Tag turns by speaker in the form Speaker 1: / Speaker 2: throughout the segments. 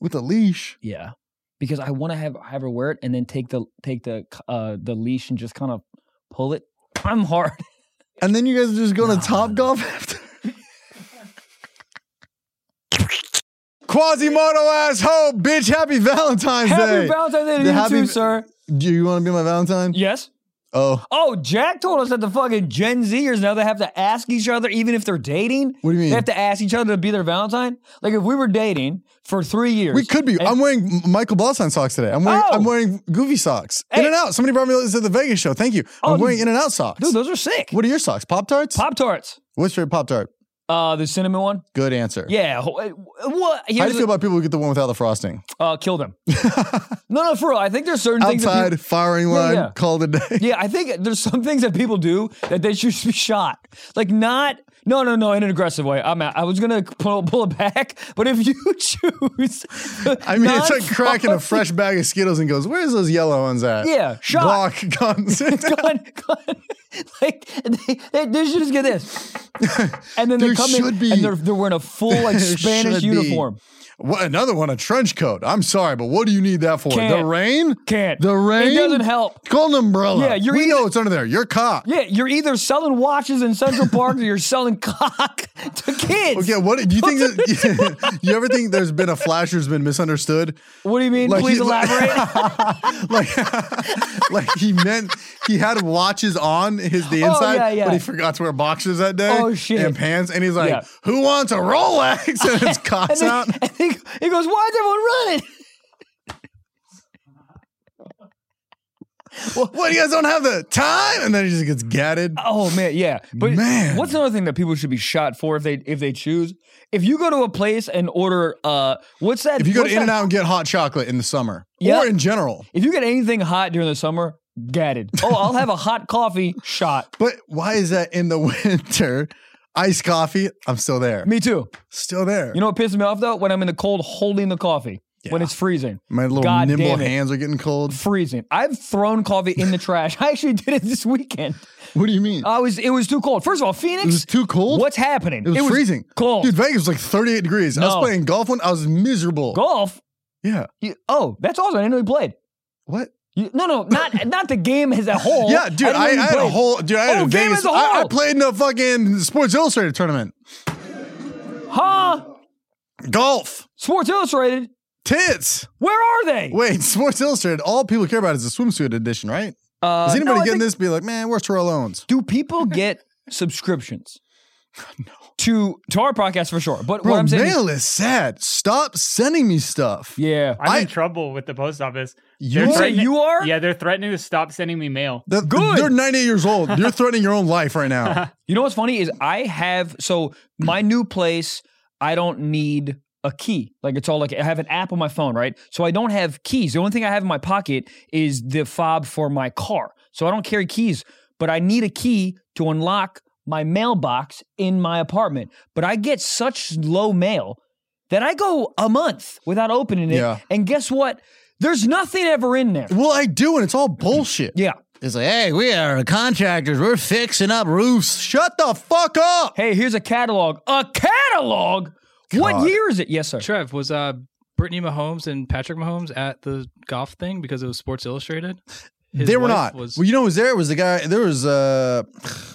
Speaker 1: with a leash.
Speaker 2: Yeah, because I want to have have her wear it and then take the take the uh the leash and just kind of pull it. I'm hard.
Speaker 1: And then you guys are just going
Speaker 2: No.
Speaker 1: to Top Golf after. Quasimodo asshole, bitch! Happy Valentine's Day.
Speaker 2: Happy Valentine's Day to
Speaker 1: The
Speaker 2: you
Speaker 1: happy-
Speaker 2: too, sir.
Speaker 1: Do you want to be my Valentine?
Speaker 2: Yes.
Speaker 1: Oh,
Speaker 2: Oh, Jack told us that the fucking Gen Zers now they have to ask each other, even if they're dating.
Speaker 1: what do you
Speaker 2: They
Speaker 1: mean?
Speaker 2: have to ask each other to be their Valentine. Like if we were dating for three years,
Speaker 1: we could be.
Speaker 2: and-
Speaker 1: I'm wearing M- Michael Blaustein socks today. I'm wearing.
Speaker 2: Oh.
Speaker 1: I'm wearing Goofy socks.
Speaker 2: Hey.
Speaker 1: In and out. Somebody brought me those at the Vegas show. Thank you.
Speaker 2: Oh,
Speaker 1: I'm wearing
Speaker 2: dude.
Speaker 1: In and out socks.
Speaker 2: Dude, those are sick.
Speaker 1: what are your socks? Pop tarts.
Speaker 2: Pop tarts.
Speaker 1: What's your pop tart?
Speaker 2: Uh, the cinnamon one.
Speaker 1: Good answer.
Speaker 2: Yeah. ho- uh, What?
Speaker 1: How do
Speaker 2: Here's
Speaker 1: you feel about people who get the one without the frosting?
Speaker 2: the- uh, kill them. no, no, for real. I think there's certain things. That people-
Speaker 1: Outside, firing
Speaker 2: Yeah,
Speaker 1: line,
Speaker 2: yeah.
Speaker 1: call it a day.
Speaker 2: yeah, I think there's some things that people do that they should be shot. Like not. No, no, no, in an aggressive way. I'm out. I was gonna pull, pull it back, but if you choose,
Speaker 1: I mean, it's like cracking a fresh bag of Skittles and goes, "Where's those yellow ones at?"
Speaker 2: Yeah, shot.
Speaker 1: Glock guns.
Speaker 2: gun, gun. like they, they, they should just get this, and then
Speaker 1: There
Speaker 2: they come in
Speaker 1: should be-
Speaker 2: and they're, they're wearing a full like
Speaker 1: There should
Speaker 2: Spanish
Speaker 1: be.
Speaker 2: uniform.
Speaker 1: what, another one, a trench coat. I'm sorry, but what do you need that for? The
Speaker 2: Can't.
Speaker 1: rain?
Speaker 2: Can't.
Speaker 1: The rain
Speaker 2: It doesn't help.
Speaker 1: Call an umbrella.
Speaker 2: Yeah, you're
Speaker 1: we
Speaker 2: either-
Speaker 1: know it's under there. You're cock.
Speaker 2: Yeah, you're either selling watches in Central Park or you're selling cock to kids.
Speaker 1: Okay, what do you think? That, you ever think there's been a flasher who's been misunderstood?
Speaker 2: What do you mean?
Speaker 1: Like,
Speaker 2: Please
Speaker 1: you-
Speaker 2: elaborate.
Speaker 1: like, like he meant he had watches on his the
Speaker 2: Oh,
Speaker 1: inside,
Speaker 2: yeah, yeah.
Speaker 1: but he forgot to wear boxers that day.
Speaker 2: Oh, shit.
Speaker 1: And pants, and he's like,
Speaker 2: Yeah.
Speaker 1: "Who wants a Rolex?" And his
Speaker 2: and
Speaker 1: cocks
Speaker 2: then,
Speaker 1: out.
Speaker 2: and he, he goes, "Why is
Speaker 1: What you guys don't have the time? And then he just gets gatted.
Speaker 2: everyone running?" Oh man, yeah. But
Speaker 1: Man.
Speaker 2: what's another thing that people should be shot for if they if they choose? If you go to a place and order, uh, what's that?
Speaker 1: If you go to
Speaker 2: what's
Speaker 1: In and
Speaker 2: that-
Speaker 1: Out and get hot chocolate in the summer,
Speaker 2: Yeah.
Speaker 1: or in general,
Speaker 2: if you get anything hot during the summer, gatted. Oh, I'll have a hot coffee shot.
Speaker 1: but why is that in the winter? Iced coffee, I'm still there.
Speaker 2: Me too.
Speaker 1: Still there.
Speaker 2: You know what pisses me off though? When I'm in the cold, holding the coffee when
Speaker 1: Yeah.
Speaker 2: it's freezing.
Speaker 1: My little
Speaker 2: God
Speaker 1: nimble
Speaker 2: damn it.
Speaker 1: hands are getting cold.
Speaker 2: freezing. I've thrown coffee in the trash. I actually did it this weekend.
Speaker 1: What do you mean?
Speaker 2: I was it was too cold. First of all, Phoenix.
Speaker 1: it was too cold.
Speaker 2: Uh, What's happening?
Speaker 1: It was freezing.
Speaker 2: Cold.
Speaker 1: Dude, Vegas was like 38 degrees. I was
Speaker 2: No.
Speaker 1: playing golf one. I was miserable.
Speaker 2: Golf.
Speaker 1: Yeah.
Speaker 2: You- oh, that's awesome. I didn't know he played.
Speaker 1: What?
Speaker 2: You- no, no, not not the game as a whole.
Speaker 1: yeah, dude. I, I,
Speaker 2: didn't know he
Speaker 1: had a
Speaker 2: played.
Speaker 1: whole. Dude, I had
Speaker 2: Oh,
Speaker 1: a
Speaker 2: game
Speaker 1: Vegas.
Speaker 2: as a
Speaker 1: I, I
Speaker 2: whole.
Speaker 1: played in a fucking Sports Illustrated tournament.
Speaker 2: Huh?
Speaker 1: Golf.
Speaker 2: Sports Illustrated.
Speaker 1: Tits.
Speaker 2: Where are they?
Speaker 1: Wait, Sports Illustrated. All people care about is the swimsuit edition, right?
Speaker 2: Uh,
Speaker 1: Is anybody
Speaker 2: no, I
Speaker 1: getting
Speaker 2: think-
Speaker 1: this? Be like, man, we're Terrell Owens.
Speaker 2: Do people get subscriptions? To to our podcast for sure. But
Speaker 1: Bro,
Speaker 2: what I'm saying, is-
Speaker 1: mail is sad. Stop sending me stuff.
Speaker 2: yeah.
Speaker 3: I'm
Speaker 1: I-
Speaker 3: in trouble with the post office.
Speaker 1: You
Speaker 3: They're
Speaker 2: You say
Speaker 3: threatening-
Speaker 2: you are?
Speaker 3: Yeah, they're threatening to stop sending me mail.
Speaker 1: The-
Speaker 2: Good.
Speaker 1: They're 98 years old. You're threatening your own life right now.
Speaker 2: You know what's funny is I have so my new place, I don't need a key. Like it's all like I have an app on my phone, right? So I don't have keys. The only thing I have in my pocket is the fob for my car. So I don't carry keys, but I need a key to unlock my mailbox in my apartment. But I get such low mail that I go a month without opening it.
Speaker 1: Yeah.
Speaker 2: And guess what? There's nothing ever in there.
Speaker 1: well, I do, and it's all bullshit.
Speaker 2: Yeah.
Speaker 1: It's like, hey, we are contractors. We're fixing up roofs. Shut the fuck up.
Speaker 2: Hey, here's a catalog. A catalog?
Speaker 1: God.
Speaker 2: What year is it? Yes, sir.
Speaker 4: Trev, was uh, Brittany Mahomes and Patrick Mahomes at the golf thing because it was Sports Illustrated? His
Speaker 1: they were
Speaker 4: wife
Speaker 1: not.
Speaker 4: Was,
Speaker 1: well, you know, who was there? It was the guy. There was. uh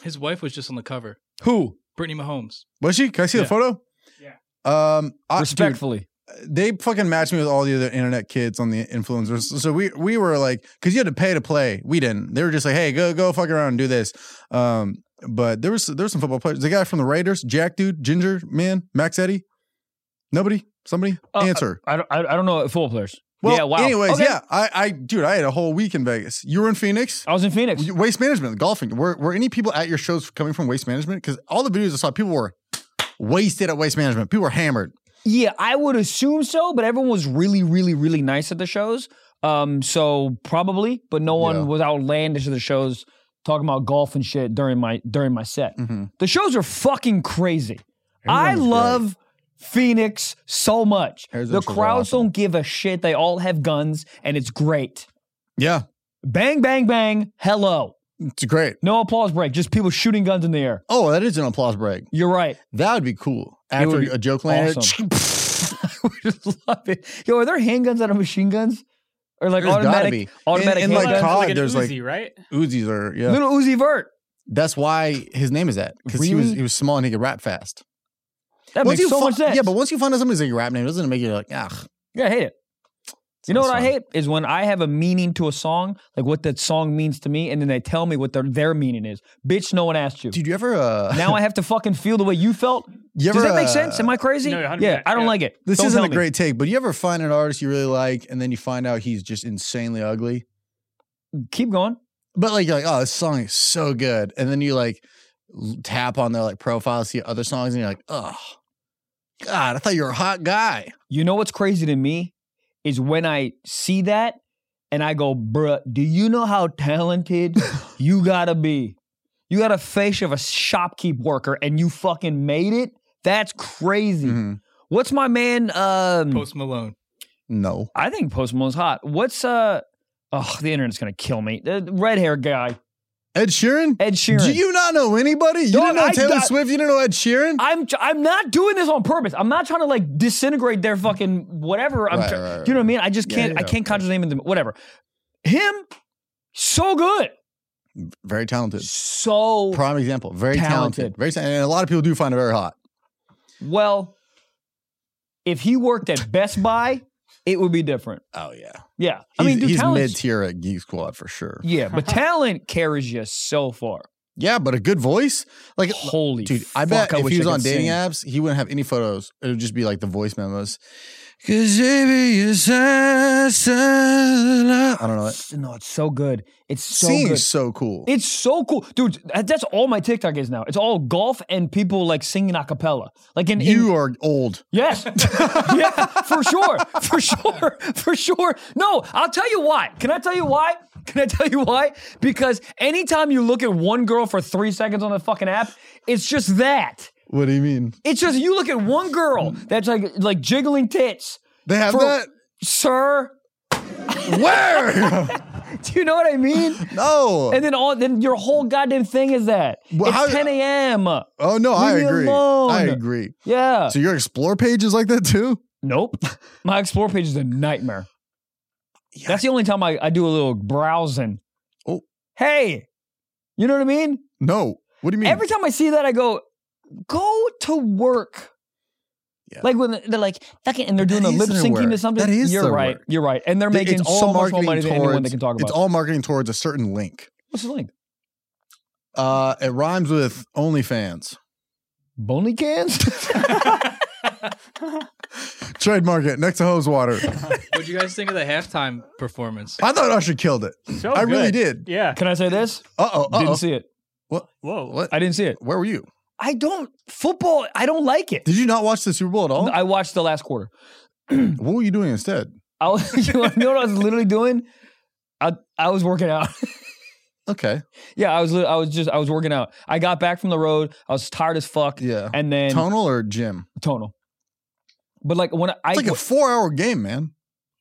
Speaker 4: his wife was just on the cover.
Speaker 2: Who?
Speaker 4: Brittany Mahomes.
Speaker 1: Was she? Can I see the
Speaker 4: Yeah.
Speaker 1: photo? Yeah. Um. I, dude,
Speaker 2: Respectfully.
Speaker 1: they fucking matched me with all the other internet kids on the influencers. So we we were like, because you had to pay to play. We didn't. They were just like, hey, go go fuck around and do this. Um. But there was there was some football players. The guy from the Raiders, Jack dude, Ginger man, Max Eddie. Nobody. Somebody
Speaker 2: Uh,
Speaker 1: answer.
Speaker 2: I don't, I, I don't know football players.
Speaker 1: Well,
Speaker 2: yeah, wow.
Speaker 1: anyways,
Speaker 2: Okay.
Speaker 1: yeah, I, I, dude, I had a whole week in Vegas. You were in Phoenix.
Speaker 2: I was in Phoenix.
Speaker 1: Waste management, golfing. Were, were any people at your shows coming from waste management? Because all the videos I saw, people were wasted at waste management. People were hammered.
Speaker 2: yeah, I would assume so, but everyone was really, really, really nice at the shows. Um, so probably, but no one
Speaker 1: Yeah.
Speaker 2: was outlandish at the shows talking about golf and shit during my during my set.
Speaker 1: Mhm.
Speaker 2: The shows are fucking crazy. I
Speaker 1: Everyone's great.
Speaker 2: love Phoenix so much.
Speaker 1: Arizona
Speaker 2: the
Speaker 1: shows are
Speaker 2: crowds
Speaker 1: awesome.
Speaker 2: don't give a shit. They all have guns, and it's great.
Speaker 1: Yeah,
Speaker 2: Bang, bang, bang. Hello.
Speaker 1: it's great.
Speaker 2: No applause break. Just people shooting guns in the air.
Speaker 1: Oh, that is an applause break.
Speaker 2: You're right.
Speaker 1: That would be cool.
Speaker 2: would
Speaker 1: After
Speaker 2: be
Speaker 1: a joke landed,
Speaker 2: we just love it. Yo, are there handguns out of machine guns? Or like
Speaker 1: There's gotta
Speaker 2: automatic
Speaker 1: be.
Speaker 2: automatic
Speaker 1: And,
Speaker 3: Well,
Speaker 1: like,
Speaker 2: handguns?
Speaker 3: that's
Speaker 1: COD,
Speaker 3: an
Speaker 1: Oh there's, like-
Speaker 3: Uzi, right?
Speaker 1: Uzis are yeah.
Speaker 2: Little Uzi Vert.
Speaker 1: That's why his name is that because he was
Speaker 2: Really?
Speaker 1: he was small and he could rap fast.
Speaker 2: That
Speaker 1: once
Speaker 2: makes
Speaker 1: you
Speaker 2: so
Speaker 1: fi-
Speaker 2: much sense.
Speaker 1: Yeah, but once you find out somebody's like a rap name, doesn't it make you like ah?
Speaker 2: yeah, I hate it. You know what I hate is when I have a meaning to a song, like what that song means to me, and then they tell me what their their meaning is. Bitch, no one asked you.
Speaker 1: Dude, you ever uh?
Speaker 2: now I have to fucking feel the way you felt.
Speaker 1: you ever,
Speaker 2: Does that make
Speaker 1: uh,
Speaker 2: sense? Am I crazy?
Speaker 3: No, 100%,
Speaker 2: yeah, I don't
Speaker 3: yeah.
Speaker 2: like it.
Speaker 1: This
Speaker 2: Don't
Speaker 1: isn't
Speaker 2: tell
Speaker 1: a
Speaker 2: me.
Speaker 1: great take, but you ever find an artist you really like and then you find out he's just insanely ugly?
Speaker 2: Keep going.
Speaker 1: But like you're like, oh, this song is so good, and then you like l- tap on their like profile, see other songs, and you're like, oh, God, I thought you were a hot guy.
Speaker 2: You know what's crazy to me is when I see that and I go, bruh, do you know how talented you gotta be? You got a face of a shopkeep worker and you fucking made it? That's crazy.
Speaker 1: Mhm.
Speaker 2: What's my man? Um,
Speaker 1: Hmm.
Speaker 4: Post Malone.
Speaker 1: No,
Speaker 2: I think Post Malone's hot. What's uh? Oh, the internet's gonna kill me. The red hair guy,
Speaker 1: Ed Sheeran.
Speaker 2: Ed Sheeran.
Speaker 1: Do you not know anybody? You
Speaker 2: Dog,
Speaker 1: didn't know
Speaker 2: I
Speaker 1: Taylor
Speaker 2: got-
Speaker 1: Swift. You didn't know Ed Sheeran.
Speaker 2: I'm I'm not doing this on purpose. I'm not trying to like disintegrate their fucking whatever. I'm
Speaker 1: Right,
Speaker 2: tr-
Speaker 1: right, right.
Speaker 2: Do you know what I mean? I just
Speaker 1: Uh, Yeah,
Speaker 2: can't.
Speaker 1: yeah,
Speaker 2: I
Speaker 1: yeah,
Speaker 2: can't
Speaker 1: of
Speaker 2: conjure the name of them. Whatever. Him, so good,
Speaker 1: Very talented.
Speaker 2: so
Speaker 1: Prime example. Very
Speaker 2: Talented.
Speaker 1: talented. Very ta- and a lot of people do find it very hot.
Speaker 2: well. If he worked at Best Buy, it would be different.
Speaker 1: Oh yeah.
Speaker 2: Yeah, I mean, dude,
Speaker 1: he's
Speaker 2: talent's-
Speaker 1: mid tier at Geek Squad for sure.
Speaker 2: Yeah, but talent carries you so far.
Speaker 1: Yeah, but a good voice. Like
Speaker 2: Holy
Speaker 1: dude, I
Speaker 2: fuck,
Speaker 1: bet if
Speaker 2: wish
Speaker 1: he was
Speaker 2: could
Speaker 1: on dating
Speaker 2: sing.
Speaker 1: apps, he wouldn't have any photos. It would just be like the voice memos. Cause baby, you're so- so- I don't know. It
Speaker 2: S- No, it's so good. It's so
Speaker 1: seems
Speaker 2: good.
Speaker 1: so cool.
Speaker 2: It's so cool, dude. that- That's all my TikTok is now. It's all golf and people like singing a cappella. Like in, in-
Speaker 1: you are old.
Speaker 2: yes, yeah, for sure, for sure, for sure. No, I'll tell you why. Can I tell you why? Can I tell you why? Because anytime you look at one girl for three seconds on the fucking app, it's just that.
Speaker 1: What do you mean?
Speaker 2: It's just you look at one girl that's like like jiggling tits,
Speaker 1: They have
Speaker 2: For-
Speaker 1: that?
Speaker 2: sir.
Speaker 1: Where?
Speaker 2: Do you know what I mean?
Speaker 1: no.
Speaker 2: And then all then your whole goddamn thing is that
Speaker 1: Well,
Speaker 2: it's
Speaker 1: how-
Speaker 2: 10 a.m.
Speaker 1: oh no, I
Speaker 2: Leave me
Speaker 1: agree. I
Speaker 2: alone. Uh,
Speaker 1: agree.
Speaker 2: Yeah.
Speaker 1: So your explore page is like that too?
Speaker 2: nope. My explore page is a nightmare. That's the only time I, I do a little browsing.
Speaker 1: Oh.
Speaker 2: Hey, you know what I mean?
Speaker 1: No. What do you mean?
Speaker 2: Every time I see that, I go, go to work.
Speaker 1: Yeah.
Speaker 2: Like when they're like fucking, and they're
Speaker 1: But
Speaker 2: doing
Speaker 1: that
Speaker 2: a
Speaker 1: is
Speaker 2: lip
Speaker 1: their
Speaker 2: syncing to
Speaker 1: work.
Speaker 2: something.
Speaker 1: That is
Speaker 2: you're
Speaker 1: their
Speaker 2: right.
Speaker 1: work.
Speaker 2: You're right, and they're
Speaker 1: Th-
Speaker 2: making so much more money than anyone they can talk about.
Speaker 1: It's all marketing towards a certain link.
Speaker 2: What's the link?
Speaker 1: Uh, it rhymes with OnlyFans.
Speaker 2: Boney cans.
Speaker 1: Trademark it next to hose water.
Speaker 4: What'd you guys think of the halftime performance?
Speaker 1: I thought Usher killed it.
Speaker 3: So
Speaker 1: I really
Speaker 3: good.
Speaker 1: did.
Speaker 3: Yeah.
Speaker 2: can I say this?
Speaker 1: Uh oh. Uh
Speaker 2: Didn't
Speaker 1: oh.
Speaker 2: see it.
Speaker 3: Whoa.
Speaker 1: What?
Speaker 2: I didn't see it.
Speaker 1: Where were you?
Speaker 2: I don't football. I don't like it.
Speaker 1: Did you not watch the Super Bowl at all?
Speaker 2: I watched the last quarter.
Speaker 1: what were you doing instead?
Speaker 2: I was, you wanna know what I was literally doing? I I was working out.
Speaker 1: Okay.
Speaker 2: yeah, I was li- I was just I was working out. I got back from the road. I was tired as fuck,
Speaker 1: Yeah.
Speaker 2: and then
Speaker 1: Tonal or gym?
Speaker 2: tonal. But like when I
Speaker 1: It's like a four-hour game, man.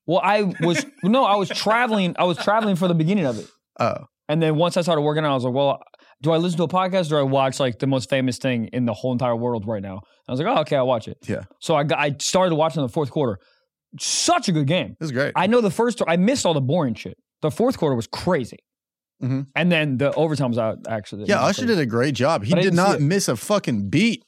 Speaker 2: well I was no I was traveling I was traveling for the beginning of it,
Speaker 1: Oh,
Speaker 2: and then once I started working out, I was like, well, do I listen to a podcast or do I watch like the most famous thing in the whole entire world right now? I was like, oh okay, I'll watch it.
Speaker 1: Yeah.
Speaker 2: So I got, I started watching the fourth quarter. Such a good game.
Speaker 1: this is great.
Speaker 2: I know the first, I missed all the boring shit. The fourth quarter was crazy.
Speaker 1: Mhm.
Speaker 2: And then the overtime was out, actually.
Speaker 1: yeah, Usher did a great job. He
Speaker 2: But I
Speaker 1: did
Speaker 2: didn't see
Speaker 1: not
Speaker 2: it.
Speaker 1: miss a fucking beat.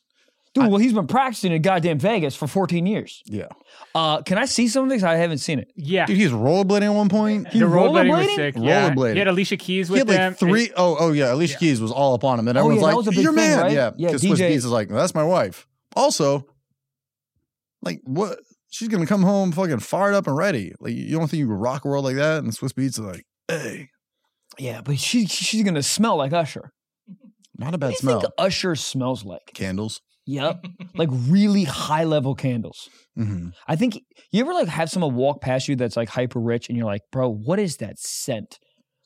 Speaker 2: Dude, well, he's been practicing in goddamn Vegas for 14 years.
Speaker 1: Yeah.
Speaker 2: Uh, can I see some of this? I haven't seen it.
Speaker 3: Yeah.
Speaker 1: Dude, he's rollerblading at one point.
Speaker 2: He
Speaker 3: the rollerblading was
Speaker 2: rollerblading?
Speaker 3: sick. Yeah.
Speaker 1: Rollerblading.
Speaker 3: He had Alicia Keys
Speaker 1: He
Speaker 3: with
Speaker 1: had like
Speaker 3: them.
Speaker 1: three oh oh yeah, Alicia Keys was all up on him, and
Speaker 2: Oh,
Speaker 1: everyone's
Speaker 2: yeah, that was a
Speaker 1: like,
Speaker 2: big
Speaker 1: "Your
Speaker 2: thing,
Speaker 1: man,
Speaker 2: right?
Speaker 1: yeah."
Speaker 2: Yeah,
Speaker 1: Because Swiss
Speaker 2: DJ
Speaker 1: Beats is like, "That's my wife." Also, like what? She's gonna come home fucking fired up and ready. Like you don't think you could rock a world like that? And Swiss Beats is like, "Hey,
Speaker 2: Yeah, but she, she's going to smell like Usher.
Speaker 1: not a
Speaker 2: What do
Speaker 1: bad
Speaker 2: you
Speaker 1: smell."
Speaker 2: think Usher smells like?
Speaker 1: Candles.
Speaker 2: Yep. like really high level candles.
Speaker 1: hmm
Speaker 2: I think you ever like have someone walk past you that's like hyper rich and you're like, bro, what is that scent?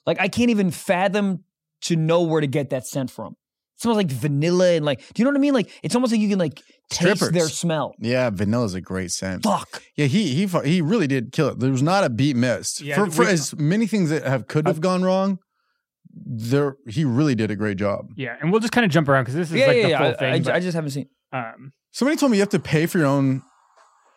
Speaker 2: Like I can't even fathom to know where to get that scent from. It smells like vanilla and like, do you know what I mean? Like it's almost like you can like taste
Speaker 1: Strippers.
Speaker 2: their smell.
Speaker 1: Yeah, vanilla's a great scent.
Speaker 2: Fuck.
Speaker 1: Yeah, he he fu- he really did kill it. There was not a beat missed.
Speaker 3: Yeah,
Speaker 1: for for
Speaker 3: we-
Speaker 1: as many things that have could have gone wrong, there he really did a great job.
Speaker 3: Yeah. And we'll just kind of jump around because this is
Speaker 2: yeah,
Speaker 3: like
Speaker 2: yeah,
Speaker 3: the
Speaker 2: yeah.
Speaker 3: full
Speaker 2: I- I,
Speaker 3: thing.
Speaker 2: I just haven't seen.
Speaker 3: but, um,
Speaker 1: Somebody told me you have to pay for your own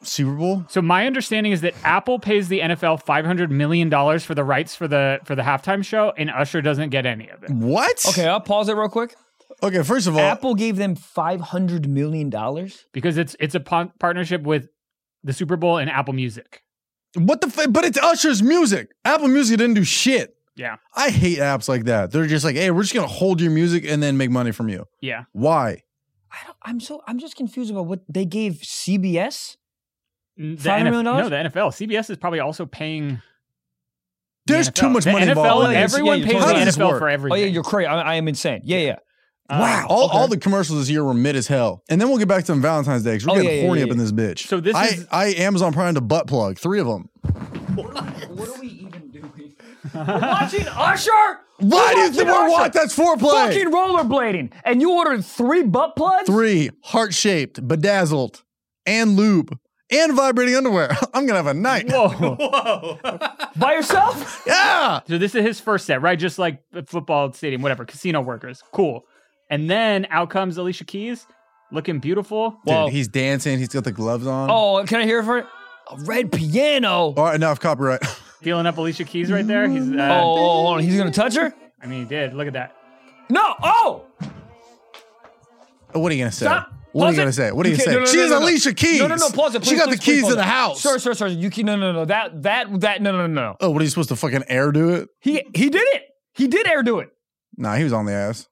Speaker 1: Super Bowl.
Speaker 3: So my understanding is that Apple pays the NFL five hundred million dollars for the rights for the for the halftime show, and Usher doesn't get any of it.
Speaker 1: What?
Speaker 2: Okay, I'll pause it real quick.
Speaker 1: Okay. First of all,
Speaker 2: Apple gave them five hundred million dollars.
Speaker 3: because it's it's a pon- partnership with the Super Bowl and Apple Music.
Speaker 1: what the? F- but it's Usher's music. Apple Music didn't do shit.
Speaker 3: Yeah.
Speaker 1: I hate apps like that. They're just like, hey, we're just gonna hold your music and then make money from you.
Speaker 3: Yeah.
Speaker 1: Why?
Speaker 2: I don't, I'm so I'm just confused about what they gave CBS.
Speaker 3: The
Speaker 2: $500 million
Speaker 3: No, the NFL. CBS is probably also paying. the
Speaker 1: There's too
Speaker 3: NFL.
Speaker 1: much
Speaker 3: The
Speaker 1: money
Speaker 3: NFL,
Speaker 1: involved. in
Speaker 2: yeah,
Speaker 1: this.
Speaker 3: Everyone
Speaker 2: you're
Speaker 3: pays
Speaker 1: totally
Speaker 3: the
Speaker 1: right. How does this
Speaker 3: NFL for
Speaker 1: work?
Speaker 2: Oh
Speaker 3: everything.
Speaker 2: yeah, you're crazy. I, I am insane. Yeah, yeah.
Speaker 3: Um,
Speaker 2: wow.
Speaker 1: All, all
Speaker 2: Uh, okay.
Speaker 1: the commercials this year were mid as hell. And then we'll get back to them Valentine's Day because we're
Speaker 2: Oh,
Speaker 1: getting
Speaker 2: yeah, yeah,
Speaker 1: horny
Speaker 2: yeah,
Speaker 1: up in this bitch.
Speaker 3: So this
Speaker 1: I,
Speaker 3: is-
Speaker 1: I Amazon Prime to butt plug, three of them.
Speaker 2: What are we even doing? We're watching Usher.
Speaker 1: Why do you
Speaker 2: watching
Speaker 1: think we're
Speaker 2: Usher?
Speaker 1: watching? That's foreplay.
Speaker 2: Fucking rollerblading, and you ordered three butt plugs.
Speaker 1: three, heart shaped, bedazzled, and lube, and vibrating underwear. I'm gonna have a night.
Speaker 3: Whoa.
Speaker 2: by yourself?
Speaker 1: Yeah.
Speaker 3: So this is his first set, right? Just like the football stadium, whatever, casino workers. Cool. And then out comes Alicia Keys, looking beautiful.
Speaker 1: Dude,
Speaker 2: Well-
Speaker 1: he's dancing. He's got the gloves on.
Speaker 2: Oh, can I hear it for it? A red piano.
Speaker 1: All right, enough copyright.
Speaker 3: feeling up Alicia Keys right there. He's,
Speaker 2: Oh,
Speaker 3: uh,
Speaker 2: hold on. he's gonna touch her?
Speaker 3: I mean, he did. Look at that.
Speaker 2: No! Oh!
Speaker 1: what are you gonna say?
Speaker 2: Stop.
Speaker 1: What are you
Speaker 2: Pause it.
Speaker 1: gonna say? What are you,
Speaker 2: can't-
Speaker 1: gonna
Speaker 2: no, no,
Speaker 1: say?
Speaker 2: no,
Speaker 1: She's
Speaker 2: no, no.
Speaker 1: Alicia Keys.
Speaker 2: No, no, no. Pause it. Please,
Speaker 1: she got
Speaker 2: please,
Speaker 1: the
Speaker 2: please
Speaker 1: keys
Speaker 2: pause
Speaker 1: to the
Speaker 2: it.
Speaker 1: house.
Speaker 2: Sir, sir, sir. You can no, no, no. That, that, that. No, no, no, no.
Speaker 1: Oh, what are you supposed to fucking air do it?
Speaker 2: He, he did it. He did air do it.
Speaker 1: Nah, he was on the ass.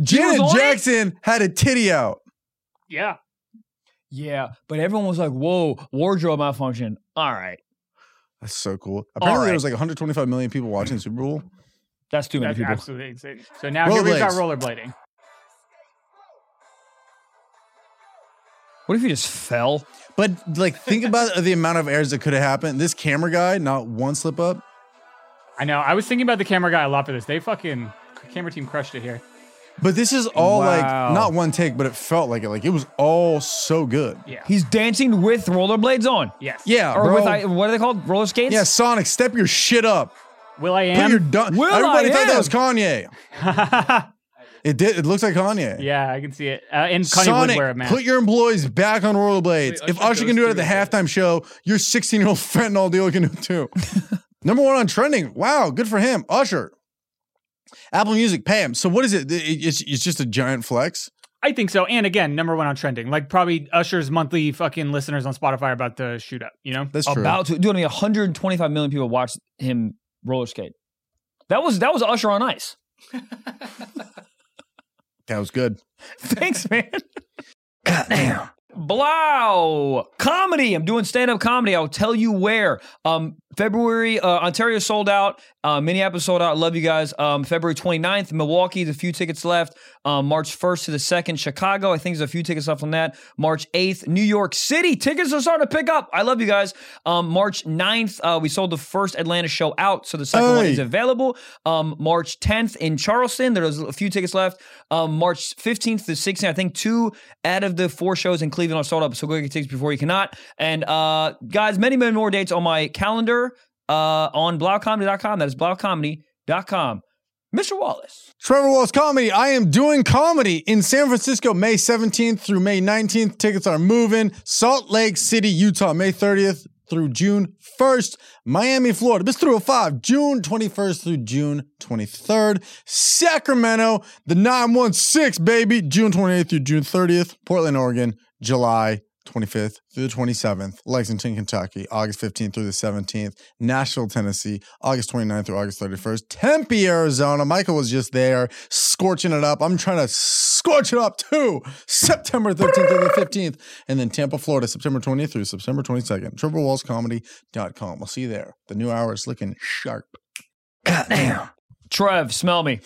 Speaker 1: Janet
Speaker 2: on it?
Speaker 1: Jackson had a titty out.
Speaker 3: Yeah.
Speaker 2: Yeah, but everyone was like, "Whoa, wardrobe malfunction." All right,
Speaker 1: That's so cool. Apparently,
Speaker 2: right.
Speaker 1: there was like 125 million people watching the Super Bowl.
Speaker 2: that's too many
Speaker 3: That's
Speaker 2: people.
Speaker 3: absolutely insane. So now here we've got rollerblading.
Speaker 2: What if he just fell?
Speaker 1: But like, think about the amount of errors that could have happened. This camera guy, not one slip up.
Speaker 3: I know. I was thinking about the camera guy a lot for this. They fucking camera team crushed it here.
Speaker 1: But this is all
Speaker 2: Wow.
Speaker 1: like not one take, but it felt like it. Like it was all so good.
Speaker 3: Yeah.
Speaker 2: He's dancing with rollerblades on,
Speaker 3: yes.
Speaker 1: Yeah,
Speaker 2: or
Speaker 1: bro.
Speaker 2: with I, what are they called? Roller skates.
Speaker 1: yeah, Sonic, step your shit up.
Speaker 3: Will I
Speaker 1: Put
Speaker 3: am.
Speaker 1: your dun-
Speaker 2: Will
Speaker 1: Everybody
Speaker 2: I
Speaker 1: thought
Speaker 2: am.
Speaker 1: that was Kanye. It did. It looks like Kanye.
Speaker 3: yeah, I can see it. Uh, and Kanye would wear a
Speaker 1: Sonic,
Speaker 3: mask.
Speaker 1: put your employees back on rollerblades.
Speaker 4: Wait,
Speaker 1: if
Speaker 4: Usher
Speaker 1: Usher can
Speaker 4: goes
Speaker 1: do it at the
Speaker 4: through it.
Speaker 1: halftime show, your 16 year old fentanyl dealer can do it too. Number one on trending. Wow, good for him. Usher. Apple Music, pay him. So what is it? It- It's, it's just a giant flex.
Speaker 3: I think so. And again, number one on trending. Like probably Usher's monthly fucking listeners on Spotify are about to shoot up. You know.
Speaker 1: That's true.
Speaker 2: about to. Dude, I mean, 125 million people watched him roller skate. That was that was Usher on Ice.
Speaker 1: that was good.
Speaker 2: Thanks, man. Goddamn. Blow comedy. I'm doing stand up comedy. I'll tell you where. Um, February, uh, Ontario sold out. Uh, Minneapolis sold out. Love you guys. Um, February 29th, Milwaukee. There's a few tickets left. Um, March 1st to the 2nd, Chicago. I think there's a few tickets left on that. March 8th, New York City. Tickets are starting to pick up. I love you guys. Um, March 9th, uh, we sold the first Atlanta show out, so the second one
Speaker 1: Hey.
Speaker 2: is available. Um, March 10th in Charleston. There's a few tickets left. Um, March 15th to 16th, I think two out of the four shows in Cleveland are sold out. So go get tickets before you cannot. And uh, guys, many, many more dates on my calendar uh, on blaucomedy.com. That is blaucomedy.com. Mr. Wallace.
Speaker 1: Trevor Wallace Comedy. I am doing comedy in San Francisco May 17th through May 19th. Tickets are moving. Salt Lake City, Utah, May 30th through June 1st. Miami, Florida, Miss 305, June 21st through June 23rd. Sacramento, the 916, baby, June 28th through June 30th. Portland, Oregon, July 25th through the 27th, Lexington, Kentucky, August 15th through the 17th, Nashville, Tennessee, August 29th through August 31st, Tempe, Arizona. Michael was just there scorching it up. I'm trying to scorch it up too. September 13th through the 15th, and then Tampa, Florida, September 20th through September 22nd. TrevorWallsComedy.com. We'll see you there. The new hour is looking sharp.
Speaker 2: Trev, smell me.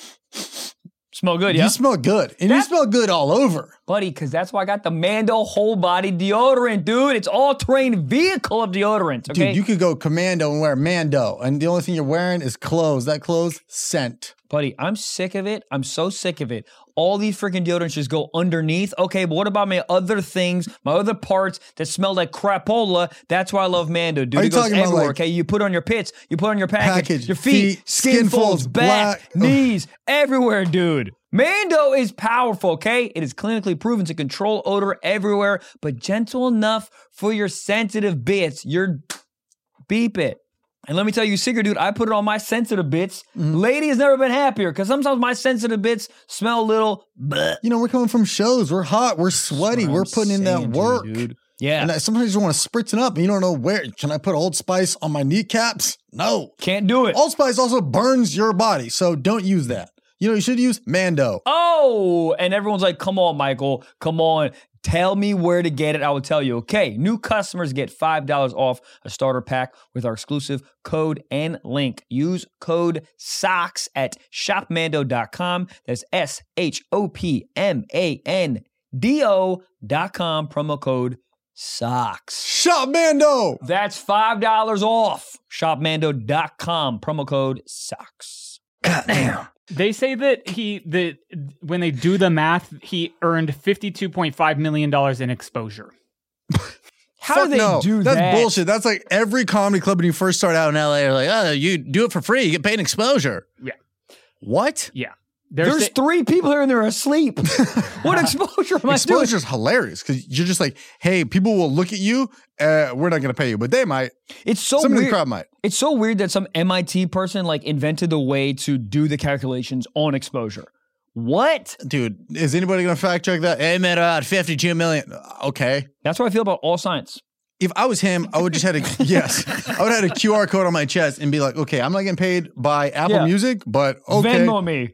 Speaker 2: Smell good, yeah?
Speaker 1: You smell good, and you
Speaker 2: That-
Speaker 1: smell good all over.
Speaker 2: buddy, because that's why I got the Mando whole body deodorant, dude. It's all terrain vehicle of deodorant.
Speaker 1: Dude,
Speaker 2: Okay,
Speaker 1: you could go commando and wear Mando, and the only thing you're wearing is clothes. That clothes scent.
Speaker 2: buddy, I'm sick of it. I'm so sick of it. All these freaking deodorants just go underneath. Okay, but what about my other things, my other parts that smell like crapola? That's why I love Mando, dude.
Speaker 1: Are you
Speaker 2: it goes
Speaker 1: talking about,
Speaker 2: everywhere.
Speaker 1: like-
Speaker 2: okay, you put it on your pits, you put it on your package,
Speaker 1: Package,
Speaker 2: your feet,
Speaker 1: feet,
Speaker 2: skin,
Speaker 1: skin
Speaker 2: folds,
Speaker 1: folds,
Speaker 2: back,
Speaker 1: black-
Speaker 2: knees, everywhere, dude. Mando is powerful, okay? It is clinically proven to control odor everywhere, but gentle enough for your sensitive bits. Your beep it. And let me tell you, secret dude, I put it on my sensitive bits.
Speaker 1: Mm-hmm.
Speaker 2: Lady has never been happier because sometimes my sensitive bits smell little. Bleh.
Speaker 1: You know, we're coming from shows. We're hot. We're sweaty.
Speaker 2: what
Speaker 1: We're
Speaker 2: I'm
Speaker 1: putting in that
Speaker 2: saying to you,
Speaker 1: work.
Speaker 2: dude. Yeah,
Speaker 1: And I, sometimes you want to spritz it up and you don't know where. Can I put Old Spice on my kneecaps? No.
Speaker 2: can't do it.
Speaker 1: Old Spice also burns your body, so don't use
Speaker 2: Hmm.
Speaker 1: that. You know, you should use Mando.
Speaker 2: Oh, and everyone's like, come on, Michael, come on. Tell me where to get it. I will tell you. Okay, new customers get $5 off a starter pack with our exclusive code and link. Use code SOCKS at shopmando.com. That's S H O P M A N D O.com. Promo code SOCKS.
Speaker 1: Shop Mando.
Speaker 2: That's $5 off. Shopmando.com. Promo code SOCKS. Goddamn.
Speaker 3: They say that he that when they do the math, he earned fifty two point five million dollars in exposure.
Speaker 2: How
Speaker 1: Fuck
Speaker 2: do they
Speaker 1: no.
Speaker 2: do
Speaker 1: That's
Speaker 2: that?
Speaker 1: bullshit. That's like every comedy club when you first start out in LA are like, oh, you do it for free, you get paid exposure.
Speaker 3: Yeah.
Speaker 1: What?
Speaker 3: They're
Speaker 2: There's
Speaker 3: sa-
Speaker 2: three people here and they're asleep. what exposure am I doing?
Speaker 1: Exposure's hilarious because you're just like, hey, people will look at you. Uh, we're not going to pay you, but they might.
Speaker 2: It's so
Speaker 1: Some of the
Speaker 2: weird.
Speaker 1: crowd might.
Speaker 2: It's so weird that some MIT person like invented the way to do the calculations on exposure. What?
Speaker 1: Dude, is anybody going to fact check that? Hey, man, uh, 52 million. Okay.
Speaker 2: That's what I feel about all science.
Speaker 1: if I was him, I would just had a yes. I would have had a QR code on my chest and be like, okay, I'm not getting paid by Apple
Speaker 2: Yeah.
Speaker 1: Music, but okay,
Speaker 2: Venmo me.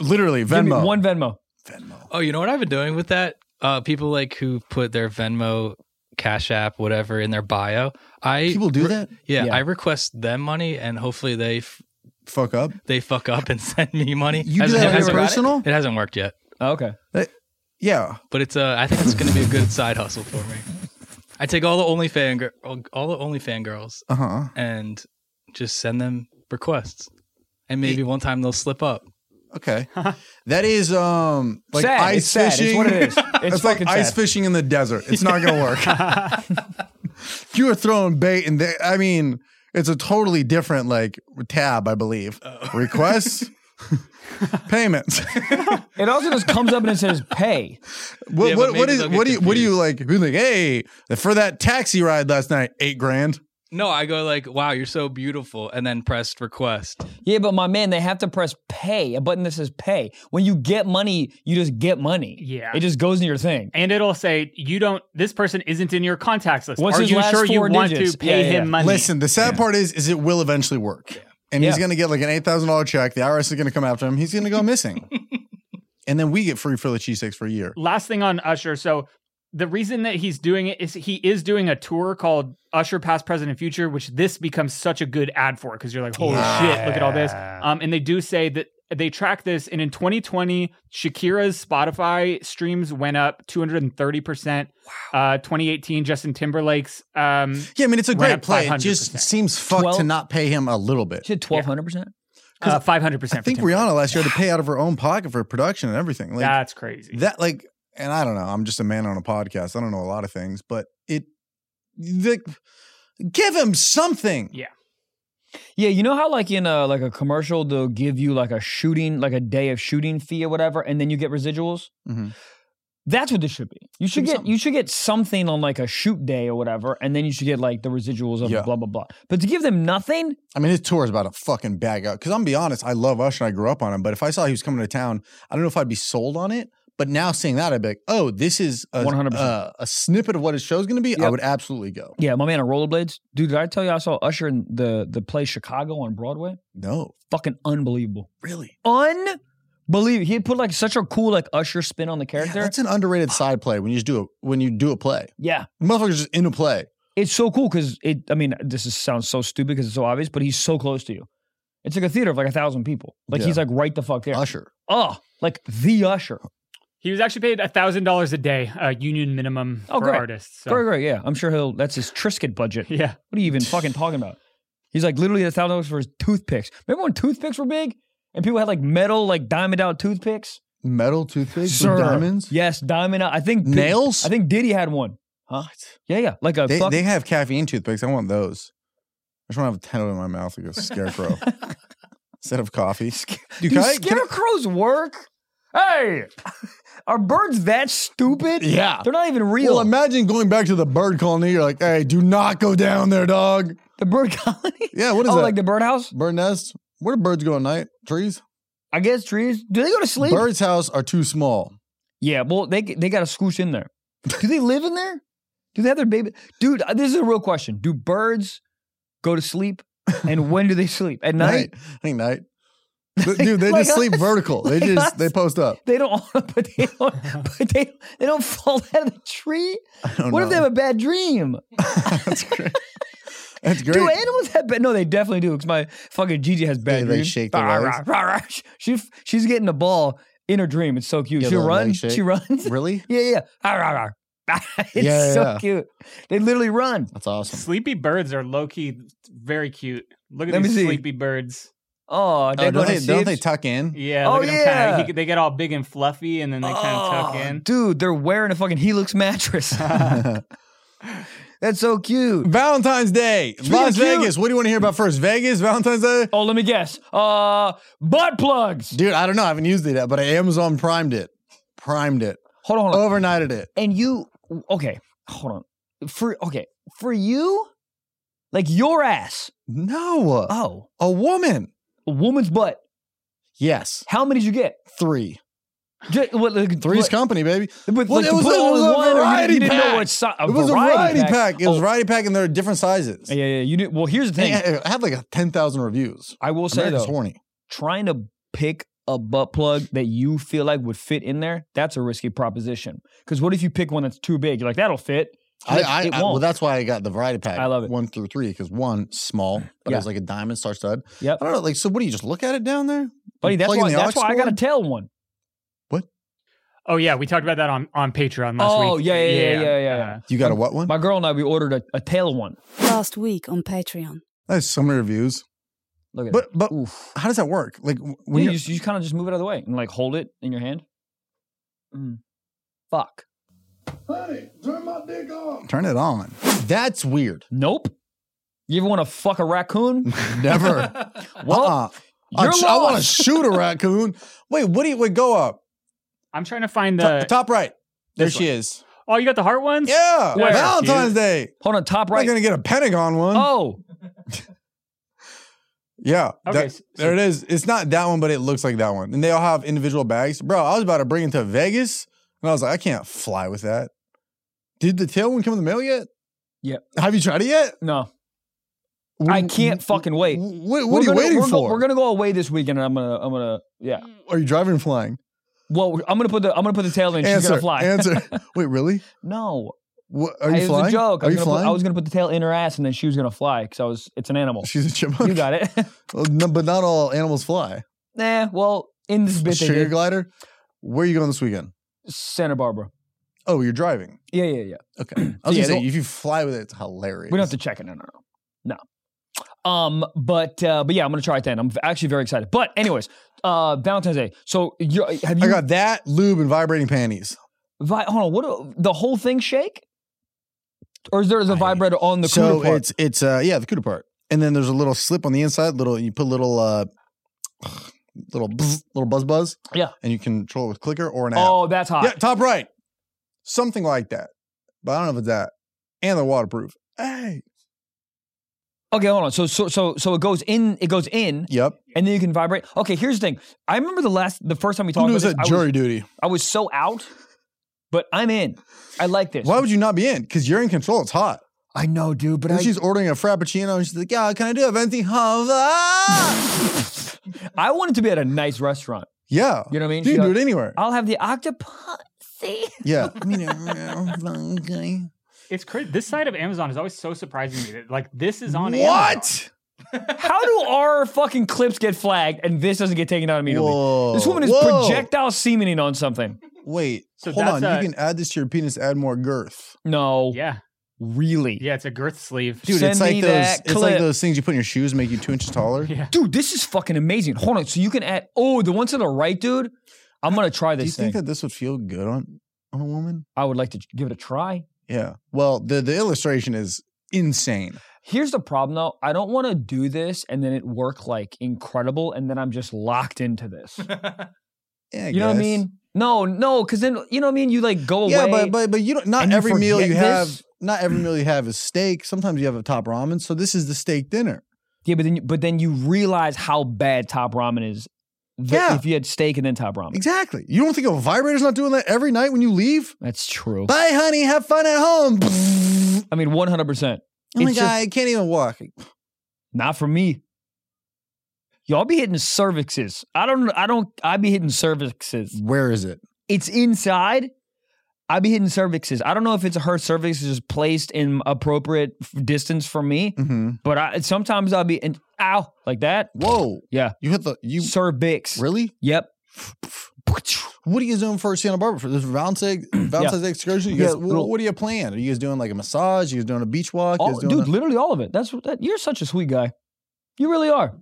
Speaker 1: literally
Speaker 2: Give me
Speaker 1: Venmo.
Speaker 2: one Venmo.
Speaker 1: Venmo.
Speaker 4: Oh, you know what I've been doing with that? Uh, people like who put their Venmo, Cash App, whatever in their bio. I
Speaker 1: People do
Speaker 4: re-
Speaker 1: that.
Speaker 4: Yeah,
Speaker 2: Yeah.
Speaker 4: I request them money, and hopefully they f-
Speaker 1: Fuck up.
Speaker 4: they fuck up and send me money.
Speaker 1: You do
Speaker 4: Hasn't-
Speaker 2: you
Speaker 1: that on
Speaker 2: ever
Speaker 1: your
Speaker 4: hasn't-
Speaker 2: got it?
Speaker 1: personal?
Speaker 4: It hasn't worked yet,
Speaker 2: Oh, okay.
Speaker 1: Yeah.
Speaker 4: but it's uh, I think it's going to be a good side hustle for me. I take all the OnlyFan gir- all all the OnlyFan girls
Speaker 1: Uh huh.
Speaker 4: and just send them requests, and maybe one time they'll slip up.
Speaker 1: Okay. that is um like
Speaker 2: sad.
Speaker 1: ice
Speaker 2: it's sad.
Speaker 1: fishing.
Speaker 2: It's what it is. It's,
Speaker 1: It's like
Speaker 2: fucking
Speaker 1: ice
Speaker 2: sad.
Speaker 1: fishing in the desert. It's not gonna work. you are throwing bait, and they, I mean, it's a totally different like tab, I believe.
Speaker 2: Oh.
Speaker 1: Requests, payments.
Speaker 2: It also just comes up and it says pay.
Speaker 1: What
Speaker 4: Yeah,
Speaker 1: what,
Speaker 4: but
Speaker 1: what
Speaker 4: maybe
Speaker 1: is
Speaker 4: they'll get
Speaker 1: what do you what do you like? Who's like, hey, for that taxi ride last night, eight grand.
Speaker 4: No, I go like, "Wow, you're so beautiful," and then pressed request.
Speaker 2: Yeah, but my man, they have to press pay, a button that says pay. When you get money, you just get money.
Speaker 3: Yeah.
Speaker 2: It just goes in your thing.
Speaker 3: and it'll say you don't. This person isn't in your contacts list.
Speaker 2: What's
Speaker 3: Are
Speaker 2: his
Speaker 3: you
Speaker 2: last
Speaker 3: sure you
Speaker 2: four
Speaker 3: want
Speaker 2: digits?
Speaker 3: to pay
Speaker 2: Yeah, yeah,
Speaker 3: him
Speaker 2: yeah.
Speaker 3: money?
Speaker 1: Listen, the sad part is, is it will eventually work, and he's
Speaker 2: Yeah.
Speaker 1: gonna get like an eight thousand dollar check. The IRS is gonna come after him. He's gonna go missing, and then we get free Philly cheesesteaks for a year.
Speaker 3: last thing on Usher. So the reason that he's doing it is he is doing a tour called Usher Past, Present, and Future, which this becomes such a good ad for because you're like, holy shit, look at all this. Um, and they do say that they track this, and in 2020, Shakira's Spotify streams went up 230 percent. Uh, 2018, Justin Timberlake's. Um,
Speaker 1: Yeah, I mean, it's a
Speaker 3: We're
Speaker 1: great
Speaker 3: at
Speaker 1: play. It
Speaker 3: 500%.
Speaker 1: just seems fucked to
Speaker 2: Twelve-
Speaker 1: not pay him a little bit.
Speaker 2: Is it 1200%?
Speaker 3: uh, five hundred
Speaker 1: I
Speaker 3: percent.
Speaker 1: think Rihanna last year had to pay out of her own pocket for production and everything. Like
Speaker 3: That's crazy.
Speaker 1: that like and i don't know i'm just a man on a podcast i don't know a lot of things but it like give him something
Speaker 3: Yeah.
Speaker 2: Yeah, you know how like in a like a commercial they'll give you like a shooting like a day of shooting fee or whatever, and then you get residuals.
Speaker 1: Mhm.
Speaker 2: That's what this should be. You
Speaker 1: Give
Speaker 2: should
Speaker 1: me
Speaker 2: get
Speaker 1: something.
Speaker 2: you should get something on like a shoot day or whatever, and then you should get like the residuals of
Speaker 1: Yeah.
Speaker 2: blah blah blah. But to give them nothing,
Speaker 1: i mean his tour is about to fucking bag out because i'm gonna be honest i love usher and i grew up on him but if i saw he was coming to town i don't know if i'd be sold on it but now seeing that i'd be like oh this is a,
Speaker 2: 100%.
Speaker 1: uh, a snippet of what his show's gonna be i
Speaker 2: Yep.
Speaker 1: would absolutely go
Speaker 2: yeah, my man on rollerblades, dude. Did I tell you I saw Usher in the the play Chicago on Broadway?
Speaker 1: no
Speaker 2: Fucking unbelievable,
Speaker 1: really
Speaker 2: unbelievable. He had put like such a cool like Usher spin on the
Speaker 1: Yeah,
Speaker 2: character. Yeah,
Speaker 1: that's an underrated side play when you just do a when you do a play motherfuckers just in a play
Speaker 2: it's so cool because it. I mean, this is, sounds so stupid because it's so obvious, but he's so close to you. It's like a theater of like a thousand people. Like
Speaker 1: Yeah.
Speaker 2: he's like right the fuck there.
Speaker 1: usher
Speaker 2: Oh, like the usher.
Speaker 3: He was actually paid thousand dollars a day, uh, union minimum
Speaker 2: Oh,
Speaker 3: for
Speaker 2: great.
Speaker 3: artists. so-
Speaker 2: Great, great, yeah. I'm sure he'll. That's his Trisket budget. What
Speaker 3: Yeah.
Speaker 2: are you even fucking talking about? He's like literally a thousand dollars for his toothpicks. Remember when toothpicks were big and people had like metal, like diamond out toothpicks?
Speaker 1: metal toothpicks
Speaker 2: Sir.
Speaker 1: with diamonds
Speaker 2: Yes, diamond out. I think Did-
Speaker 1: Nails?
Speaker 2: I think Diddy had one. Huh? Yeah, yeah. Like a
Speaker 1: They,
Speaker 2: fuck-
Speaker 1: they have caffeine toothpicks. I want those. I just want to have a tentacle in my mouth like a scarecrow instead of coffee.
Speaker 2: Sca-
Speaker 1: Dude,
Speaker 2: Do
Speaker 1: can I- can I-
Speaker 2: scarecrows work? Hey, are birds that stupid?
Speaker 1: Yeah.
Speaker 2: They're not even real.
Speaker 1: Well, imagine going back to the bird colony. You're like, hey, do not go down there, dog.
Speaker 2: the bird colony?
Speaker 1: Yeah, what is
Speaker 2: oh,
Speaker 1: that?
Speaker 2: like the birdhouse?
Speaker 1: bird nest? Where do birds go at night? Trees?
Speaker 2: I guess trees. Do they go to sleep?
Speaker 1: Birds' house are too small.
Speaker 2: Yeah, well, they they got to scoosh in there. Do they live in there? Do they have their baby? Dude, uh, this is a real question. Do birds go to sleep? And when do they sleep? At night? Oh
Speaker 1: I think night. Th- Dude, they
Speaker 2: Like
Speaker 1: just sleep
Speaker 2: us.
Speaker 1: vertical. They
Speaker 2: Like
Speaker 1: just
Speaker 2: us.
Speaker 1: they post up.
Speaker 2: They don't, but they don't, but they, they don't fall out of the tree.
Speaker 1: I don't
Speaker 2: What if
Speaker 1: know.
Speaker 2: they have a bad dream?
Speaker 1: Oh, That's great. That's great.
Speaker 2: Do animals have bad? No, they definitely do. Because my fucking Gigi has bad
Speaker 1: They, like,
Speaker 2: dreams.
Speaker 1: shake their
Speaker 2: Rah,
Speaker 1: legs.
Speaker 2: rah, rah, rah. She she's getting a ball in her dream. It's so cute.
Speaker 1: Give
Speaker 2: She
Speaker 1: a little leg
Speaker 2: runs.
Speaker 1: shake.
Speaker 2: She runs.
Speaker 1: really?
Speaker 2: Yeah, yeah. Rah, rah, rah. it's
Speaker 1: Yeah,
Speaker 2: so
Speaker 1: yeah.
Speaker 2: cute. They literally run.
Speaker 1: That's awesome.
Speaker 3: Sleepy birds are low key very cute. Look at
Speaker 2: Let me
Speaker 3: these
Speaker 2: see.
Speaker 3: sleepy birds.
Speaker 2: Oh, they
Speaker 1: Oh,
Speaker 2: go
Speaker 1: don't,
Speaker 2: to
Speaker 1: they, don't they
Speaker 2: sleep.
Speaker 1: tuck in?
Speaker 3: Yeah,
Speaker 2: Oh,
Speaker 3: look at them kinda-
Speaker 2: yeah.
Speaker 3: he could- they get all big and fluffy, and then they kind of tuck
Speaker 2: Oh,
Speaker 3: in.
Speaker 2: Dude, they're wearing a fucking Helix mattress. That's so cute.
Speaker 1: Valentine's Day,
Speaker 2: Speaking
Speaker 1: Las
Speaker 2: of cute-
Speaker 1: Vegas. What do you want to hear about first? Vegas, Valentine's Day.
Speaker 2: Oh, let me guess. Uh, butt plugs.
Speaker 1: Dude, I don't know. I haven't used it yet, but I Amazon primed it. Primed it.
Speaker 2: Hold on, hold on.
Speaker 1: Overnighted it.
Speaker 2: and you, okay, hold on. For okay, for you, like your ass.
Speaker 1: No.
Speaker 2: Oh,
Speaker 1: a woman.
Speaker 2: a woman's butt.
Speaker 1: Yes.
Speaker 2: How many did you get?
Speaker 1: Three.
Speaker 2: Just, what, like,
Speaker 1: Three's
Speaker 2: what,
Speaker 1: company, baby.
Speaker 2: with,
Speaker 1: Well,
Speaker 2: like,
Speaker 1: it
Speaker 2: to
Speaker 1: was-
Speaker 2: put
Speaker 1: it
Speaker 2: on
Speaker 1: was a
Speaker 2: one, or you-
Speaker 1: variety
Speaker 2: you, didn't know
Speaker 1: pack.
Speaker 2: what si- a
Speaker 1: it was
Speaker 2: variety
Speaker 1: a variety pack. It was
Speaker 2: Oh,
Speaker 1: a variety pack, and they're different sizes.
Speaker 2: Yeah, yeah, yeah. You did Well, here's the thing.
Speaker 1: it had like a 10,000 reviews.
Speaker 2: I will say
Speaker 1: America's
Speaker 2: though,
Speaker 1: horny.
Speaker 2: trying to pick a butt plug that you feel like would fit in there, that's a risky proposition. Because what if you pick one that's too big? You're like, that'll fit.
Speaker 1: I,
Speaker 2: It-
Speaker 1: I,
Speaker 2: it
Speaker 1: I- well,
Speaker 2: won't.
Speaker 1: that's why I got the variety pack.
Speaker 2: I love it.
Speaker 1: One through three because one small, but
Speaker 2: Yeah.
Speaker 1: it's like a diamond star stud.
Speaker 2: Yep.
Speaker 1: I don't know. Like, so what do you just look at it down there?
Speaker 2: Buddy, that's
Speaker 1: plug in
Speaker 2: why,
Speaker 1: the
Speaker 2: that's
Speaker 1: aux
Speaker 2: why I got a
Speaker 1: cord?
Speaker 2: tail one.
Speaker 3: Oh yeah, we talked about that on on Patreon last week. Uh,
Speaker 2: Oh, yeah, yeah, yeah, yeah, yeah, yeah.
Speaker 1: You got a what one?
Speaker 2: My girl and I, we ordered a, a tail one.
Speaker 5: Last week on Patreon.
Speaker 1: That's so many reviews.
Speaker 2: Look at
Speaker 1: But but
Speaker 2: that. Oof.
Speaker 1: how does that work? Like w- when
Speaker 2: When you,
Speaker 1: you
Speaker 2: just- you kind of just move it out of the way and like hold it in your hand. Mm. Fuck.
Speaker 1: turn it on, that's weird.
Speaker 2: Nope. You ever want to fuck a raccoon?
Speaker 1: Never.
Speaker 2: Well,
Speaker 1: uh-uh. I,
Speaker 2: you're
Speaker 1: sh- I want to
Speaker 2: lost.
Speaker 1: shoot a raccoon. Wait, what do you? Wait, go up.
Speaker 3: I'm trying to find
Speaker 1: T-
Speaker 3: the.
Speaker 1: top right. There
Speaker 3: this
Speaker 1: she is.
Speaker 3: oh, you got the heart ones?
Speaker 1: Yeah.
Speaker 2: Where?
Speaker 1: Valentine's Day.
Speaker 2: Hold on, top
Speaker 1: I'm
Speaker 2: right.
Speaker 1: not gonna get a Pentagon one.
Speaker 2: Oh,
Speaker 1: Yeah.
Speaker 3: Okay,
Speaker 1: that-
Speaker 3: so-
Speaker 1: there it is. It's not that one, but it looks like that one. And they all have individual bags. Bro, I was about to bring it to Vegas and I was like, I can't fly with that. Did the tail one come in the mail yet?
Speaker 2: Yep.
Speaker 1: Have you tried it yet?
Speaker 2: no. I can't fucking wait.
Speaker 1: What,
Speaker 2: We're
Speaker 1: what are you
Speaker 2: gonna-
Speaker 1: waiting
Speaker 2: we're go-
Speaker 1: for?
Speaker 2: we're gonna go away this weekend, and I'm gonna, I'm gonna, yeah.
Speaker 1: are you driving or flying?
Speaker 2: Well, I'm gonna put the, I'm gonna put the tail in. She's
Speaker 1: answer.
Speaker 2: gonna fly.
Speaker 1: Answer. Wait, really?
Speaker 2: No,
Speaker 1: What, are
Speaker 2: I-
Speaker 1: you
Speaker 2: it
Speaker 1: flying?
Speaker 2: was a joke.
Speaker 1: Are
Speaker 2: I was
Speaker 1: you
Speaker 2: gonna put-
Speaker 1: flying?
Speaker 2: I was gonna put the tail in her ass, and then she was gonna fly because I was. It's an animal.
Speaker 1: She's a chipmunk.
Speaker 2: You got it.
Speaker 1: Well, no, but not all animals fly.
Speaker 2: nah. Well, in this bit, they
Speaker 1: Sugar
Speaker 2: did.
Speaker 1: glider. Where are you going this weekend?
Speaker 2: Santa Barbara.
Speaker 1: Oh, you're driving.
Speaker 2: Yeah, yeah, yeah.
Speaker 1: Okay. I was
Speaker 2: So,
Speaker 1: gonna
Speaker 2: yeah,
Speaker 1: say
Speaker 2: don't-
Speaker 1: if you fly with it, it's hilarious.
Speaker 2: We don't have to check it. No, no, no. No. Um, but uh, but yeah, I'm gonna try it then. I'm actually very excited. But anyways, uh, Valentine's Day. So you have you?
Speaker 1: I got that lube and vibrating panties.
Speaker 2: vi- hold on. What do- the whole thing shake? Or is there the
Speaker 1: I-
Speaker 2: vibrator on the
Speaker 1: so
Speaker 2: cooter part?
Speaker 1: it's it's uh yeah the cooter part, and then there's a little slip on the inside. Little you put a little uh little buzz, little buzz buzz.
Speaker 2: Yeah.
Speaker 1: and you control it with clicker or an app.
Speaker 2: oh, that's hot.
Speaker 1: Yeah, top right, something like that. But I don't know if it's that. And they're waterproof. Hey,
Speaker 2: Okay, hold on. So so so so it goes in. It goes in,
Speaker 1: yep.
Speaker 2: and then you can vibrate. Okay, here's the thing. I remember the last the first time we
Speaker 1: Who
Speaker 2: talked
Speaker 1: knew it
Speaker 2: about
Speaker 1: was
Speaker 2: this.
Speaker 1: that
Speaker 2: I was,
Speaker 1: jury duty?
Speaker 2: I was so out, but I'm in. I like this.
Speaker 1: Why would you not be in? Because you're in control. It's hot.
Speaker 2: I know, dude. But
Speaker 1: And
Speaker 2: I,
Speaker 1: then she's ordering a frappuccino, and she's like, "Yeah, can I do a venti hava?"
Speaker 2: I wanted to be at a nice restaurant.
Speaker 1: yeah,
Speaker 2: You know what I mean?
Speaker 1: you can
Speaker 2: She's
Speaker 1: do
Speaker 2: like,
Speaker 1: it anywhere.
Speaker 2: I'll have the octopus. See?
Speaker 1: Yeah, You know, okay.
Speaker 3: It's crazy. This side of Amazon is always so surprising to me. That, like this is on Amazon.
Speaker 1: what?
Speaker 2: How do our fucking clips get flagged and this doesn't get taken down immediately?
Speaker 1: Whoa.
Speaker 2: This woman is
Speaker 1: Whoa.
Speaker 2: projectile semening on something.
Speaker 1: Wait,
Speaker 3: So
Speaker 1: hold on.
Speaker 3: that's a-
Speaker 1: you can add this to your penis, add more girth.
Speaker 2: No,
Speaker 3: Yeah,
Speaker 2: really,
Speaker 3: yeah. It's a girth sleeve.
Speaker 1: Dude,
Speaker 2: Send
Speaker 1: it's like
Speaker 2: me
Speaker 1: those
Speaker 2: that
Speaker 1: it's like
Speaker 2: clip.
Speaker 1: those things you put in your shoes make you two inches taller.
Speaker 3: Yeah.
Speaker 2: dude, this is fucking amazing. Hold on, so you can add. Oh, the one to the right, dude. I'm gonna try
Speaker 1: Do you
Speaker 2: this thing.
Speaker 1: think that this would feel good on on a woman?
Speaker 2: I would like to give it a try.
Speaker 1: Yeah. Well, the the illustration is insane.
Speaker 2: Here's the problem though. I don't want to do this and then it work like incredible and then I'm just locked into this.
Speaker 1: Yeah, I
Speaker 2: you know what I
Speaker 1: guess.
Speaker 2: mean? No, no, because then you know what I mean. You like go
Speaker 1: Yeah,
Speaker 2: away.
Speaker 1: but but but you don't. Not
Speaker 2: and you
Speaker 1: every meal
Speaker 2: forget
Speaker 1: you have.
Speaker 2: this?
Speaker 1: Not every meal you have is steak. Sometimes you have a top ramen. So this is the steak dinner.
Speaker 2: yeah, but then you, but then you realize how bad top ramen is. th-
Speaker 1: Yeah.
Speaker 2: if you had steak and then top ramen,
Speaker 1: Exactly. You don't think a vibrator's not doing that every night when you leave?
Speaker 2: that's true.
Speaker 1: Bye, honey. Have fun at home. Oh
Speaker 2: I mean, one hundred percent.
Speaker 1: my
Speaker 2: It's
Speaker 1: god,
Speaker 2: just-
Speaker 1: I can't even walk.
Speaker 2: Not for me. Y'all be hitting cervixes. I don't. I don't. I be hitting cervixes.
Speaker 1: Where is it?
Speaker 2: it's inside. I be hitting cervixes. I don't know if it's her cervix is placed in appropriate f- distance from me,
Speaker 1: Mm-hmm.
Speaker 2: but I sometimes I'll be in ow like that.
Speaker 1: Whoa.
Speaker 2: Yeah.
Speaker 1: You hit the you
Speaker 2: cervix.
Speaker 1: really?
Speaker 2: Yep.
Speaker 1: What are you guys doing for Santa Barbara for this Valentine's Valentine's excursion? You guys,
Speaker 2: Yeah,
Speaker 1: wh-
Speaker 2: little-
Speaker 1: what are you planning? Are you guys doing like a massage? Are you guys doing a beach walk? you
Speaker 2: All,
Speaker 1: guys doing
Speaker 2: dude, literally all of it. That's what- that, you're such a sweet guy. You really are.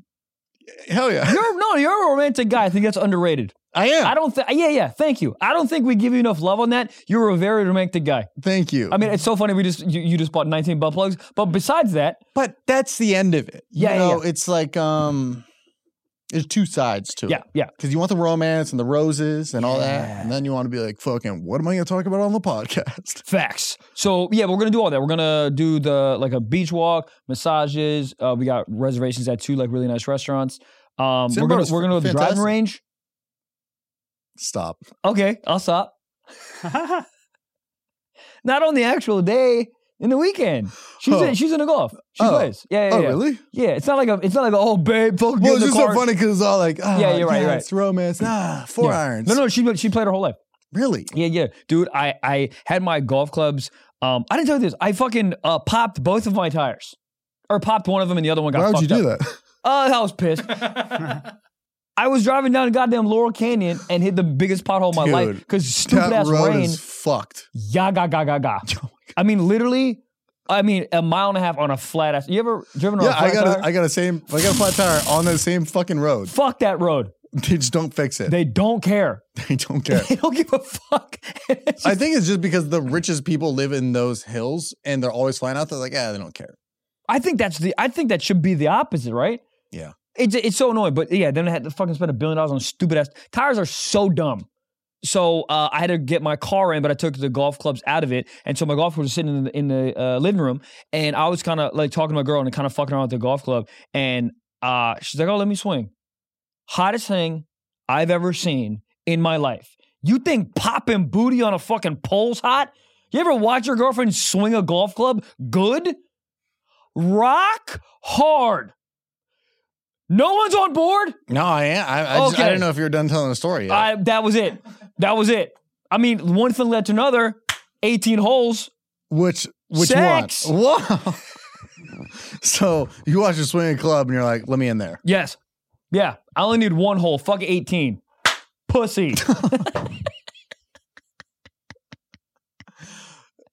Speaker 1: a- hell yeah,
Speaker 2: You're no, you're a romantic guy. I think that's underrated.
Speaker 1: I am.
Speaker 2: I don't think. Yeah, yeah. Thank you. I don't think we give you enough love on that. You're a very romantic guy.
Speaker 1: Thank you.
Speaker 2: I mean, it's so funny. We just you, you just bought 19 butt plugs, but besides that,
Speaker 1: but that's the end of it. You
Speaker 2: Yeah, yeah,
Speaker 1: know, it's like um, there's two sides to
Speaker 2: yeah,
Speaker 1: it.
Speaker 2: yeah.
Speaker 1: Because you want the romance and the roses and all that,
Speaker 2: Yeah.
Speaker 1: and then you want to be like, "Fucking, what am I going to talk about on the podcast?"
Speaker 2: Facts. So yeah, we're gonna do all that. We're gonna do the like a beach walk, massages. Uh, we got reservations at two like really nice restaurants. Um,
Speaker 1: Santa
Speaker 2: we're gonna
Speaker 1: Barbara's
Speaker 2: we're gonna go to the driving
Speaker 1: fantastic.
Speaker 2: range.
Speaker 1: Stop.
Speaker 2: Okay, I'll stop. Not on the actual day in the weekend. She's
Speaker 1: Oh.
Speaker 2: in, she's in the golf. She
Speaker 1: Oh.
Speaker 2: plays. Yeah, yeah,
Speaker 1: oh,
Speaker 2: yeah.
Speaker 1: really?
Speaker 2: Yeah, it's not like a it's not like a oh babe, fuck me
Speaker 1: Well,
Speaker 2: in
Speaker 1: it's
Speaker 2: the
Speaker 1: just
Speaker 2: car.
Speaker 1: so funny because it's all like, oh,
Speaker 2: Yeah, you're right, you're right.
Speaker 1: It's romance. Nah, Uh, four
Speaker 2: Yeah.
Speaker 1: irons.
Speaker 2: No, no, she she played her whole life.
Speaker 1: really.
Speaker 2: Yeah, yeah, dude. I I had my golf clubs. Um, I didn't tell you this. I fucking uh, popped both of my tires, or popped one of them and the other one got.
Speaker 1: Why would you
Speaker 2: fucked up.
Speaker 1: do that?
Speaker 2: Uh, I was pissed. I was driving down goddamn Laurel Canyon and hit the biggest pothole of my
Speaker 1: Dude,
Speaker 2: life because stupid ass rain.
Speaker 1: fucked.
Speaker 2: Ya ga ga ga ga. I mean, literally, I mean, a mile and a half on a flat ass. You ever driven on
Speaker 1: Yeah,
Speaker 2: a flat
Speaker 1: I got
Speaker 2: tire?
Speaker 1: a, I got a same I got a flat tire on the same fucking road.
Speaker 2: Fuck that road.
Speaker 1: They just don't fix it. They,
Speaker 2: They don't care.
Speaker 1: don't care.
Speaker 2: They don't give a fuck. It's
Speaker 1: I
Speaker 2: just-
Speaker 1: think it's just because the richest people live in those hills and they're always flying out. They're like, yeah, they don't care.
Speaker 2: I think that's the. I think that should be the opposite, right?
Speaker 1: Yeah.
Speaker 2: It's it's so annoying, but yeah. Then I had to fucking spend a billion dollars on stupid ass tires. Are so dumb. So uh, I had to get my car in, but I took the golf clubs out of it, and so my golf clubs were sitting in the, in the uh, living room, and I was kind of like talking to my girl and kind of fucking around with the golf club, and uh, she's like, "Oh, let me swing." Hottest thing I've ever seen in my life. You think popping booty on a fucking pole's hot? You ever watch your girlfriend swing a golf club? Good rock hard. No one's on board.
Speaker 1: No, I am. I, I, just, I
Speaker 2: Okay.
Speaker 1: didn't know if you were done telling the story. Yet.
Speaker 2: I, that was it. That was it. I mean, one thing led to another. 18 holes.
Speaker 1: which which
Speaker 2: Sex.
Speaker 1: one? Wow. so you watch a swinging club and you're like, let me in there.
Speaker 2: Yes. Yeah. I only need one hole. Fuck 18. Pussy.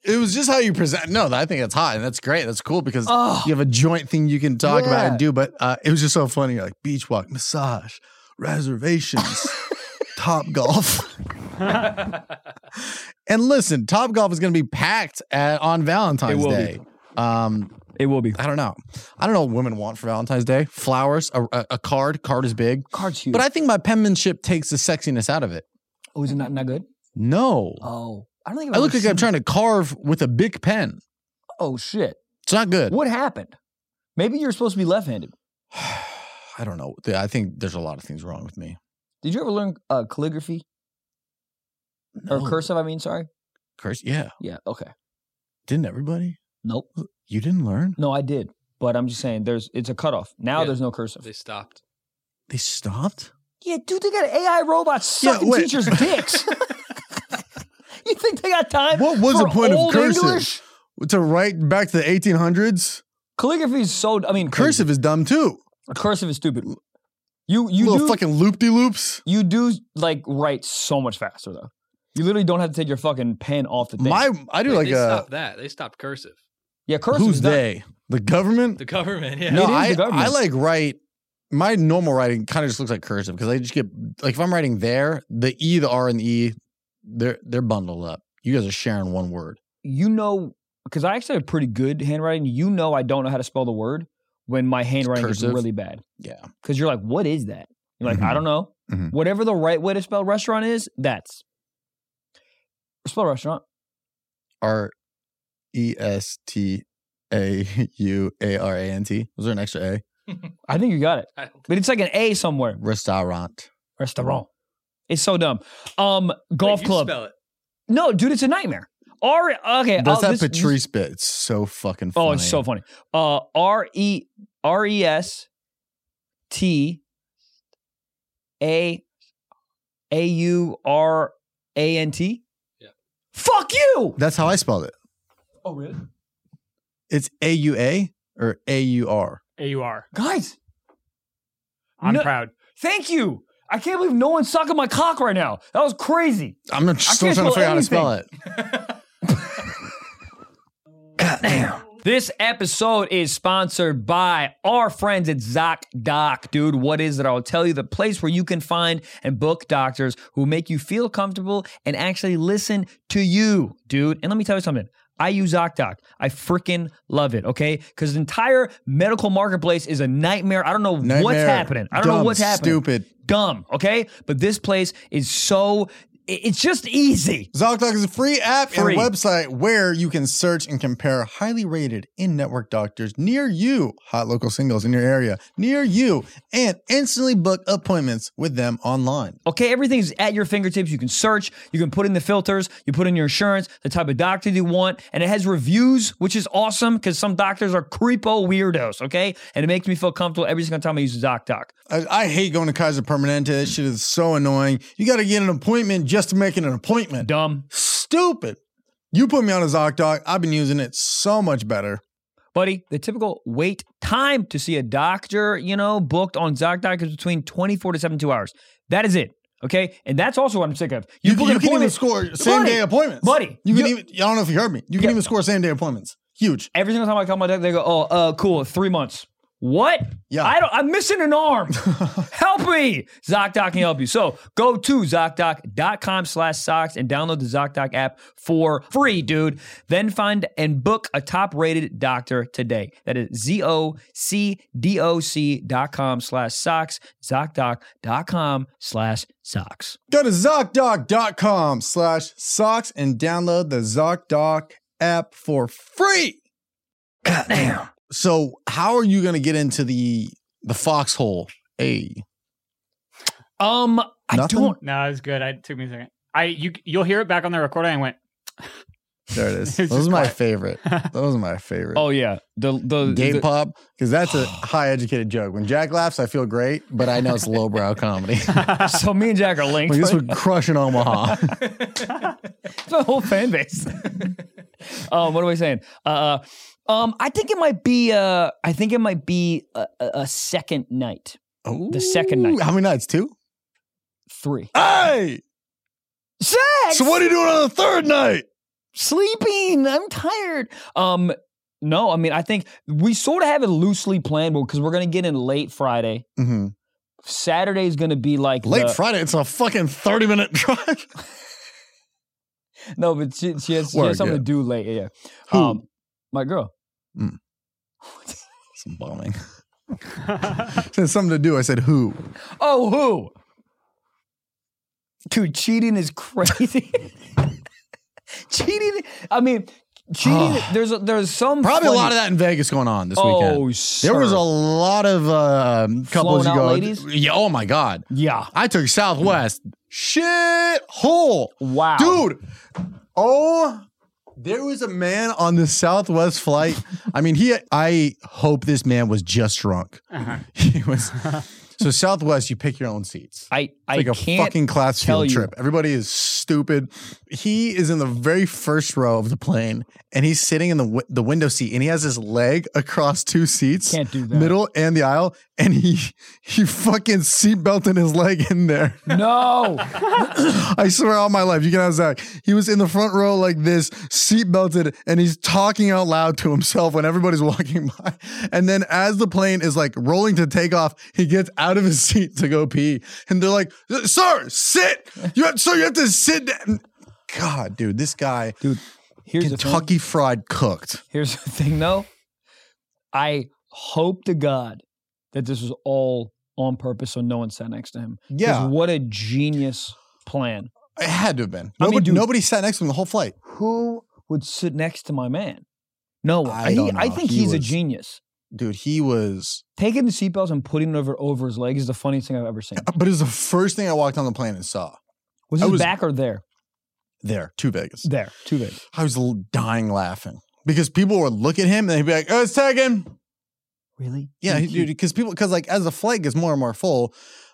Speaker 1: It was just how you present. No, I think that's hot and that's great. That's cool because
Speaker 2: Oh.
Speaker 1: you have a joint thing you can talk about
Speaker 2: Yeah.
Speaker 1: and do. But uh, it was just so funny. You're like beach walk, massage, reservations, Top Golf. and listen, Top Golf is going to be packed at, on Valentine's
Speaker 2: will be.
Speaker 1: Day. Um,
Speaker 2: It will be.
Speaker 1: I don't know. I don't know what women want for Valentine's Day. Flowers, a, a, a card. Card is big.
Speaker 2: Card's huge.
Speaker 1: But I think my penmanship takes the sexiness out of it.
Speaker 2: oh, is it not, not good?
Speaker 1: No.
Speaker 2: Oh. I don't think I've
Speaker 1: I look
Speaker 2: ever
Speaker 1: like I'm
Speaker 2: seen-
Speaker 1: trying to carve with a big pen.
Speaker 2: Oh, shit.
Speaker 1: It's not good.
Speaker 2: What happened? Maybe you're supposed to be left handed.
Speaker 1: I don't know. I think there's a lot of things wrong with me.
Speaker 2: Did you ever learn uh, calligraphy? Or
Speaker 1: No.
Speaker 2: cursive, I mean, sorry.
Speaker 1: Curse. Yeah.
Speaker 2: Yeah. Okay.
Speaker 1: Didn't everybody?
Speaker 2: Nope.
Speaker 1: You didn't learn?
Speaker 2: No, I did. But I'm just saying, there's it's a cutoff. Now
Speaker 4: Yeah.
Speaker 2: there's no cursive.
Speaker 4: They stopped.
Speaker 1: They stopped?
Speaker 2: Yeah, dude, they got AI robots
Speaker 1: Yeah,
Speaker 2: sucking
Speaker 1: wait.
Speaker 2: teachers' dicks. you think they got time?
Speaker 1: What was
Speaker 2: for
Speaker 1: the point of
Speaker 2: old
Speaker 1: cursive?
Speaker 2: English?
Speaker 1: To write back to the 1800s?
Speaker 2: Calligraphy is so. I mean,
Speaker 1: Cursive is dumb too.
Speaker 2: Cursive is stupid. You you
Speaker 1: Little
Speaker 2: do
Speaker 1: fucking loop de loops.
Speaker 2: you do like write so much faster though. You literally don't have to take your fucking pen off the thing.
Speaker 1: My, I do
Speaker 4: Wait,
Speaker 1: like
Speaker 4: they
Speaker 1: a.
Speaker 4: stopped that. They stopped cursive.
Speaker 2: yeah, cursive
Speaker 1: Who's
Speaker 2: is not-
Speaker 1: they? The government?
Speaker 4: The government. Yeah.
Speaker 1: no,
Speaker 2: It is
Speaker 1: I,
Speaker 2: the government.
Speaker 1: I like write. My normal writing kind of just looks like cursive because I just get like if I'm writing there, the e, the r, and the e, they're they're bundled up. You guys are sharing one word.
Speaker 2: You know, because I actually have pretty good handwriting. You know, I don't know how to spell the word when my handwriting
Speaker 1: cursive.
Speaker 2: is really bad.
Speaker 1: Yeah,
Speaker 2: Because you're like, what is that? You're like, I
Speaker 1: Mhm.
Speaker 2: don't know.
Speaker 1: Mhm.
Speaker 2: Whatever the right way to spell restaurant is, that's spell restaurant.
Speaker 1: R E S T A U A R A N T. Was there an extra A?
Speaker 2: I think you got it,
Speaker 4: I don't
Speaker 2: but it's like an A somewhere.
Speaker 1: Restaurant.
Speaker 2: Restaurant. It's so dumb. Um, golf club.
Speaker 4: Spell it.
Speaker 2: No, dude, it's a nightmare. R. e, Okay,
Speaker 1: That's
Speaker 2: I'll-
Speaker 1: that
Speaker 2: oh, this- this-
Speaker 1: Patrice bit. It's so fucking funny.
Speaker 2: Oh, it's so funny. Uh, R E R E S T A A U R A N T.
Speaker 4: Yeah.
Speaker 2: Fuck you.
Speaker 1: That's how I spelled it.
Speaker 2: Oh really,
Speaker 1: It's A U A or A U R.
Speaker 3: AUR.
Speaker 2: guys?
Speaker 3: I'm
Speaker 2: No-
Speaker 3: proud.
Speaker 2: Thank you. I can't believe no one's sucking my cock right now. That was crazy.
Speaker 1: I'm not, still
Speaker 2: can't
Speaker 1: trying to
Speaker 2: spell
Speaker 1: figure out how to spell it.
Speaker 2: This episode is sponsored by our friends at ZocDoc. Dude, what is it? I'll tell you the place where you can find and book doctors who make you feel comfortable and actually listen to you, dude. And let me tell you something. I use ZocDoc. I freaking love it, okay? Because the entire medical marketplace is a nightmare. I don't know what's
Speaker 1: Nightmare.
Speaker 2: happening. I don't know
Speaker 1: Dumb,
Speaker 2: what's happening.
Speaker 1: Stupid.
Speaker 2: Dumb, okay? But this place is so, it- it's just easy.
Speaker 1: ZocDoc is a free app
Speaker 2: Free.
Speaker 1: and website where you can search and compare highly rated in network doctors near you, hot local singles in your area, near you, and instantly book appointments with them online.
Speaker 2: Okay, everything's at your fingertips. You can search, you can put in the filters, you put in your insurance, the type of doctor you want, and it has reviews, which is awesome because some doctors are creepo weirdos, okay? And it makes me feel comfortable every single time I use ZocDoc.
Speaker 1: I, I hate going to Kaiser Permanente. That shit is so annoying. You got to get an appointment just to make an appointment.
Speaker 2: Dumb.
Speaker 1: Stupid. You put me on a ZocDoc. I've been using it so much better.
Speaker 2: Buddy, the typical wait time to see a doctor, you know, booked on ZocDoc is between 24 to 72 hours. That is it, okay? And that's also what I'm sick of.
Speaker 1: You, can-
Speaker 2: book an
Speaker 1: you can even
Speaker 2: appointment-
Speaker 1: score same day appointments.
Speaker 2: buddy,
Speaker 1: You can
Speaker 2: you-
Speaker 1: even, I don't know if you heard me. You can
Speaker 2: Yeah.
Speaker 1: even score same day appointments. Huge.
Speaker 2: Every single time I call my doctor, they go, "Oh, uh, cool, three months." What?
Speaker 1: Yeah.
Speaker 2: I don't. I'm missing an arm. help me. ZocDoc can help you. So go to ZocDoc.com slash socks and download the ZocDoc app for free, dude. Then find and book a top rated doctor today. That is Z O C D O C dot com slash socks. ZocDoc.com slash socks.
Speaker 1: Go to ZocDoc.com slash socks and download the ZocDoc app for free.
Speaker 2: Damn.
Speaker 1: So how are you going to get into the the foxhole? A
Speaker 2: Um, I
Speaker 1: Nothing?
Speaker 2: don't.
Speaker 3: No, it was good. I it took me a second. I you you'll hear it back on the recording. I went
Speaker 1: there it is.
Speaker 3: It's
Speaker 1: That was
Speaker 3: just
Speaker 1: my
Speaker 3: quiet.
Speaker 1: favorite. That was my favorite.
Speaker 2: Oh yeah, the the,
Speaker 1: Gate
Speaker 2: the-
Speaker 1: pop because that's a high educated joke. When Jack laughs, I feel great, but I know it's lowbrow comedy.
Speaker 2: so me and Jack are linked.
Speaker 1: like this would crush in Omaha.
Speaker 2: the whole fan base. um, what am I saying? Uh, um, I think it might be. Uh, I think it might be a, a, a second night, The second night.
Speaker 1: Ooh, How many nights? Two.
Speaker 2: three,
Speaker 1: Hey,
Speaker 2: six.
Speaker 1: so what are you doing on the third night?
Speaker 2: Sleeping. I'm tired. Um, no, I mean, I think we sort of have it loosely planned because we're gonna get in late Friday.
Speaker 1: hmm
Speaker 2: Saturday is gonna be like
Speaker 1: Late
Speaker 2: the-
Speaker 1: Friday. It's a fucking thirty minute drive.
Speaker 2: No, but she, she has, she
Speaker 1: Work,
Speaker 2: has something
Speaker 1: yeah.
Speaker 2: to do late. Yeah. Um,
Speaker 1: Who?
Speaker 2: my girl.
Speaker 1: It's bombing. It's something to do. I said who?
Speaker 2: Oh, who? Dude, cheating is crazy. cheating. I mean, cheating. there's a, there's some
Speaker 1: Probably
Speaker 2: funny-
Speaker 1: a lot of that in Vegas going on this
Speaker 2: Oh,
Speaker 1: weekend. There was
Speaker 2: sir.
Speaker 1: a lot of um, couples.
Speaker 2: Flown
Speaker 1: you
Speaker 2: out
Speaker 1: go,
Speaker 2: ladies?
Speaker 1: Yeah, oh my god.
Speaker 2: yeah.
Speaker 1: I took Southwest. Shit hole.
Speaker 2: Wow.
Speaker 1: Dude. Oh, there was a man on the Southwest flight. I mean, he I hope this man was just drunk. He was so Southwest, you pick your own seats.
Speaker 2: I I
Speaker 1: It's like a
Speaker 2: can't.
Speaker 1: fucking class
Speaker 2: tell
Speaker 1: field
Speaker 2: you.
Speaker 1: trip. Everybody is stupid. He is in the very first row of the plane, and he's sitting in the wi- the window seat, and he has his leg across two seats,
Speaker 2: Can't do that.
Speaker 1: middle and the aisle, and he he fucking seatbelted his leg in there.
Speaker 2: no.
Speaker 1: I swear on my life, you can ask Zach. He was in the front row like this, seatbelted, and he's talking out loud to himself when everybody's walking by. And then as the plane is like rolling to take off, he gets out of his seat to go pee. And they're like, Sir, sit. You have, sir, you have to sit down. God, dude, this guy,
Speaker 2: Dude, here's the thing.
Speaker 1: Kentucky fried cooked.
Speaker 2: Here's the thing, though. I hope to God that this was all on purpose so no one sat next to him. 'Cause
Speaker 1: Yeah,
Speaker 2: What a genius plan.
Speaker 1: it had to have been.
Speaker 2: I mean,
Speaker 1: Nobody,
Speaker 2: dude-
Speaker 1: nobody sat next to him the whole flight.
Speaker 2: Who would sit next to my man? No one.
Speaker 1: I don't
Speaker 2: He- I
Speaker 1: know.
Speaker 2: think
Speaker 1: He
Speaker 2: he's a
Speaker 1: was-
Speaker 2: genius.
Speaker 1: Dude, he was.
Speaker 2: Taking the seatbelts and putting it over over his leg is the funniest thing I've ever seen.
Speaker 1: But it was the first thing I walked on the plane and saw
Speaker 2: Was
Speaker 1: I
Speaker 2: his
Speaker 1: was-
Speaker 2: back or there?
Speaker 1: there to Vegas.
Speaker 2: There. Too big.
Speaker 1: I was l- dying laughing because people would look at him and they'd be like, "Oh, it's taken."
Speaker 2: Really?
Speaker 1: Yeah,
Speaker 2: He-
Speaker 1: he- dude. Because people, because like as the flight gets more and more full,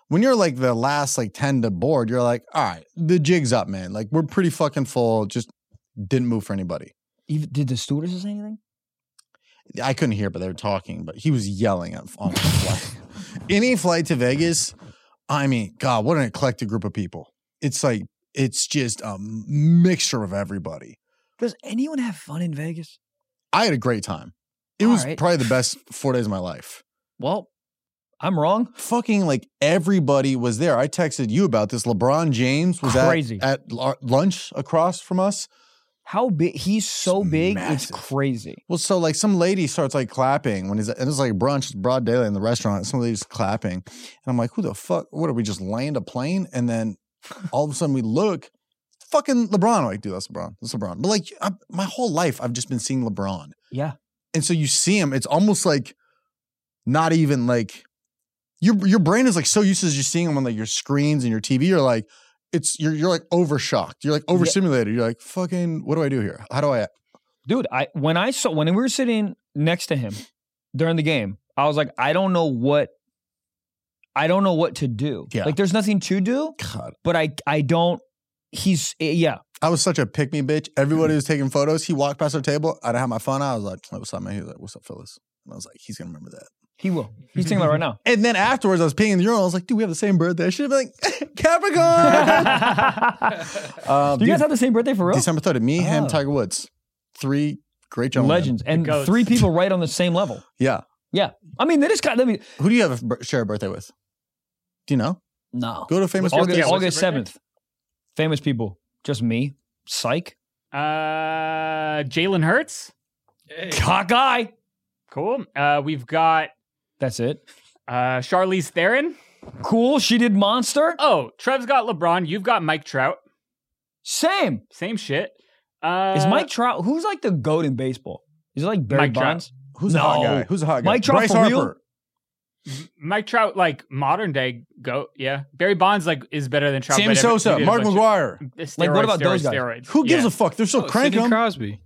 Speaker 1: when you're like the last like ten to board, you're like, "All right, the jig's up, man. Like we're pretty fucking full." Just didn't move for anybody.
Speaker 2: he- even- did the stewardess say anything?
Speaker 1: I couldn't hear, but they were talking. But he was yelling at, on the flight. Any flight to Vegas, I mean, God, what an eclectic group of people. It's like it's just a mixture of everybody.
Speaker 2: Does anyone have fun in Vegas?
Speaker 1: I had a great time. It
Speaker 2: All
Speaker 1: was
Speaker 2: right.
Speaker 1: probably the best four days of my life.
Speaker 2: Well, I'm wrong.
Speaker 1: Fucking like everybody was there. I texted you about this. LeBron James was at-
Speaker 2: Crazy.
Speaker 1: at, lu- lunch across from us.
Speaker 2: How big? He's so
Speaker 1: It's
Speaker 2: big,
Speaker 1: massive.
Speaker 2: it's crazy.
Speaker 1: Well, so like some lady starts like clapping when he's and it's like brunch, it's broad daylight in the restaurant. Some lady's clapping, and I'm like, "Who the fuck? What did we just land a plane?" And then all of a sudden we look, fucking LeBron. I'm like, dude, that's LeBron. That's LeBron. But like I, my whole life, I've just been seeing LeBron,
Speaker 2: Yeah.
Speaker 1: and so you see him, it's almost like not even like your your brain is like so used to just seeing him on like your screens and your TV. You're like, it's you're you're like overshocked. You're like overstimulated. You're like, fucking, what do I do here? How do I?
Speaker 2: Dude, I when I saw when we were sitting next to him during the game, I was like, I don't know what I don't know what to do.
Speaker 1: Yeah.
Speaker 2: Like there's nothing to do,
Speaker 1: God,
Speaker 2: but I I don't he's eh, yeah.
Speaker 1: I was such a pick me bitch. Everybody was taking photos. He walked past our table. I had my phone out. I was like, "Hey, what's up, man? He was like, what's up, Phyllis? And I was like, he's going to remember that.
Speaker 2: He will. He's thinking about it right now.
Speaker 1: And then afterwards, I was peeing in the urinal. I was like, dude, we have the same birthday. I should have been like, Capricorn. um,
Speaker 2: Do you
Speaker 1: dude,
Speaker 2: guys have the same birthday for real?
Speaker 1: December 30th. Me, him,
Speaker 2: Oh.
Speaker 1: Tiger Woods. Three great gentlemen.
Speaker 2: Legends. And
Speaker 3: goats.
Speaker 2: three people right on the same level.
Speaker 1: Yeah.
Speaker 2: I mean, that is kind of, I mean,
Speaker 1: Who do you have a bir- share a birthday with? Do you know?
Speaker 2: no.
Speaker 1: Go to famous
Speaker 3: What's-
Speaker 1: birthday.
Speaker 2: August,
Speaker 3: Yeah, what's
Speaker 2: August
Speaker 3: your birthday?
Speaker 2: 7th. Famous people. Just me. Psych.
Speaker 3: Uh, Jalen Hurts.
Speaker 2: Cockeye.
Speaker 3: Cool. Uh, we've got
Speaker 2: That's it.
Speaker 3: uh, Charlize Theron.
Speaker 2: Cool. She did Monster.
Speaker 3: Oh, Trev's got LeBron. You've got Mike Trout.
Speaker 2: Same.
Speaker 3: Same shit. Uh,
Speaker 2: Is Mike Trout, who's like the GOAT in baseball? Is it like Barry
Speaker 3: Mike Trout.
Speaker 2: Bonds?
Speaker 1: Who's a hot
Speaker 2: No.
Speaker 1: guy? Who's a hot guy?
Speaker 2: Mike Trout
Speaker 1: Bryce
Speaker 2: for
Speaker 1: Harper.
Speaker 2: real?
Speaker 3: Mike Trout like modern day goat? Yeah, Barry Bonds like is better than Trout.
Speaker 1: Sammy
Speaker 3: but every-
Speaker 1: Sosa.
Speaker 3: he did a
Speaker 1: Mark
Speaker 3: bunch of-
Speaker 1: McGuire.
Speaker 3: Steroids,
Speaker 2: Like, what about
Speaker 3: steroids,
Speaker 2: those guys?
Speaker 3: Steroids.
Speaker 1: Who gives
Speaker 3: Yeah.
Speaker 1: a fuck? They're still
Speaker 4: Oh,
Speaker 1: cranking
Speaker 4: Sidney
Speaker 1: him.
Speaker 4: Crosby.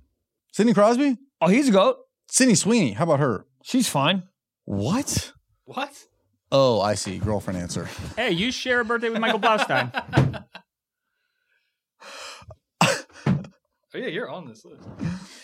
Speaker 1: Sidney Crosby?
Speaker 2: Oh, he's a GOAT.
Speaker 1: Sidney Sweeney. How about her?
Speaker 2: She's fine.
Speaker 1: What?
Speaker 4: What?
Speaker 1: Oh, I see. Girlfriend answer.
Speaker 3: Hey, you share a birthday with Michael Blaustein.
Speaker 4: Oh yeah, you're on this list.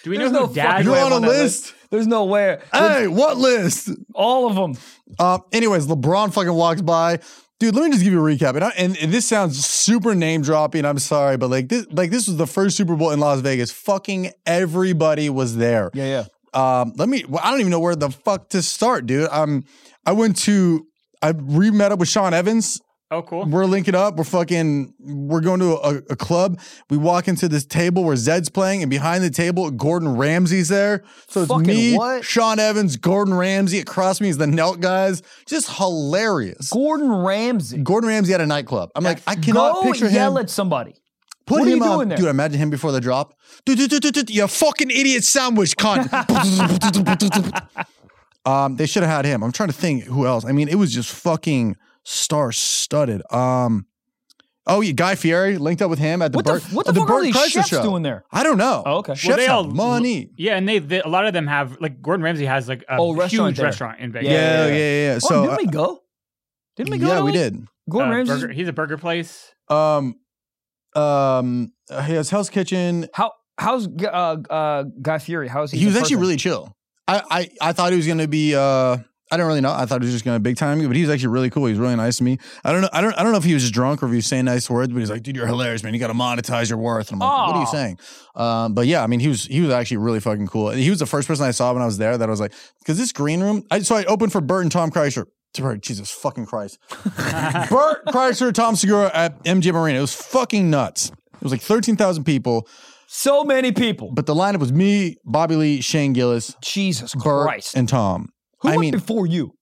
Speaker 3: Do we
Speaker 2: There's
Speaker 3: know
Speaker 2: no
Speaker 3: who dad?
Speaker 2: fucking-
Speaker 1: You're
Speaker 2: way
Speaker 1: on a
Speaker 2: I'm on that
Speaker 1: list.
Speaker 2: There's no way.
Speaker 1: Hey, what list?
Speaker 2: All of them.
Speaker 1: Uh, anyways, LeBron fucking walks by. Dude, let me just give you a recap. And, I, and and this sounds super name dropping. I'm sorry, but like this, like this was the first Super Bowl in Las Vegas. Fucking everybody was there.
Speaker 2: Yeah, yeah.
Speaker 1: Um, let me. Well, I don't even know where the fuck to start, dude. Um, I went to. I re met up with Sean Evans
Speaker 3: Oh, cool.
Speaker 1: We're linking up. We're fucking. We're going to a, a club. We walk into this table where Zed's playing, and behind the table, Gordon Ramsay's there. So it's
Speaker 2: Fucking
Speaker 1: me,
Speaker 2: what?
Speaker 1: Sean Evans, Gordon Ramsay. Across me is the Knelt guys. Just hilarious.
Speaker 2: Gordon Ramsay.
Speaker 1: Gordon Ramsay at a nightclub. I'm like, I cannot
Speaker 2: Go
Speaker 1: picture
Speaker 2: yell
Speaker 1: him.
Speaker 2: at somebody.
Speaker 1: Put
Speaker 2: what are
Speaker 1: him
Speaker 2: you
Speaker 1: on-
Speaker 2: doing there?
Speaker 1: dude. Imagine him before the drop. Dude, dude, dude, dude, dude, you fucking idiot sandwich cunt. um, they should have had him. I'm trying to think who else. I mean, it was just fucking star studded. Um, oh yeah, Guy Fieri linked up with him at the
Speaker 2: What the,
Speaker 1: Bert,
Speaker 2: what the
Speaker 1: at
Speaker 2: fuck are
Speaker 1: Bert
Speaker 2: these
Speaker 1: Kreischer
Speaker 2: chefs
Speaker 1: show.
Speaker 2: doing there?
Speaker 1: I don't know.
Speaker 2: Oh, okay. Well,
Speaker 1: Chefs
Speaker 3: they all-
Speaker 1: have money.
Speaker 3: Yeah, and they, they a lot of them have like Gordon Ramsay has like a
Speaker 2: Oh, restaurant
Speaker 3: huge
Speaker 2: there.
Speaker 3: restaurant in Vegas. Uh,
Speaker 2: Yeah, yeah,
Speaker 1: Yeah, yeah,
Speaker 2: yeah.
Speaker 1: yeah. yeah.
Speaker 2: Oh,
Speaker 1: So uh,
Speaker 2: didn't we go? Didn't we go?
Speaker 1: yeah,
Speaker 2: to
Speaker 1: we
Speaker 2: these?
Speaker 1: did.
Speaker 2: Gordon
Speaker 3: Uh,
Speaker 2: Ramsay's
Speaker 3: burger- he's a burger place.
Speaker 1: Um, um, he has Hell's Kitchen.
Speaker 2: How how's uh, uh, Guy Fury? How's he?
Speaker 1: he
Speaker 2: as
Speaker 1: was
Speaker 2: a
Speaker 1: actually
Speaker 2: person?
Speaker 1: really chill. I, I I thought he was gonna be. uh I don't really know. I thought he was just gonna big time me, but he was actually really cool. He was really nice to me. I don't know. I don't. I don't know if he was just drunk or if he was saying nice words, but he's like, "Dude, you're hilarious, man. You got to monetize your worth." And I'm like, "What are you
Speaker 2: Aw.
Speaker 1: saying?" Um, but yeah, I mean, he was he was actually really fucking cool. And he was the first person I saw when I was there that I was like, because this green room. I so I opened for Bert and Tom Kreischer. Sorry, Jesus fucking Christ. Bert Kreischer, Tom Segura at MGM Arena. It was fucking nuts. It was like thirteen thousand people,
Speaker 2: so many people.
Speaker 1: but the lineup was me, Bobby Lee, Shane Gillis,
Speaker 2: Jesus
Speaker 1: Bert
Speaker 2: Christ!
Speaker 1: and Tom.
Speaker 2: Who
Speaker 1: I
Speaker 2: went
Speaker 1: mean,
Speaker 2: before you?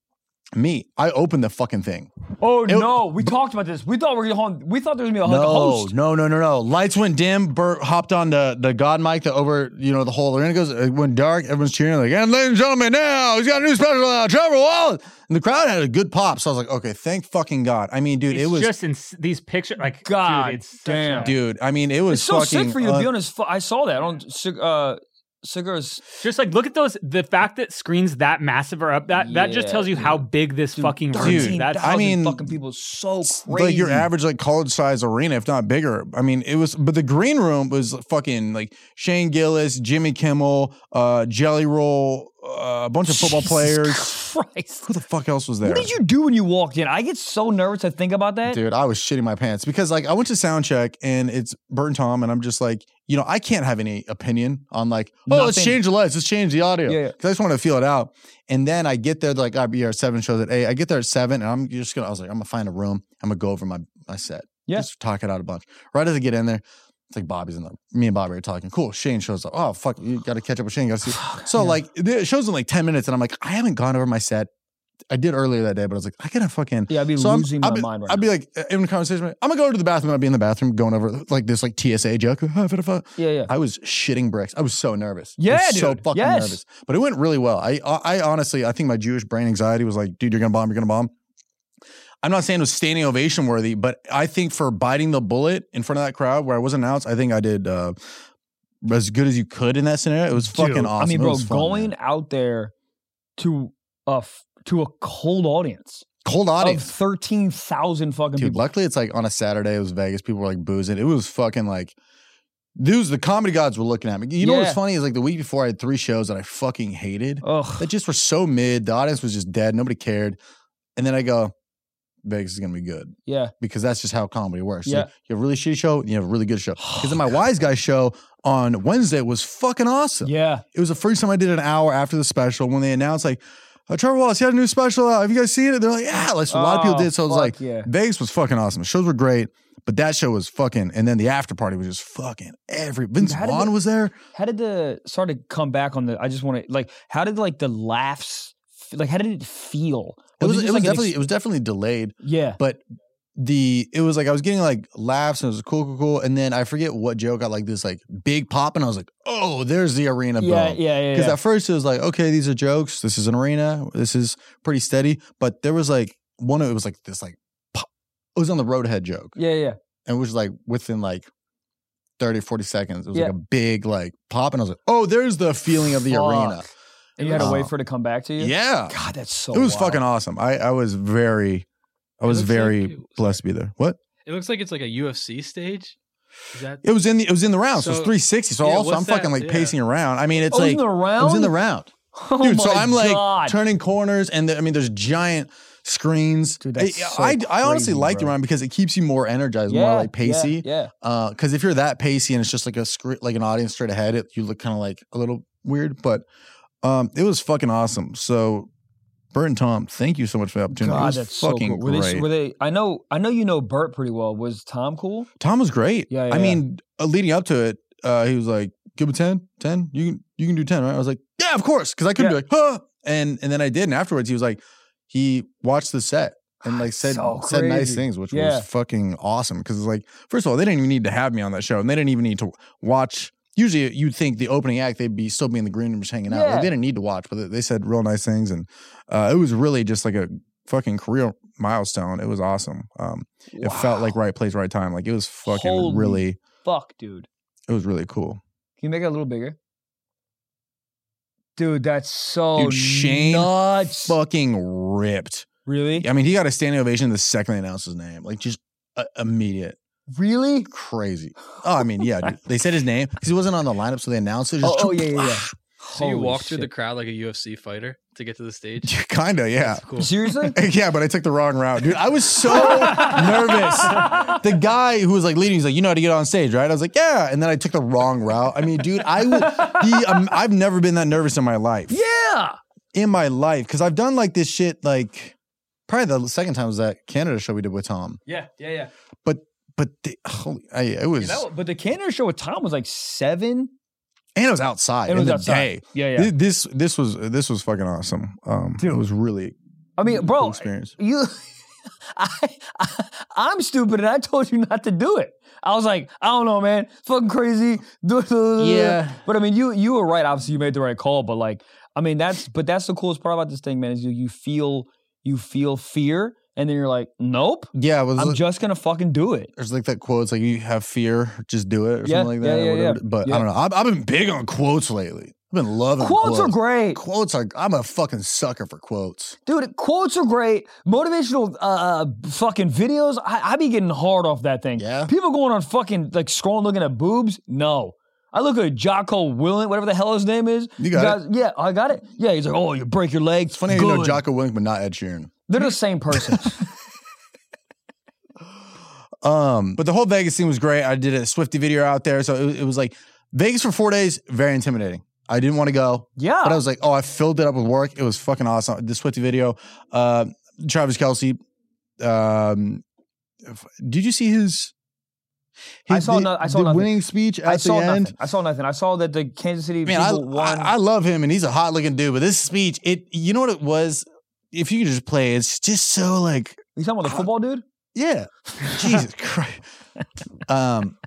Speaker 1: Me, I opened the fucking thing.
Speaker 2: Oh
Speaker 1: It-
Speaker 2: no, we talked about this. We thought we were going. We thought there was gonna be a, like,
Speaker 1: No,
Speaker 2: a host.
Speaker 1: no, no, no, no. Lights went dim. Bert hopped on the, the God mic, the over, you know, the whole arena goes. It went dark. Everyone's cheering. Like, and ladies and gentlemen, now he's got a new special out, Trevor Wallace. And the crowd had a good pop. So I was like, okay, thank fucking God. I mean, dude,
Speaker 3: It's
Speaker 1: it was,
Speaker 3: just in s- these pictures. Like,
Speaker 2: God
Speaker 3: dude, it's such
Speaker 2: damn.
Speaker 3: a-
Speaker 1: dude. I mean, it was
Speaker 2: It's so
Speaker 1: fucking. uh,
Speaker 2: sick for you to
Speaker 1: un-
Speaker 2: be honest. Fu- I saw that on Sig- uh, Sigur's.
Speaker 3: Just like look at those. The fact that screens that massive are up that that just
Speaker 2: Yeah,
Speaker 3: tells you how big this fucking room is.
Speaker 1: Dude,
Speaker 3: That's
Speaker 1: I mean,
Speaker 2: fucking people is so
Speaker 1: It's
Speaker 2: crazy.
Speaker 1: Like your average like college size arena, if not bigger. I mean, it was but the green room was fucking like Shane Gillis, Jimmy Kimmel, uh, Jelly Roll, uh, a bunch of football
Speaker 2: Jesus
Speaker 1: players.
Speaker 2: Christ.
Speaker 1: Who the fuck else was there?
Speaker 2: What did you do when you walked in? I get so nervous to think about that.
Speaker 1: Dude, I was shitting my pants because like I went to sound check and it's Bert and Tom and I'm just like, you know, I can't have any opinion on like, oh, let's
Speaker 2: Nothing.
Speaker 1: change the lights, let's change the audio.
Speaker 2: Yeah, yeah.
Speaker 1: 'Cause I just want to feel it out. And then I get there, like, I'll be here at seven shows at eight. I get there at seven and I'm just gonna, I was like, I'm gonna find a room. I'm gonna go over my, my set.
Speaker 2: Yeah.
Speaker 1: Just talk it out a bunch. Right as I get in there, it's like Bobby's in the, me and Bobby are talking. Cool. Shane shows up. Oh, fuck, you gotta catch up with Shane. You gotta see. So like it shows in like 10 minutes and I'm like, I haven't gone over my set. I did earlier that day, but I was like, I gotta fucking
Speaker 2: Yeah, I'd be
Speaker 1: So I'm-
Speaker 2: losing
Speaker 1: I'll
Speaker 2: my
Speaker 1: be-
Speaker 2: mind right
Speaker 1: I'd
Speaker 2: now.
Speaker 1: be like uh, in a conversation. I'm gonna go to the bathroom. I'd be in the bathroom going over like this like TSA joke.
Speaker 2: yeah, yeah.
Speaker 1: I was shitting bricks. I was so nervous. I
Speaker 2: Yeah,
Speaker 1: was so
Speaker 2: dude.
Speaker 1: fucking
Speaker 2: Yes.
Speaker 1: nervous. But it went really well. I, I I honestly I think my Jewish brain anxiety was like, dude, you're gonna bomb. You're gonna bomb. I'm not saying it was standing ovation worthy, but I think for biting the bullet in front of that crowd where I wasn't announced, I think I did uh, as good as you could in that scenario. It was fucking
Speaker 2: Dude,
Speaker 1: awesome.
Speaker 2: I mean,
Speaker 1: It
Speaker 2: bro,
Speaker 1: was fun,
Speaker 2: going
Speaker 1: man.
Speaker 2: out there to a f- to a cold audience,
Speaker 1: cold audience.
Speaker 2: of thirteen thousand fucking
Speaker 1: Dude,
Speaker 2: people.
Speaker 1: luckily it's like on a Saturday. It was Vegas. People were like boozing. It was fucking like, dudes. The comedy gods were looking at me. You know what's
Speaker 2: Yeah.
Speaker 1: funny is like the week before I had three shows that I fucking hated.
Speaker 2: Ugh.
Speaker 1: That just were so mid. The audience was just dead. Nobody cared. And then I go, Vegas is gonna be good
Speaker 2: Yeah.
Speaker 1: because that's just how comedy works. You-
Speaker 2: Yeah. Oh,
Speaker 1: You have a really shitty show. And you have a really good show. Because then my wise guy show on Wednesday was fucking awesome
Speaker 2: Yeah.
Speaker 1: it was the first time I did an hour after the special when they announced like uh, Trevor Wallace he had a new special out. Have you guys seen it? They're like, yeah, like, so a lot of people
Speaker 2: Oh,
Speaker 1: did. So it was
Speaker 2: fuck
Speaker 1: like,
Speaker 2: yeah.
Speaker 1: Vegas was fucking awesome. The shows were great, but that show was fucking. And then the after party was just fucking every. Vince
Speaker 2: how did
Speaker 1: Vaughn
Speaker 2: the-
Speaker 1: was there.
Speaker 2: How did the sorry to come back on the? I just want to like. How did like the laughs? f- Like how did it feel?
Speaker 1: It was,
Speaker 2: just,
Speaker 1: it was
Speaker 2: like, an ex-
Speaker 1: definitely it was definitely delayed,
Speaker 2: yeah.
Speaker 1: but the it was like I was getting like laughs and it was cool, cool, cool. And then I forget what joke got like this like big pop, and I was like, oh, there's the arena boom.
Speaker 2: Yeah, yeah, yeah,
Speaker 1: Because
Speaker 2: yeah.
Speaker 1: at first it was like, okay, these are jokes. This is an arena. This is pretty steady. But there was like one. It was like this like pop. It was on the roadhead joke,
Speaker 2: yeah, yeah.
Speaker 1: and it was like within like 30, 40 seconds. It was
Speaker 2: Yeah.
Speaker 1: like a big like pop, and I was like, oh, there's the feeling of the arena.
Speaker 2: Fuck. And you had to
Speaker 1: Oh.
Speaker 2: wait for it to come back to you.
Speaker 1: Yeah,
Speaker 2: God, that's so.
Speaker 1: it was
Speaker 2: wild.
Speaker 1: fucking awesome. I I was very, I
Speaker 4: It
Speaker 1: was
Speaker 4: looks
Speaker 1: very
Speaker 4: like you-
Speaker 1: blessed to be there. What?
Speaker 4: It looks like it's like a UFC stage. Is that
Speaker 1: It was in the it was in the round, so, it's
Speaker 4: So-
Speaker 1: three sixty. So
Speaker 4: yeah,
Speaker 1: also,
Speaker 4: what's
Speaker 1: I'm fucking
Speaker 4: that?
Speaker 1: like
Speaker 4: Yeah.
Speaker 1: pacing around. I mean, it's
Speaker 2: Oh,
Speaker 1: like
Speaker 2: it was in the round.
Speaker 1: it was in the round.
Speaker 2: Oh
Speaker 1: dude. so
Speaker 2: my
Speaker 1: I'm like
Speaker 2: God.
Speaker 1: turning corners, and the, I mean, there's giant screens.
Speaker 2: Dude, that's
Speaker 1: I,
Speaker 2: so
Speaker 1: I, I honestly
Speaker 2: crazy,
Speaker 1: like the
Speaker 2: bro.
Speaker 1: round because it keeps you more energized, more like pacey.
Speaker 2: Yeah.
Speaker 1: Because if you're that pacey and it's just like a scre- like an audience straight ahead, it, you look kind of like a little weird. But um, it was fucking awesome. So, Bert and Tom, thank you so much for the
Speaker 2: yeah.
Speaker 1: opportunity. it
Speaker 2: God,
Speaker 1: was
Speaker 2: that's
Speaker 1: fucking
Speaker 2: so cool. Were
Speaker 1: great.
Speaker 2: they, were they? I know. I know you know Bert pretty well. Was Tom cool?
Speaker 1: Tom was great.
Speaker 2: Yeah, yeah,
Speaker 1: I
Speaker 2: yeah.
Speaker 1: mean, uh, leading up to it, uh, he was like, "Give me 10, 10. You can you can do ten, right?" I was like, "Yeah, of course," because I couldn't
Speaker 2: Yeah.
Speaker 1: be like, "Huh," and and then I did. And afterwards, he was like, he watched the set and like said
Speaker 2: Ah, So
Speaker 1: said nice
Speaker 2: crazy.
Speaker 1: things, which
Speaker 2: Yeah.
Speaker 1: was fucking awesome. Because it's like, first of all, they didn't even need to have me on that show, and they didn't even need to watch. Usually, you'd think the opening act they'd be still be in the green room just hanging out. Like,
Speaker 2: Yeah.
Speaker 1: they didn't need to watch, but they- they said real nice things, and uh, it was really just like a fucking career milestone. It was awesome. Um, it felt like
Speaker 2: Wow.
Speaker 1: right place, right time. Like it was fucking
Speaker 2: Holy-
Speaker 1: really,
Speaker 2: fuck, dude.
Speaker 1: it was really cool.
Speaker 2: Can you make it a little bigger? Dude, that's so
Speaker 1: Dude, Shane
Speaker 2: nuts.
Speaker 1: Fucking ripped.
Speaker 2: Really?
Speaker 1: I mean, he got a standing ovation the second they announced his name. Like just uh, immediate,
Speaker 2: Really?
Speaker 1: crazy. Oh, I mean, yeah, dude. They said his name because he wasn't on the lineup, so they announced it. Just
Speaker 2: Oh, oh, yeah, yeah, yeah.
Speaker 4: so?
Speaker 2: Holy
Speaker 4: You walk through the
Speaker 2: shit.
Speaker 4: crowd like a UFC fighter to get to the stage.
Speaker 1: Kinda, yeah.
Speaker 4: That's cool.
Speaker 2: Seriously?
Speaker 1: Yeah, but I took the wrong route, dude. I was so nervous. The guy who was like leading, he's like, "You know how to get on stage, right?" I was like, "Yeah," and then I took the wrong route. I mean, dude, I would. He, um, I've never been that nervous in my life.
Speaker 2: yeah.
Speaker 1: in my life because I've done like this shit like probably the second time was that Canada show we did with Tom.
Speaker 2: Yeah, yeah, yeah.
Speaker 1: But the, holy, I, it was
Speaker 2: That wa- but the Canada show with Tom was like seven.
Speaker 1: and it was outside
Speaker 2: It
Speaker 1: in
Speaker 2: was
Speaker 1: the
Speaker 2: outside.
Speaker 1: day.
Speaker 2: Yeah, yeah.
Speaker 1: This this was this was fucking awesome. Um, it was really
Speaker 2: I mean, bro,
Speaker 1: experience.
Speaker 2: you, I, I, I'm stupid, and I told you not to do it. I was like, I don't know, man, it's fucking crazy.
Speaker 4: Yeah.
Speaker 2: but I mean, you you were right. Obviously, you made the right call, but like, I mean, that's but that's the coolest part about this thing, man. Is you you feel you feel fear, and then you're like, nope,
Speaker 1: Yeah, it was
Speaker 2: I'm
Speaker 1: like-
Speaker 2: just gonna fucking do it.
Speaker 1: there's like that quote. It's like you have fear, just do it, or
Speaker 2: Yeah,
Speaker 1: something like
Speaker 2: yeah,
Speaker 1: that. or
Speaker 2: yeah, yeah.
Speaker 1: whatever. But
Speaker 2: Yeah.
Speaker 1: I don't know. I've, I've been big on quotes lately. I've been loving
Speaker 2: Quotes
Speaker 1: quotes.
Speaker 2: are great.
Speaker 1: Quotes are. I'm a fucking sucker for quotes.
Speaker 2: Dude, quotes are great. Motivational uh, uh, fucking videos. I, I be getting hard off that thing.
Speaker 1: Yeah.
Speaker 2: People going on fucking like scrolling, looking at boobs. No. I look at Jocko Willink, whatever the hell his name is.
Speaker 1: You got
Speaker 2: Guys- Yeah, I got it. Yeah, he's like, oh, you break your leg.
Speaker 1: It's funny how you know Jocko Willink, but not Ed Sheeran.
Speaker 2: They're the same person.
Speaker 1: Um, but the whole Vegas thing was great. I did a Swifty video out there, so it, it was like Vegas for four days, very intimidating. I didn't want to go.
Speaker 2: yeah.
Speaker 1: But I was like, oh, I filled it up with work. It was fucking awesome. The Swifty video, uh, Travis Kelsey. Um, if- did you see his?
Speaker 2: I
Speaker 1: his-
Speaker 2: saw
Speaker 1: the,
Speaker 2: no- I saw
Speaker 1: the
Speaker 2: nothing.
Speaker 1: winning speech at
Speaker 2: I saw
Speaker 1: the end.
Speaker 2: nothing. I saw nothing. I saw that the Kansas City
Speaker 1: Man, I,
Speaker 2: people won.
Speaker 1: I, I love him, and he's a hot looking dude. But this speech, it you know what it was. If you could just play, it's just so like
Speaker 2: you talking about the football dude?
Speaker 1: yeah, Jesus Christ. Um,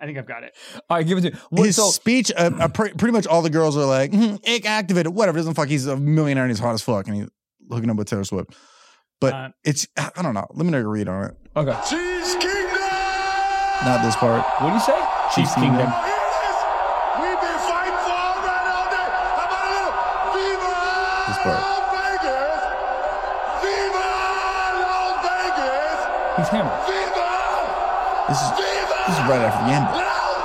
Speaker 3: I think I've got it.
Speaker 2: All right, give it to me. What,
Speaker 1: his
Speaker 2: so,
Speaker 1: speech, uh, uh, pre- pretty much all the girls are like, "Mhm, "Ick activated," whatever. Doesn't fuck. He's a millionaire and he's hot as fuck, and he's hooking up with Taylor Swift. But
Speaker 3: Uh,
Speaker 1: it's I don't know. Let me know your read on it.
Speaker 2: okay.
Speaker 6: Cheese Kingdom!
Speaker 1: Not this part.
Speaker 2: What do you say?
Speaker 3: Chiefs Kingdom.
Speaker 6: We've been fighting for all night, all day. How about a little Viva
Speaker 1: This part.
Speaker 6: Las Vegas? Viva Las Vegas!
Speaker 2: He's hammered.
Speaker 6: Viva!
Speaker 1: This is
Speaker 6: Viva!
Speaker 1: this is right after the end.
Speaker 6: Las Vegas!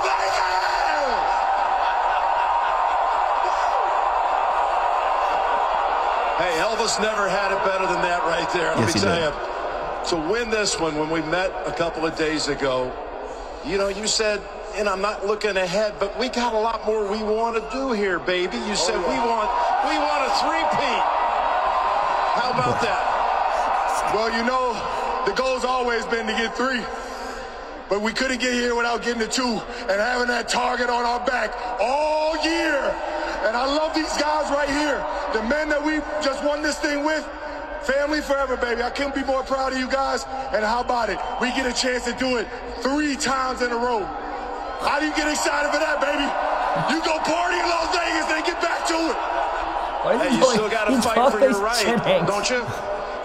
Speaker 6: Hey, Elvis never had it better than that right there. Let
Speaker 1: Yes,
Speaker 6: me
Speaker 1: he
Speaker 6: tell
Speaker 1: did.
Speaker 6: you, to win this one, when we met a couple of days ago, you know, you said, and I'm not looking ahead, but we got a lot more we want to do here, baby. You said we want we want a three-peat. How about that? Well, you know, the goal's always been to get three. But we couldn't get here without getting to two and having that target on our back all year. And I love these guys right here. The men that we just won this thing with, family forever, baby. I couldn't be more proud of you guys. And how about it? We get a chance to do it three times in a row. How do you get excited for that, baby? You go party in Las Vegas and get back to it.
Speaker 2: Why is
Speaker 6: Hey,
Speaker 2: he
Speaker 6: you still
Speaker 2: like-
Speaker 6: gotta
Speaker 2: he's
Speaker 6: fight for your
Speaker 2: always chin
Speaker 6: right,
Speaker 2: hangs.
Speaker 6: don't you?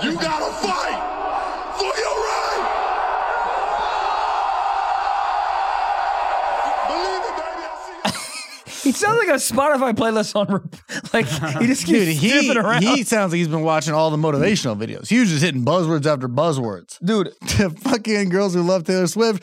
Speaker 6: You gotta fight for your right. Believe it, baby. I see
Speaker 2: He
Speaker 6: you.
Speaker 2: sounds like a Spotify playlist on rep- like he just keeps
Speaker 1: Dude, he,
Speaker 2: skipping around.
Speaker 1: he sounds like he's been watching all the motivational videos. He was just hitting buzzwords after buzzwords.
Speaker 2: Dude,
Speaker 1: The fucking girls who love Taylor Swift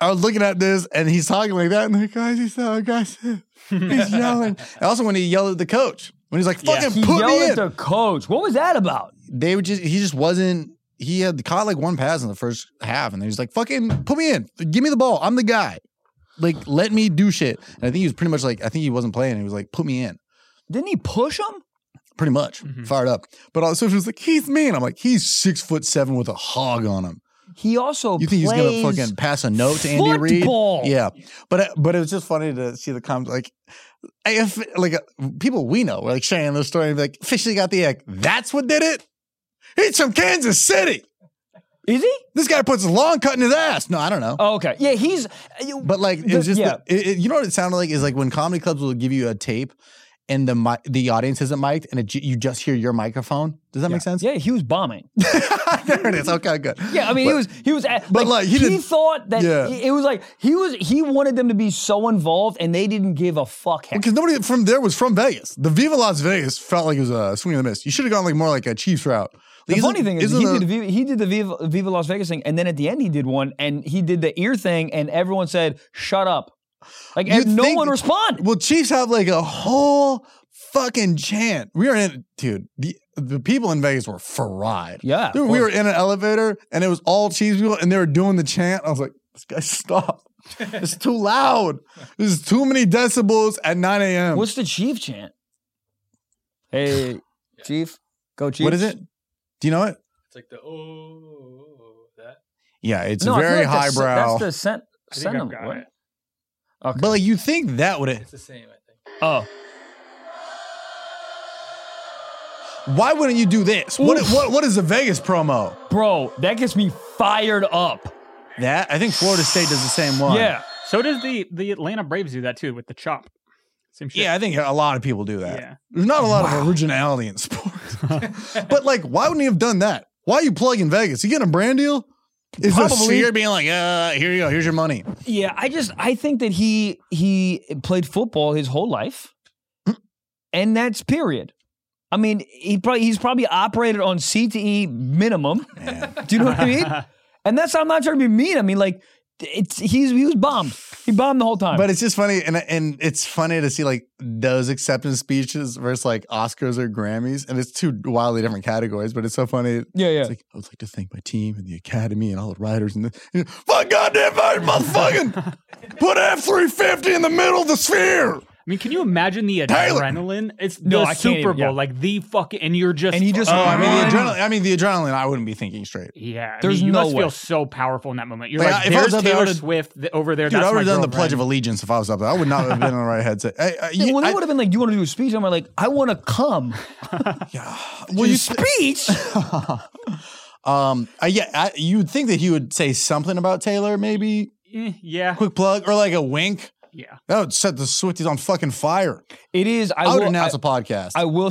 Speaker 1: are looking at this and he's talking like that. And they're like, guys, he's so aggressive. He's yelling. And also, when he yelled at the coach, when he's like, fucking
Speaker 2: he
Speaker 1: put
Speaker 2: yelled
Speaker 1: me
Speaker 2: at
Speaker 1: in.
Speaker 2: the coach. What was that about?
Speaker 1: they would just, he just wasn't, he had caught like one pass in the first half. And he was like, fucking put me in. Give me the ball. I'm the guy. Like, let me do shit. And I think he was pretty much like, I think he wasn't playing. He was like, put me in.
Speaker 2: Didn't he push him?
Speaker 1: pretty much
Speaker 2: Mm-hmm.
Speaker 1: fired up. But all the social was like, he's mean. I'm like, he's six foot seven with a hog on him.
Speaker 2: He also
Speaker 1: You think he's gonna
Speaker 2: plays
Speaker 1: fucking pass a note to Andy Reid?
Speaker 2: football.
Speaker 1: Yeah, but but it was just funny to see the comments like. If like uh, people we know were like sharing their story, and be like officially got the egg. That's what did it. He's from Kansas City.
Speaker 2: Is he?
Speaker 1: This guy puts a long cut in his ass. No, I don't know.
Speaker 2: Oh, okay, yeah, he's. you-
Speaker 1: But like it
Speaker 2: The-
Speaker 1: was just
Speaker 2: yeah.
Speaker 1: the, it, it- you know what it sounded like is like when comedy clubs will give you a tape and the mi- the audience isn't mic'd and it, ju- you just hear your microphone. Does that make sense?
Speaker 2: yeah, he was bombing.
Speaker 1: there it is. Okay, good.
Speaker 2: Yeah, I mean, he
Speaker 1: But-
Speaker 2: was he was. At,
Speaker 1: but,
Speaker 2: like,
Speaker 1: like, he
Speaker 2: he,
Speaker 1: didn't-
Speaker 2: thought that
Speaker 1: Yeah.
Speaker 2: it was like he was he wanted them to be so involved and they didn't give a fuck. Heck.
Speaker 1: because nobody from there was from Vegas. The Viva Las Vegas felt like it was a swing and a miss. You should have gone like more like a Chiefs route.
Speaker 2: The
Speaker 1: Like,
Speaker 2: funny
Speaker 1: isn't-
Speaker 2: thing is,
Speaker 1: isn't
Speaker 2: he,
Speaker 1: the-
Speaker 2: did the Viva, he did the Viva, Viva Las Vegas thing, and then at the end he did one, and he did the ear thing, and everyone said, "Shut up!" Like,
Speaker 1: You'd
Speaker 2: and no
Speaker 1: think-
Speaker 2: one responded.
Speaker 1: Well, Chiefs have like a whole fucking chant. We were in, dude. The, the people in Vegas were fried.
Speaker 2: Yeah, of
Speaker 1: Dude, we
Speaker 2: course.
Speaker 1: were in an elevator and it was all Chiefs people, and they were doing the chant. I was like, this guy, stop. it's too loud. There's too many decibels at 9 a.m.
Speaker 2: What's the chief chant? Hey, chief, go chief.
Speaker 1: What is it? Do you know it?
Speaker 4: It's like the oh that.
Speaker 1: Yeah, it's
Speaker 2: No, I feel
Speaker 1: very
Speaker 2: like that's-
Speaker 1: highbrow.
Speaker 2: That's the sent.
Speaker 3: I think I've
Speaker 2: sentiment,
Speaker 3: got
Speaker 2: what?
Speaker 3: it.
Speaker 2: Okay.
Speaker 1: but like you think that would
Speaker 4: It's the same, I think.
Speaker 2: oh,
Speaker 1: Why wouldn't you do this? What,
Speaker 2: Oof.
Speaker 1: what what is the Vegas promo?
Speaker 2: Bro, that gets me fired up.
Speaker 1: That I think Florida State does the same one.
Speaker 2: Yeah.
Speaker 3: So does the the Atlanta Braves do that too with the chop. Same shit.
Speaker 1: Yeah, I think a lot of people do that.
Speaker 3: Yeah.
Speaker 1: There's not a lot of originality in sports. but like, why wouldn't he have done that? Why are you plugging Vegas? You getting a brand deal? Is the
Speaker 2: Probably.
Speaker 1: seer being like, uh, here you go, here's your money.
Speaker 2: Yeah, I just I think that he he played football his whole life, and that's period. I mean, he probably he's probably operated on CTE minimum. Do you know what I mean? And that's I'm not trying to be mean. I mean, like it's he's he was bombed. He bombed the whole time.
Speaker 1: But it's just funny, and and it's funny to see like those acceptance speeches versus like Oscars or Grammys, and it's two wildly different categories. But it's so funny.
Speaker 2: yeah, yeah.
Speaker 1: It's like I would like to thank my team and the academy and all the writers and the and, fuck goddamn right, motherfucking put F three fifty in the middle of the sphere.
Speaker 3: I mean, can you imagine the
Speaker 1: Taylor!
Speaker 3: adrenaline? It's
Speaker 2: No,
Speaker 3: the
Speaker 2: I can't
Speaker 3: Super
Speaker 2: even-
Speaker 3: Bowl,
Speaker 2: yeah.
Speaker 3: like the fucking, and you're just
Speaker 2: And he just-
Speaker 1: Oh, I mean
Speaker 2: Run.
Speaker 1: the adrenaline. I mean the adrenaline. I wouldn't be thinking straight.
Speaker 3: yeah. I
Speaker 2: There's
Speaker 3: mean, you
Speaker 2: no
Speaker 3: must
Speaker 2: way.
Speaker 3: feel so powerful in that moment. You're
Speaker 1: Like,
Speaker 3: like,
Speaker 1: if I was
Speaker 3: there's
Speaker 1: up there, I
Speaker 3: Taylor
Speaker 1: would've-
Speaker 3: Swift th- over there.
Speaker 1: Dude,
Speaker 3: that's
Speaker 1: I would
Speaker 3: my
Speaker 1: have done the
Speaker 3: girlfriend.
Speaker 1: Pledge of Allegiance if I was up there. I would not have been in the right headset. I, I,
Speaker 2: Yeah, well, they
Speaker 1: I-
Speaker 2: would have been like, "Do you want to do a speech?" I'm like, "I want to come."
Speaker 1: well, you th-
Speaker 2: speech?
Speaker 1: um, I, yeah, I, you would think that he would say something about Taylor, maybe
Speaker 3: Eh, Yeah,
Speaker 1: quick plug or like a wink.
Speaker 3: yeah.
Speaker 1: That would set the Swifties on fucking fire.
Speaker 2: it is. I,
Speaker 1: I would
Speaker 2: will. I,
Speaker 1: announce a podcast.
Speaker 2: I will.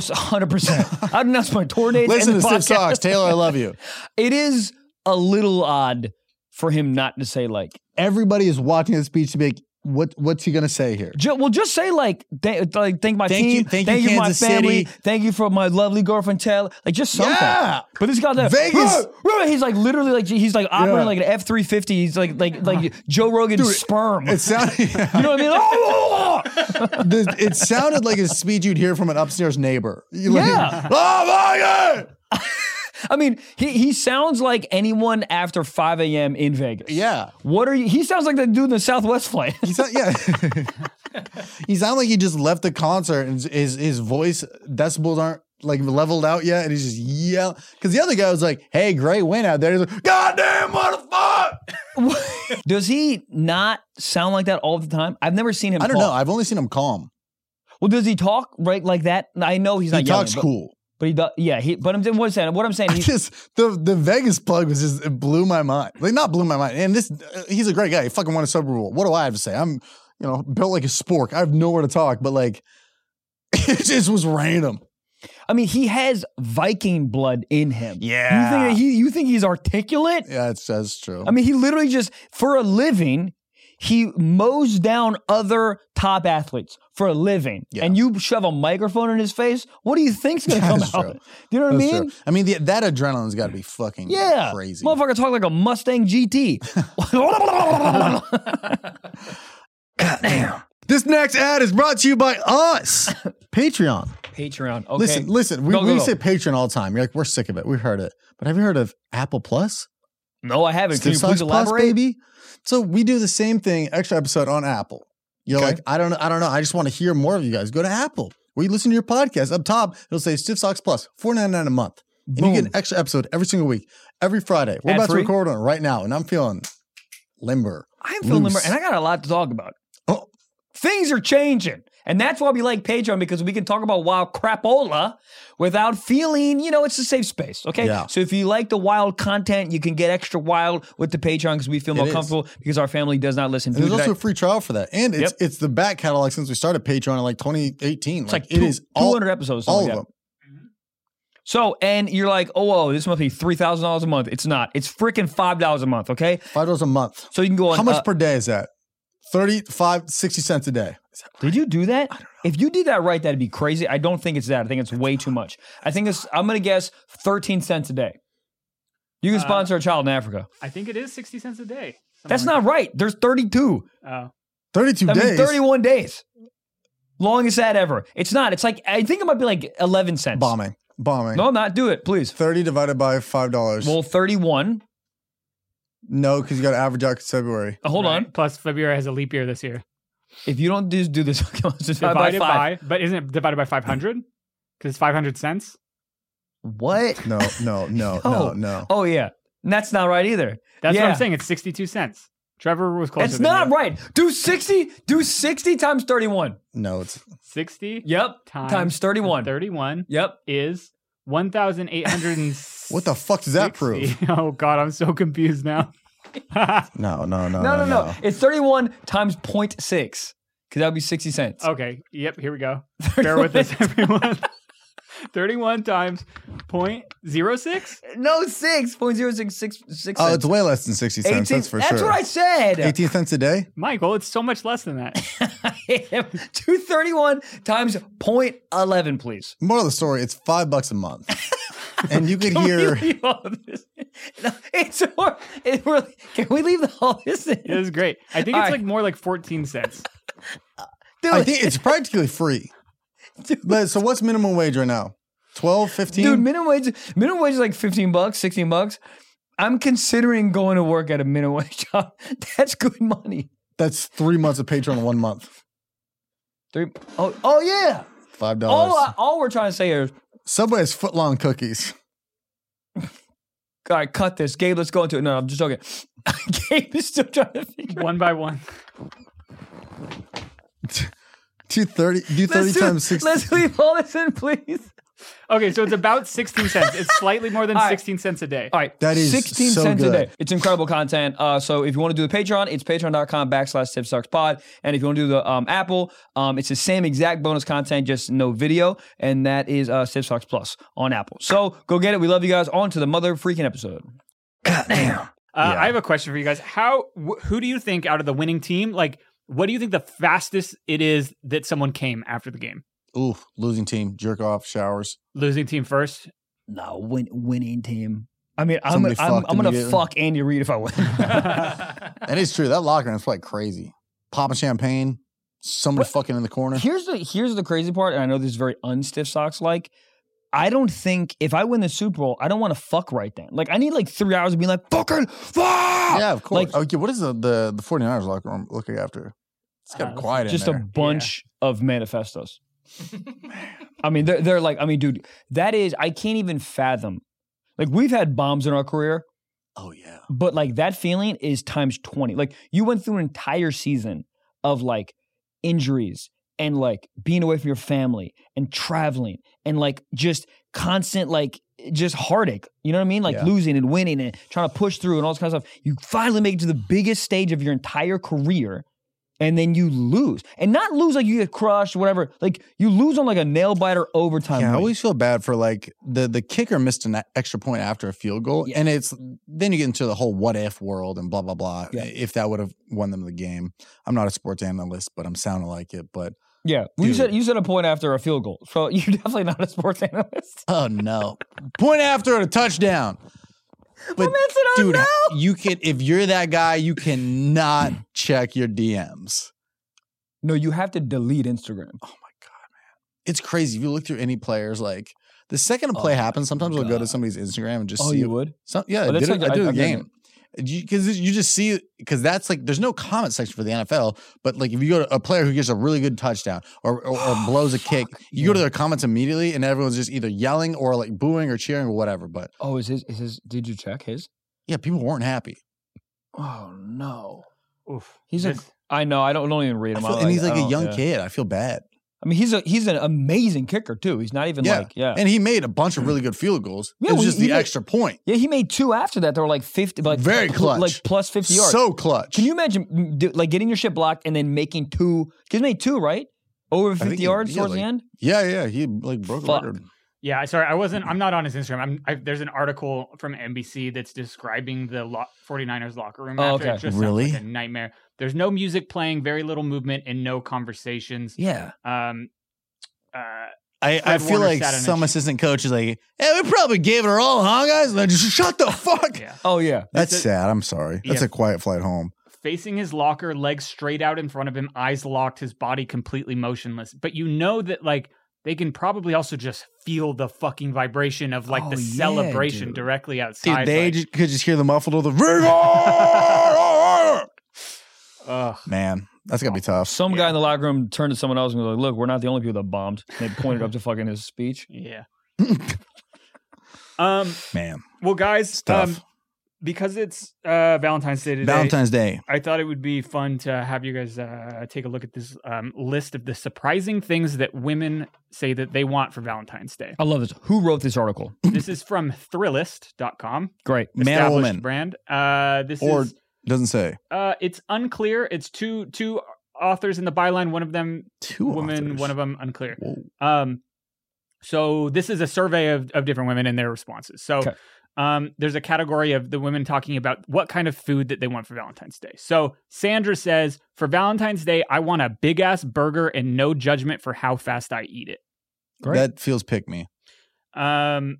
Speaker 2: Hundred percent. I'd announce my tour dates.
Speaker 1: Listen to
Speaker 2: and the
Speaker 1: Steve
Speaker 2: podcast.
Speaker 1: Socks, Taylor. I love you.
Speaker 2: It is a little odd for him not to say like,
Speaker 1: Everybody is watching this speech to be like, what, what's he gonna say here?
Speaker 2: ju- well, just say like, th- like thank my
Speaker 1: Thank
Speaker 2: team,
Speaker 1: you- thank you,
Speaker 2: my
Speaker 1: Kansas
Speaker 2: family,
Speaker 1: City.
Speaker 2: thank you for my lovely girlfriend Taylor, like just something.
Speaker 1: Yeah.
Speaker 2: But this guy there,
Speaker 1: Vegas-
Speaker 2: "Ruh, ruh," he's like literally like he's like operating
Speaker 1: Yeah.
Speaker 2: like an F three fifty. He's like like like Joe Rogan's sperm.
Speaker 1: It sounded,
Speaker 2: you know what I mean? Like, "Oh, oh, oh."
Speaker 1: the- it sounded like a speech you'd hear from an upstairs neighbor. You're like,
Speaker 2: Yeah.
Speaker 1: oh my god!
Speaker 2: I mean, he he sounds like anyone after five a.m. in Vegas.
Speaker 1: Yeah.
Speaker 2: What are you? He sounds like the dude in the Southwest flight.
Speaker 1: He sound, yeah. he sounded like he just left the concert and his his voice decibels aren't like leveled out yet, and he's just yell. Because the other guy was like, "Hey, great win out there." He's like, "Goddamn motherfucker!"
Speaker 2: Does he not sound like that all the time? I've never seen him.
Speaker 1: I don't
Speaker 2: talk.
Speaker 1: know. I've only seen him calm.
Speaker 2: Well, does he talk right like that? I know he's
Speaker 1: He
Speaker 2: not yelling,
Speaker 1: talks
Speaker 2: but,
Speaker 1: cool.
Speaker 2: but he does. Yeah, he. But I'm what I'm saying. What I'm saying.
Speaker 1: I
Speaker 2: He,
Speaker 1: just the the Vegas plug was just it blew my mind. Like not blew my mind. And this uh, he's a great guy. He fucking won a Super Bowl. What do I have to say? I'm you know built like a spork. I have nowhere to talk. But like it just was random.
Speaker 2: I mean, he has Viking blood in him.
Speaker 1: Yeah.
Speaker 2: You think that he? You think he's articulate?
Speaker 1: Yeah, that's that's true.
Speaker 2: I mean, he literally just for a living. He mows down other top athletes for a living,
Speaker 1: Yeah.
Speaker 2: and you shove a microphone in his face. What do you think's going to
Speaker 1: That
Speaker 2: come
Speaker 1: is
Speaker 2: out?
Speaker 1: true.
Speaker 2: Do you know what I
Speaker 1: That's
Speaker 2: mean?
Speaker 1: true. I mean, the, that adrenaline's got to be fucking
Speaker 2: Yeah,
Speaker 1: crazy.
Speaker 2: Motherfucker talk like a Mustang GT.
Speaker 1: This next ad is brought to you by us, Patreon.
Speaker 2: Patreon. Okay.
Speaker 1: Listen, listen. We,
Speaker 2: Go, go,
Speaker 1: we
Speaker 2: go.
Speaker 1: say Patreon all the time. You're like, we're sick of it. We've heard it. But have you heard of Apple Plus?
Speaker 2: No, I haven't. Can
Speaker 1: Steve
Speaker 2: you please
Speaker 1: Socks Plus,
Speaker 2: elaborate?
Speaker 1: baby. So we do the same thing, extra episode on Apple. You're
Speaker 2: Okay.
Speaker 1: like, I don't know, I don't know. I just want to hear more of you guys. Go to Apple. Where you listen to your podcast up top, it'll say Stiff Socks Plus, four ninety nine a month. And you get an extra episode every single week, every Friday. We're about
Speaker 2: Ad-free?
Speaker 1: to record on it right now, and I'm feeling limber.
Speaker 2: I'm feeling
Speaker 1: Loose.
Speaker 2: limber, and I got a lot to talk about.
Speaker 1: Oh.
Speaker 2: Things are changing. And that's why we like Patreon because we can talk about wild crapola without feeling, you know, it's a safe space. Okay.
Speaker 1: Yeah.
Speaker 2: So if you like the wild content, you can get extra wild with the Patreon because we feel more
Speaker 1: is.
Speaker 2: comfortable because our family does not listen to
Speaker 1: And there's also a
Speaker 2: it.
Speaker 1: free trial for that. And it's
Speaker 2: Yep.
Speaker 1: it's the back catalog since we started Patreon in like 2018.
Speaker 2: It's like,
Speaker 1: it is all,
Speaker 2: 200 episodes. something
Speaker 1: all
Speaker 2: like
Speaker 1: of
Speaker 2: that.
Speaker 1: them.
Speaker 2: So, and you're like, oh, whoa, this must be $3,000 a month. It's not. It's freaking $5 a month. Okay.
Speaker 1: Five dollars a month.
Speaker 2: So you can go on.
Speaker 1: How much
Speaker 2: uh,
Speaker 1: per day is that? 35, 60 cents a day.
Speaker 2: Did you do that? If you did that right, that'd be crazy. I don't think it's that. I think it's way too much. I think it's, I'm going to guess 13 cents a day. You
Speaker 3: Uh,
Speaker 2: can sponsor a child in Africa.
Speaker 3: I think it is sixty cents a day. Something
Speaker 2: That's
Speaker 3: like
Speaker 2: not right. There's 32.
Speaker 3: that. Oh.
Speaker 1: 32
Speaker 2: I
Speaker 1: days.
Speaker 2: mean, 31 days. Longest ad ever. It's not. It's like, I think it might be like 11 cents.
Speaker 1: bombing. Bombing.
Speaker 2: No, I'm not. Do it, please.
Speaker 1: 30 divided by five dollars.
Speaker 2: Well, 31.
Speaker 1: no, because you got to average out 'cause February.
Speaker 2: Uh, Hold
Speaker 3: Right.
Speaker 2: on.
Speaker 3: Plus, February has a leap year this year.
Speaker 2: If you don't just do this, let's just divide by
Speaker 3: Divided
Speaker 2: five.
Speaker 3: by, but isn't it divided by five hundred? Because it's five hundred cents.
Speaker 2: What?
Speaker 1: No, no, no,
Speaker 2: No.
Speaker 1: no, no.
Speaker 2: Oh, yeah. And that's not right either.
Speaker 3: That's
Speaker 2: Yeah.
Speaker 3: what I'm saying. It's sixty-two cents. Trevor was closer.
Speaker 2: That's
Speaker 3: than
Speaker 2: not
Speaker 3: you.
Speaker 2: right. Do 60. Do 60 times 31.
Speaker 1: No, it's
Speaker 3: Sixty
Speaker 2: Yep. Times, 31.
Speaker 3: Thirty-one
Speaker 2: Yep.
Speaker 3: is 1,860.
Speaker 1: What the fuck does that prove?
Speaker 3: Oh, God, I'm so confused now.
Speaker 1: No, no, Oh, no,
Speaker 2: No, no, no. It's 31 times 0.6 because that would be 60 cents.
Speaker 3: Okay. Yep. Here we go. Bear with us, everyone. 31 times 0.06?
Speaker 2: No, 6, 0.0666
Speaker 1: Oh,
Speaker 2: cents.
Speaker 1: it's way less than sixty cents.
Speaker 2: 18
Speaker 1: that's for
Speaker 2: that's
Speaker 1: sure.
Speaker 2: what I said.
Speaker 1: Eighteen cents a day.
Speaker 3: Michael, it's so much less than that.
Speaker 2: 231 times 0.11, please.
Speaker 1: More of the story. It's five bucks a month, and you could hear.
Speaker 2: Leave all of this. No, it's more, it really, can we leave the, all this in?
Speaker 3: It was great. I think
Speaker 2: All
Speaker 3: it's
Speaker 2: right.
Speaker 3: like more like 14 cents.
Speaker 2: Dude,
Speaker 1: I think it's practically free. But so what's minimum wage right now? 12, 15?
Speaker 2: dude, minimum wage, minimum wage is like 15 bucks, 16 bucks. I'm considering going to work at a minimum wage job. That's good money.
Speaker 1: That's three months of Patreon in one month.
Speaker 2: Three, oh, oh yeah.
Speaker 1: Five dollars.
Speaker 2: All, I- all we're trying to say is,
Speaker 1: Subway has foot long cookies.
Speaker 2: all right, cut this. Gabe, let's go into it. No, I'm just joking. Gabe is still trying to figure
Speaker 3: One by one.
Speaker 1: Two thirty do thirty
Speaker 2: Let's do-
Speaker 1: times six.
Speaker 2: Let's leave all this in, please.
Speaker 3: Okay. So it's about 16 cents. It's slightly more than
Speaker 2: All right.
Speaker 3: 16 cents a day.
Speaker 2: All right.
Speaker 1: That is
Speaker 2: 16
Speaker 1: so
Speaker 2: cents
Speaker 1: good.
Speaker 2: a day. It's incredible content. Uh, so if you want to do the Patreon, it's patreon.com backslash tipsuckspod. And if you want to do the um, Apple, um, it's the same exact bonus content, just no video. And that is uh, Tipsucks Plus on Apple. So go get it. We love you guys. On to the mother freaking episode.
Speaker 3: Uh, I have a question for you guys. How, wh- who do you think out of the winning team, like, what do you think the fastest it is that someone came after the game?
Speaker 1: Ooh, losing team, jerk off, showers.
Speaker 3: Losing team first?
Speaker 2: No, win, winning team. I mean, I'm,
Speaker 1: Somebody
Speaker 2: gonna- I'm,
Speaker 1: fucked
Speaker 2: I'm
Speaker 1: him
Speaker 2: going to
Speaker 1: immediately.
Speaker 2: fuck Andy Reid if I win.
Speaker 1: That is true. That locker room is like crazy. Popping champagne, somebody fucking in the corner.
Speaker 2: Here's the here's the crazy part, and I know this is very unstiff socks like. I don't think if I win the Super Bowl, I don't want to fuck right then. Like I need like three hours of being like fucking fuck.
Speaker 1: Yeah, of course.
Speaker 2: Like
Speaker 1: okay, what is the, the the 49ers locker room looking after? It's got
Speaker 3: Uh,
Speaker 1: quiet in
Speaker 2: just a
Speaker 1: there.
Speaker 2: bunch of manifestos. I mean, they're they're like, I mean, dude, that is I can't even fathom. Like we've had bombs in our career,
Speaker 1: oh yeah.
Speaker 2: but like that feeling is times 20 like you went through an entire season of like injuries and like being away from your family and traveling and like just constant like just heartache you know what i mean like
Speaker 1: Yeah.
Speaker 2: losing and winning and trying to push through and all this kind of stuff you finally make it to the biggest stage of your entire career and then you lose and not lose like you get crushed whatever like you lose on like a nail biter overtime
Speaker 1: Yeah, I
Speaker 2: win.
Speaker 1: always feel bad for like the the kicker missed an e, extra point after a field goal,
Speaker 2: Yeah.
Speaker 1: and it's mm, then you get into the whole what if world and blah blah blah.
Speaker 2: Yeah.
Speaker 1: If that would have won them the game, I'm not a sports analyst, but I'm sounding like it. But
Speaker 2: yeah you
Speaker 1: Dude.
Speaker 2: said you said a point after a field goal so you're definitely not a sports analyst
Speaker 1: oh no, point after and a touchdown. But
Speaker 2: Manson, oh
Speaker 1: dude,
Speaker 2: no!
Speaker 1: you can if you're that guy, you cannot check your DMs.
Speaker 2: No, you have to delete Instagram.
Speaker 1: It's crazy. If you look through any players, like the second a play
Speaker 2: Oh
Speaker 1: happens, sometimes I'll go to
Speaker 2: God.
Speaker 1: somebody's Instagram and just
Speaker 2: Oh,
Speaker 1: see
Speaker 2: you would?
Speaker 1: Some, yeah,
Speaker 2: Oh,
Speaker 1: I
Speaker 2: that's
Speaker 1: did it,
Speaker 2: like-
Speaker 1: I did
Speaker 2: I-
Speaker 1: the
Speaker 2: I've done
Speaker 1: game. Because you just see, because that's like, there's no comment section for the NFL, but like if you go to a player who gets a really good touchdown or, or,
Speaker 2: Oh,
Speaker 1: or blows a kick, you go to their comments immediately and everyone's just either yelling or like booing or cheering or whatever. But
Speaker 2: Oh, is his? Is his? Did you check his?
Speaker 1: yeah, people weren't happy.
Speaker 2: Oh no.
Speaker 3: Oof.
Speaker 2: He's a.
Speaker 3: This-
Speaker 2: I know. I don't, don't even read
Speaker 1: I
Speaker 2: him.
Speaker 1: feel-
Speaker 2: I
Speaker 1: and he's
Speaker 2: I
Speaker 1: like a
Speaker 2: don't-
Speaker 1: young
Speaker 2: yeah.
Speaker 1: kid. I feel bad.
Speaker 2: I mean, he's a he's an amazing kicker too. He's not even
Speaker 1: Yeah.
Speaker 2: like yeah. Mm.
Speaker 1: And he made a bunch of really good field goals.
Speaker 2: Yeah,
Speaker 1: it was
Speaker 2: well,
Speaker 1: just
Speaker 2: he
Speaker 1: the
Speaker 2: made-
Speaker 1: extra point.
Speaker 2: yeah, he made two after that. They were like fifty, like
Speaker 1: Very clutch.
Speaker 2: like plus fifty yards.
Speaker 1: So clutch.
Speaker 2: Can you imagine mm, do- like getting your shit blocked and then making two? Because made two right over
Speaker 1: think
Speaker 2: fifty
Speaker 1: he-
Speaker 2: yards
Speaker 1: yeah,
Speaker 2: towards the
Speaker 1: like-
Speaker 2: end.
Speaker 1: Yeah, yeah. He like broke
Speaker 2: Fuck.
Speaker 1: a record.
Speaker 3: Yeah, I- sorry, I wasn't. I'm not on his Instagram. I'm, I, there's an article from NBC that's describing the lo- 49ers locker room.
Speaker 2: Oh,
Speaker 3: after. It
Speaker 2: okay.
Speaker 3: just sounds like
Speaker 1: Really?
Speaker 3: a nightmare. There's no music playing, very little movement, and no conversations.
Speaker 2: Yeah.
Speaker 3: Um, uh,
Speaker 1: I, I
Speaker 3: Fred
Speaker 1: feel
Speaker 3: Warner
Speaker 1: like
Speaker 3: sat on a
Speaker 1: some
Speaker 3: ch-
Speaker 1: assistant coach is like, "Hey, we probably gave it our all, huh, guys?" And they're just shut the fuck.
Speaker 3: yeah.
Speaker 2: Oh yeah.
Speaker 1: That's
Speaker 3: It's a-
Speaker 1: sad. I'm sorry. That's
Speaker 3: Yeah.
Speaker 1: a quiet flight home.
Speaker 3: Facing his locker, legs straight out in front of him, eyes locked, his body completely motionless. But you know that, like, they can probably also just feel the fucking vibration of, like,
Speaker 2: Oh,
Speaker 3: the
Speaker 2: yeah,
Speaker 3: celebration
Speaker 2: dude.
Speaker 3: direcally
Speaker 1: Dude,
Speaker 3: outside.
Speaker 1: they
Speaker 3: like,
Speaker 1: ju- could just hear the muffled of the "Vigor!"
Speaker 3: ugh.
Speaker 1: man. That's gotta be tough.
Speaker 2: Some guy in the locker room turned to someone else and was like, "Look, we're not the only people that bombed." And they pointed up to fucking his speech.
Speaker 3: Yeah. um,
Speaker 1: man,
Speaker 3: Well, guys,
Speaker 1: tough.
Speaker 3: um, because it's uh, Valentine's Day today.
Speaker 1: Valentine's Day.
Speaker 3: I thought it would be fun to have you guys uh, take a look at this um, list of the surprising things that women say that they want for Valentine's Day.
Speaker 2: I love this. Who wrote this article?
Speaker 3: this is from Thrillist.com,
Speaker 2: Great.
Speaker 1: Man or
Speaker 3: established
Speaker 1: woman?
Speaker 3: brand. Uh, this
Speaker 1: Or-
Speaker 3: is
Speaker 1: Doesn't say.
Speaker 3: uh, it's unclear. It's two two authors in the byline. One of them
Speaker 1: Two
Speaker 3: woman,
Speaker 1: authors.
Speaker 3: one of them unclear.
Speaker 1: Whoa.
Speaker 3: Um, so this is a survey of, of different women and their responses. So
Speaker 2: Okay.
Speaker 3: um, there's a category of the women talking about what kind of food that they want for Valentine's Day. So Sandra says, for Valentine's Day, I want a big ass burger and no judgment for how fast I eat it.
Speaker 2: Great.
Speaker 1: That feels pick me.
Speaker 3: Um,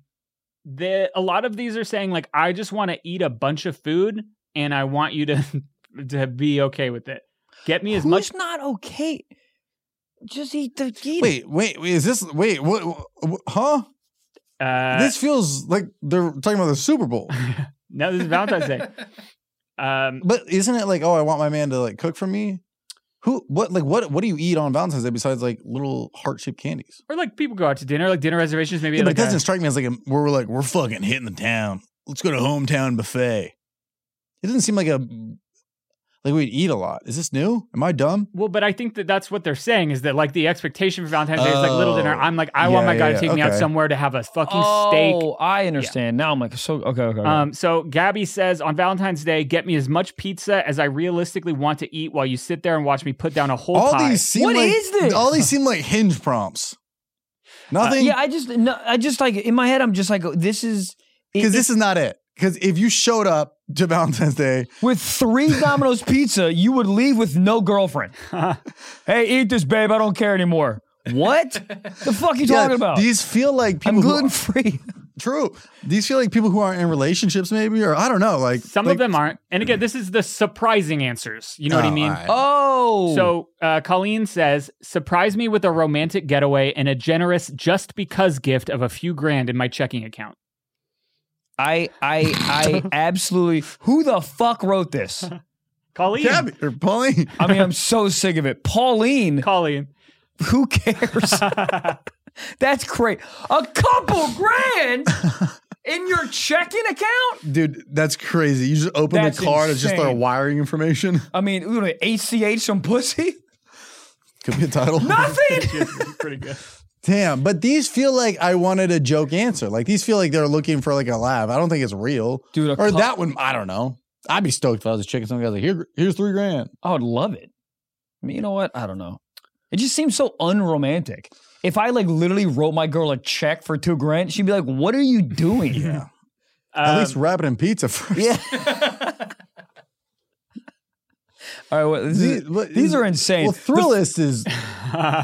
Speaker 3: the a lot of these are saying like, I just want to eat a bunch of food and I want you to to be okay with it. Get me as
Speaker 2: Who's
Speaker 3: much.
Speaker 2: not okay? Just eat the eat. it.
Speaker 1: Wait, wait, wait, is this wait, what, what huh?
Speaker 3: Uh,
Speaker 1: this feels like they're talking about the Super Bowl.
Speaker 3: no, this is Valentine's Day. Um,
Speaker 1: But isn't it like, oh, I want my man to like cook for me? Who what like what what do you eat on Valentine's Day besides like little heart shaped candies?
Speaker 3: or like people go out to dinner, like dinner reservations, maybe
Speaker 1: Yeah, but
Speaker 3: like
Speaker 1: it doesn't
Speaker 3: a-
Speaker 1: strike me as like a, where we're like, we're fucking hitting the town. Let's go to hometown buffet. It doesn't seem like a like we'd eat a lot. Is this new? Am I dumb?
Speaker 3: Well, but I think that that's what they're saying is that like the expectation for Valentine's Day is like little dinner.
Speaker 1: Oh.
Speaker 3: I'm like, I
Speaker 1: Yeah,
Speaker 3: want my guy
Speaker 1: yeah,
Speaker 3: to take
Speaker 1: yeah.
Speaker 3: me out
Speaker 1: Okay.
Speaker 3: somewhere to have a fucking steak.
Speaker 2: Oh, I understand. Now I'm like, so okay, okay. okay.
Speaker 3: Um, so Gabby says on Valentine's Day, get me as much pizza as I realistically want to eat while you sit there and watch me put down a whole
Speaker 1: all
Speaker 3: pie.
Speaker 1: these seem
Speaker 2: What
Speaker 1: like
Speaker 2: is this? Uh,
Speaker 1: all these seem like hinge prompts. Nothing
Speaker 2: yeah, I just, no, I just like in my head, I'm just like, this is it-
Speaker 1: because this is not it. Because if you showed up to Valentine's Day,
Speaker 2: with three Domino's pizza, you would leave with no girlfriend. hey, eat this, babe. I don't care anymore. What the fuck you
Speaker 1: yeah,
Speaker 2: talking about?
Speaker 1: these feel like people
Speaker 2: I'm
Speaker 1: who-
Speaker 2: gluten free.
Speaker 1: True. These feel like people who aren't in relationships, maybe, or I don't know. Like
Speaker 3: Some
Speaker 1: like,
Speaker 3: of them aren't. And again, this is the surprising answers. You know what I
Speaker 1: Oh,
Speaker 3: mean?
Speaker 1: all right.
Speaker 2: Oh,
Speaker 3: So uh, Colleen says, surprise me with a romantic getaway and a generous just because gift of a few grand in my checking account.
Speaker 2: I, I, I absolutely. Who the fuck wrote this?
Speaker 3: Colleen.
Speaker 1: Gabby or Pauline.
Speaker 2: I mean, I'm so sick of it. Pauline,
Speaker 3: Colleen.
Speaker 2: who cares? That's great. A couple grand in your checking account?
Speaker 1: Dude, that's crazy. You just open
Speaker 2: That's
Speaker 1: the card, it's just their
Speaker 2: insane.
Speaker 1: wiring information.
Speaker 2: I mean, you know, ACH some pussy?
Speaker 1: Could be a title.
Speaker 2: Nothing.
Speaker 3: pretty good.
Speaker 1: Damn. But these feel like I wanted a joke answer. Like these feel like they're looking for like a laugh. I don't think it's real.
Speaker 2: Dude, a
Speaker 1: or
Speaker 2: cou-
Speaker 1: that one, I don't know. I'd be stoked if I was a chicken. Some guy's like, Here, here's three grand.
Speaker 2: I would love it. I mean, you know what? I don't know. It just seems so unromantic. If I like literally wrote my girl a check for two grand, she'd be like, "What are you doing?" Yeah.
Speaker 1: At
Speaker 3: Um,
Speaker 1: least wrap it in pizza first.
Speaker 2: Yeah. All right. Well, this is-
Speaker 1: These, but-
Speaker 2: these are insane.
Speaker 1: Well, Thrillist is,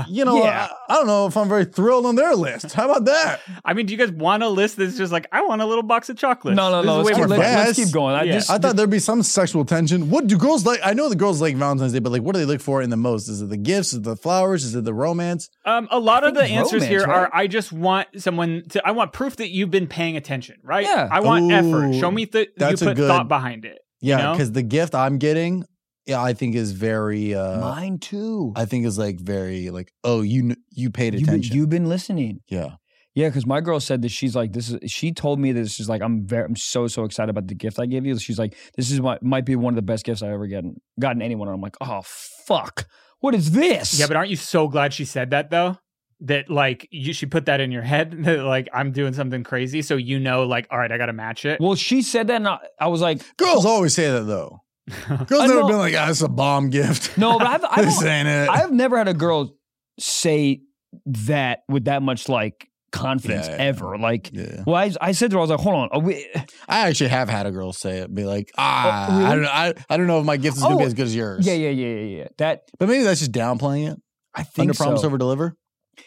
Speaker 1: you know,
Speaker 2: Yeah.
Speaker 1: I, I don't know if I'm very thrilled on their list. How about that?
Speaker 3: um, I mean, do you guys want a list that's just like, I want a little box of chocolates?
Speaker 2: no, no,
Speaker 3: This
Speaker 2: no. Let's
Speaker 3: is way
Speaker 2: keep,
Speaker 1: more
Speaker 3: more
Speaker 2: let's, let's
Speaker 1: fun.
Speaker 2: keep going. I
Speaker 3: Yeah.
Speaker 2: just
Speaker 1: I thought there'd be some sexual tension. What do girls like? I know the girls like Valentine's Day, but like, what are they look for in the most? Is it the gifts? Is it the flowers? Is it the romance?
Speaker 3: Um, a lot of the
Speaker 2: think
Speaker 3: answers
Speaker 2: romance,
Speaker 3: here
Speaker 2: right?
Speaker 3: are I just want someone to, I want proof that you've been paying attention, right?
Speaker 2: Yeah.
Speaker 3: I want
Speaker 1: Ooh,
Speaker 3: effort. Show me that you
Speaker 1: that's a
Speaker 3: put
Speaker 1: good-
Speaker 3: thought behind it.
Speaker 1: Yeah,
Speaker 3: know?
Speaker 1: because the gift I'm getting, yeah, I think is very. uh
Speaker 2: mine too.
Speaker 1: I think is like very like, oh, you kn- you paid
Speaker 2: You've been,
Speaker 1: attention.
Speaker 2: you've been listening.
Speaker 1: yeah,
Speaker 2: Yeah, because my girl said that she's like, this is. She told me this. She's like, I'm very, I'm so so excited about the gift I gave you. She's like, this is what might be one of the best gifts I've ever gotten gotten anyone. And I'm like, oh fuck, what is this?
Speaker 3: Yeah, but aren't you so glad she said that though? That like you she put that in your head that like I'm doing something crazy, so you know, like, all right, I gotta match it.
Speaker 2: well, she said that, and I, I was like,
Speaker 1: girls always say that though. Girls
Speaker 2: I
Speaker 1: never
Speaker 2: know.
Speaker 1: been like, ah, it's a bomb gift.
Speaker 2: no, but I've I've,
Speaker 1: this ain't it.
Speaker 2: I've never had a girl say that with that much like confidence
Speaker 1: Yeah.
Speaker 2: ever. Like,
Speaker 1: yeah,
Speaker 2: well, I, I said to her, I was like, hold on, are we,
Speaker 1: I actually have had a girl say it, be like, ah,
Speaker 2: really?
Speaker 1: I don't know, I, I don't know if my gift is gonna be
Speaker 2: Oh,
Speaker 1: as good as yours.
Speaker 2: yeah, yeah, yeah, yeah, yeah. That
Speaker 1: But maybe that's just downplaying it.
Speaker 2: I think
Speaker 1: Under promise,
Speaker 2: so.
Speaker 1: over deliver.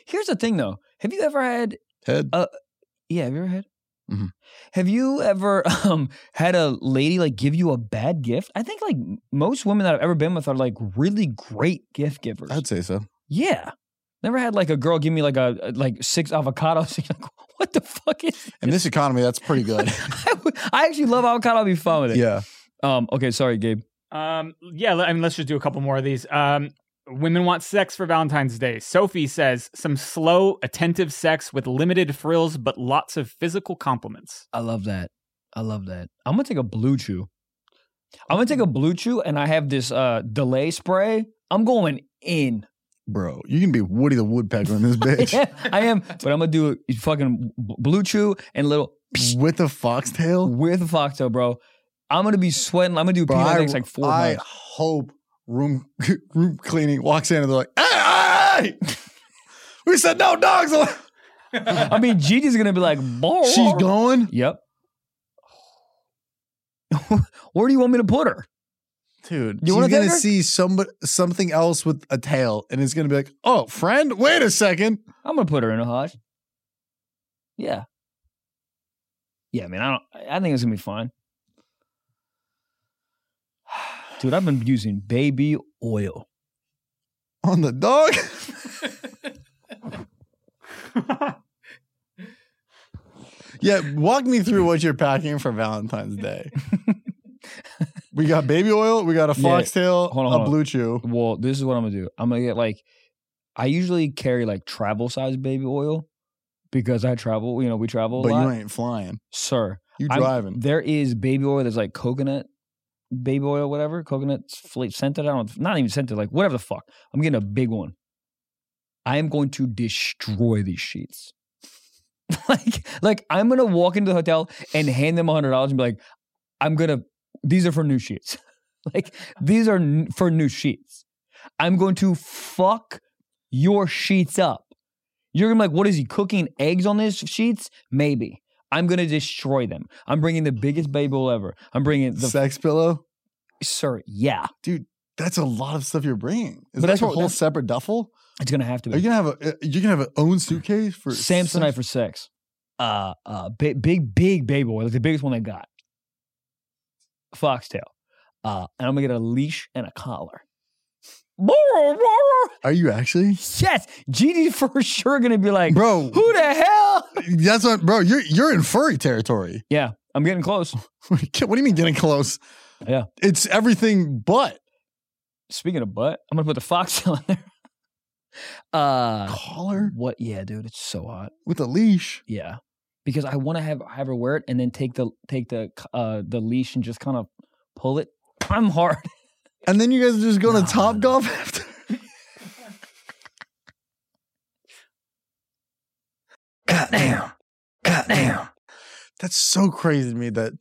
Speaker 2: Here's the thing, though. Have you ever had
Speaker 1: Ted,
Speaker 2: Yeah, have you ever had?
Speaker 1: Mhm.
Speaker 2: Have you ever um, had a lady like give you a bad gift? I think like m- most women that I've ever been with are like really great gift givers.
Speaker 1: I'd say so.
Speaker 2: yeah, never had like a girl give me like a a- like six avocados. You're like, what the fuck is?
Speaker 1: In this economy, that's pretty good.
Speaker 2: I, would- I actually love avocado. I'll be fine with it.
Speaker 1: yeah.
Speaker 2: Um. Okay. Sorry, Gabe.
Speaker 3: Um, yeah, le- I mean, let's just do a couple more of these. Um, women want sex for Valentine's Day. Sophie says some slow, attentive sex with limited frills, but lots of physical compliments.
Speaker 2: I love that. I love that. I'm gonna take a blue chew. I'm gonna take a blue chew, and I have this uh delay spray. I'm going in.
Speaker 1: Bro, you can be Woody the Woodpecker in this bitch.
Speaker 2: Yeah, I am, but I'm gonna do a fucking b- blue chew and little
Speaker 1: With a foxtail?
Speaker 2: with a foxtail, bro. I'm gonna be sweating. I'm gonna do
Speaker 1: Bro,
Speaker 2: pee in the
Speaker 1: I,
Speaker 2: next like four
Speaker 1: I
Speaker 2: months.
Speaker 1: hope room room cleaning walks in and they're like, hey, hey, hey! we said no dogs. allowed."
Speaker 2: I mean, Gigi's gonna be like, "Boy."
Speaker 1: She's going?
Speaker 2: Yep. Where do you want me to put her?
Speaker 1: Dude,
Speaker 2: You
Speaker 1: you
Speaker 2: wanna
Speaker 1: are going
Speaker 2: take
Speaker 1: to
Speaker 2: her?
Speaker 1: see somebody, something else with a tail and it's going to be like, oh, friend, wait a second.
Speaker 2: I'm gonna put her in a hodge. Yeah. Yeah, man. I don't. I think it's gonna be fine. Dude, I've been using baby oil.
Speaker 1: On the dog? yeah, walk me through what you're packing for Valentine's Day. we got baby oil, we got a
Speaker 2: Yeah.
Speaker 1: foxtail,
Speaker 2: Hold on,
Speaker 1: a
Speaker 2: hold on.
Speaker 1: blue chew.
Speaker 2: Well, this is what I'm gonna do. I'm gonna get like, I usually carry like travel size baby oil because I travel. You know, we travel a
Speaker 1: But
Speaker 2: lot,
Speaker 1: you ain't flying.
Speaker 2: sir.
Speaker 1: You
Speaker 2: I'm-
Speaker 1: driving.
Speaker 2: There is baby oil that's like coconut baby oil, whatever, coconut fla- scented. I don't, not even scented, like whatever the fuck. I'm getting a big one. I am going to destroy these sheets. like, like I'm gonna walk into the hotel and hand them hundred dollars and be like, I'm gonna. These are for new sheets. like these are n- for new sheets. I'm going to fuck your sheets up. You're gonna be like, what is he cooking eggs on these sheets? Maybe. I'm gonna destroy them. I'm bringing the biggest baby oil ever. I'm bringing the
Speaker 1: Sex pillow?
Speaker 2: sir. Yeah,
Speaker 1: That's a lot of stuff you're bringing. Is
Speaker 2: But
Speaker 1: that
Speaker 2: that's
Speaker 1: a
Speaker 2: what-
Speaker 1: whole
Speaker 2: that's-
Speaker 1: separate duffel?
Speaker 2: it's gonna have to
Speaker 1: Are you
Speaker 2: be
Speaker 1: gonna have a uh, you're gonna have an own suitcase for
Speaker 2: Samsonite for sex. Uh, uh, big, big, big baby oil. Like the biggest one they got. Foxtail. Uh, and I'm gonna get a leash and a collar.
Speaker 1: Are you actually?
Speaker 2: Yes, Gigi's for sure gonna be like,
Speaker 1: Bro,
Speaker 2: who the hell?
Speaker 1: that's what bro, you're you're in furry territory.
Speaker 2: Yeah, I'm getting close.
Speaker 1: what do you mean getting close?
Speaker 2: Yeah.
Speaker 1: It's everything but
Speaker 2: Speaking of butt, I'm gonna put the foxtail in there. Uh,
Speaker 1: collar
Speaker 2: what? Yeah, dude, it's so hot.
Speaker 1: with a leash.
Speaker 2: Yeah, because I want to have have her wear it and then take the take the c- uh the leash and just kind of pull it. I'm hard.
Speaker 1: And then you guys are just going
Speaker 2: No,
Speaker 1: to Top
Speaker 2: no.
Speaker 1: Golf after. God damn. God damn. That's so crazy to me that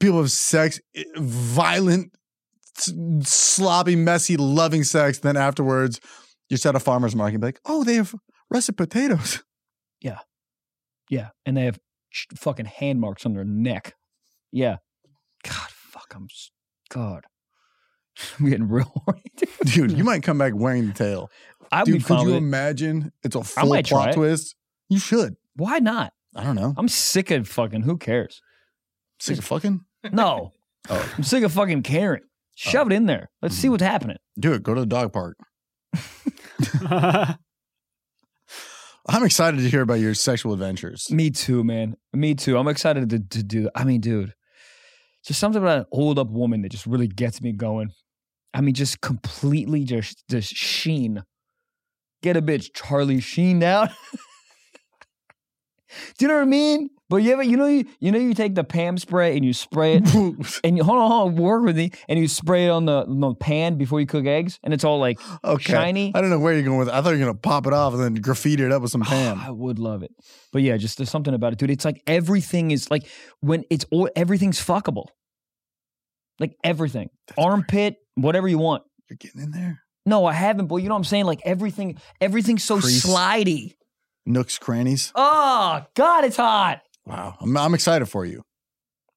Speaker 1: people have sex, i- violent, s- sloppy, messy, loving sex. Then afterwards, you're at a farmer's market and be like, oh, they have russet potatoes.
Speaker 2: Yeah, and they have sh- fucking hand marks on their neck. Yeah. God, fuck. I'm. s- God. I'm getting real horny. dude.
Speaker 1: Dude, you might come back wearing the tail.
Speaker 2: I'd be
Speaker 1: Dude,
Speaker 2: fine
Speaker 1: could you
Speaker 2: with it.
Speaker 1: imagine? It's a full
Speaker 2: might try
Speaker 1: plot
Speaker 2: it.
Speaker 1: twist. You should.
Speaker 2: Why not?
Speaker 1: I don't know.
Speaker 2: I'm sick of fucking. Who cares?
Speaker 1: Sick of fucking.
Speaker 2: No.
Speaker 1: Oh.
Speaker 2: I'm sick of fucking caring. Shove it in there. Let's see what's happening.
Speaker 1: Do it. Go to the dog park. I'm excited to hear about your sexual adventures.
Speaker 2: Me too, man. Me too. I'm excited to, to do that. I mean, dude, just something about an old up woman that just really gets me going. I mean, just completely just just sheen. Get a bitch Charlie Sheen out. do you know what I mean? But you ever, you know, you, you know, you take the Pam spray and you spray it, and you hold on, hold on, work with me, and you spray it on the, on the pan before you cook eggs, and it's all like
Speaker 1: okay.
Speaker 2: shiny.
Speaker 1: I don't know where you're going with it. I thought you were going to pop it off and then graffiti it up with some
Speaker 2: I
Speaker 1: Pam.
Speaker 2: would love it. But yeah, just there's something about it, dude. It's like everything is like when it's all everything's fuckable. Like everything. Armpit, whatever you want.
Speaker 1: You're getting in there.
Speaker 2: No, I haven't, but you know what I'm saying? Like everything, everything's so
Speaker 1: Crease.
Speaker 2: slidey.
Speaker 1: Nooks, crannies.
Speaker 2: Oh, God, it's hot.
Speaker 1: Wow. I'm, I'm excited for you.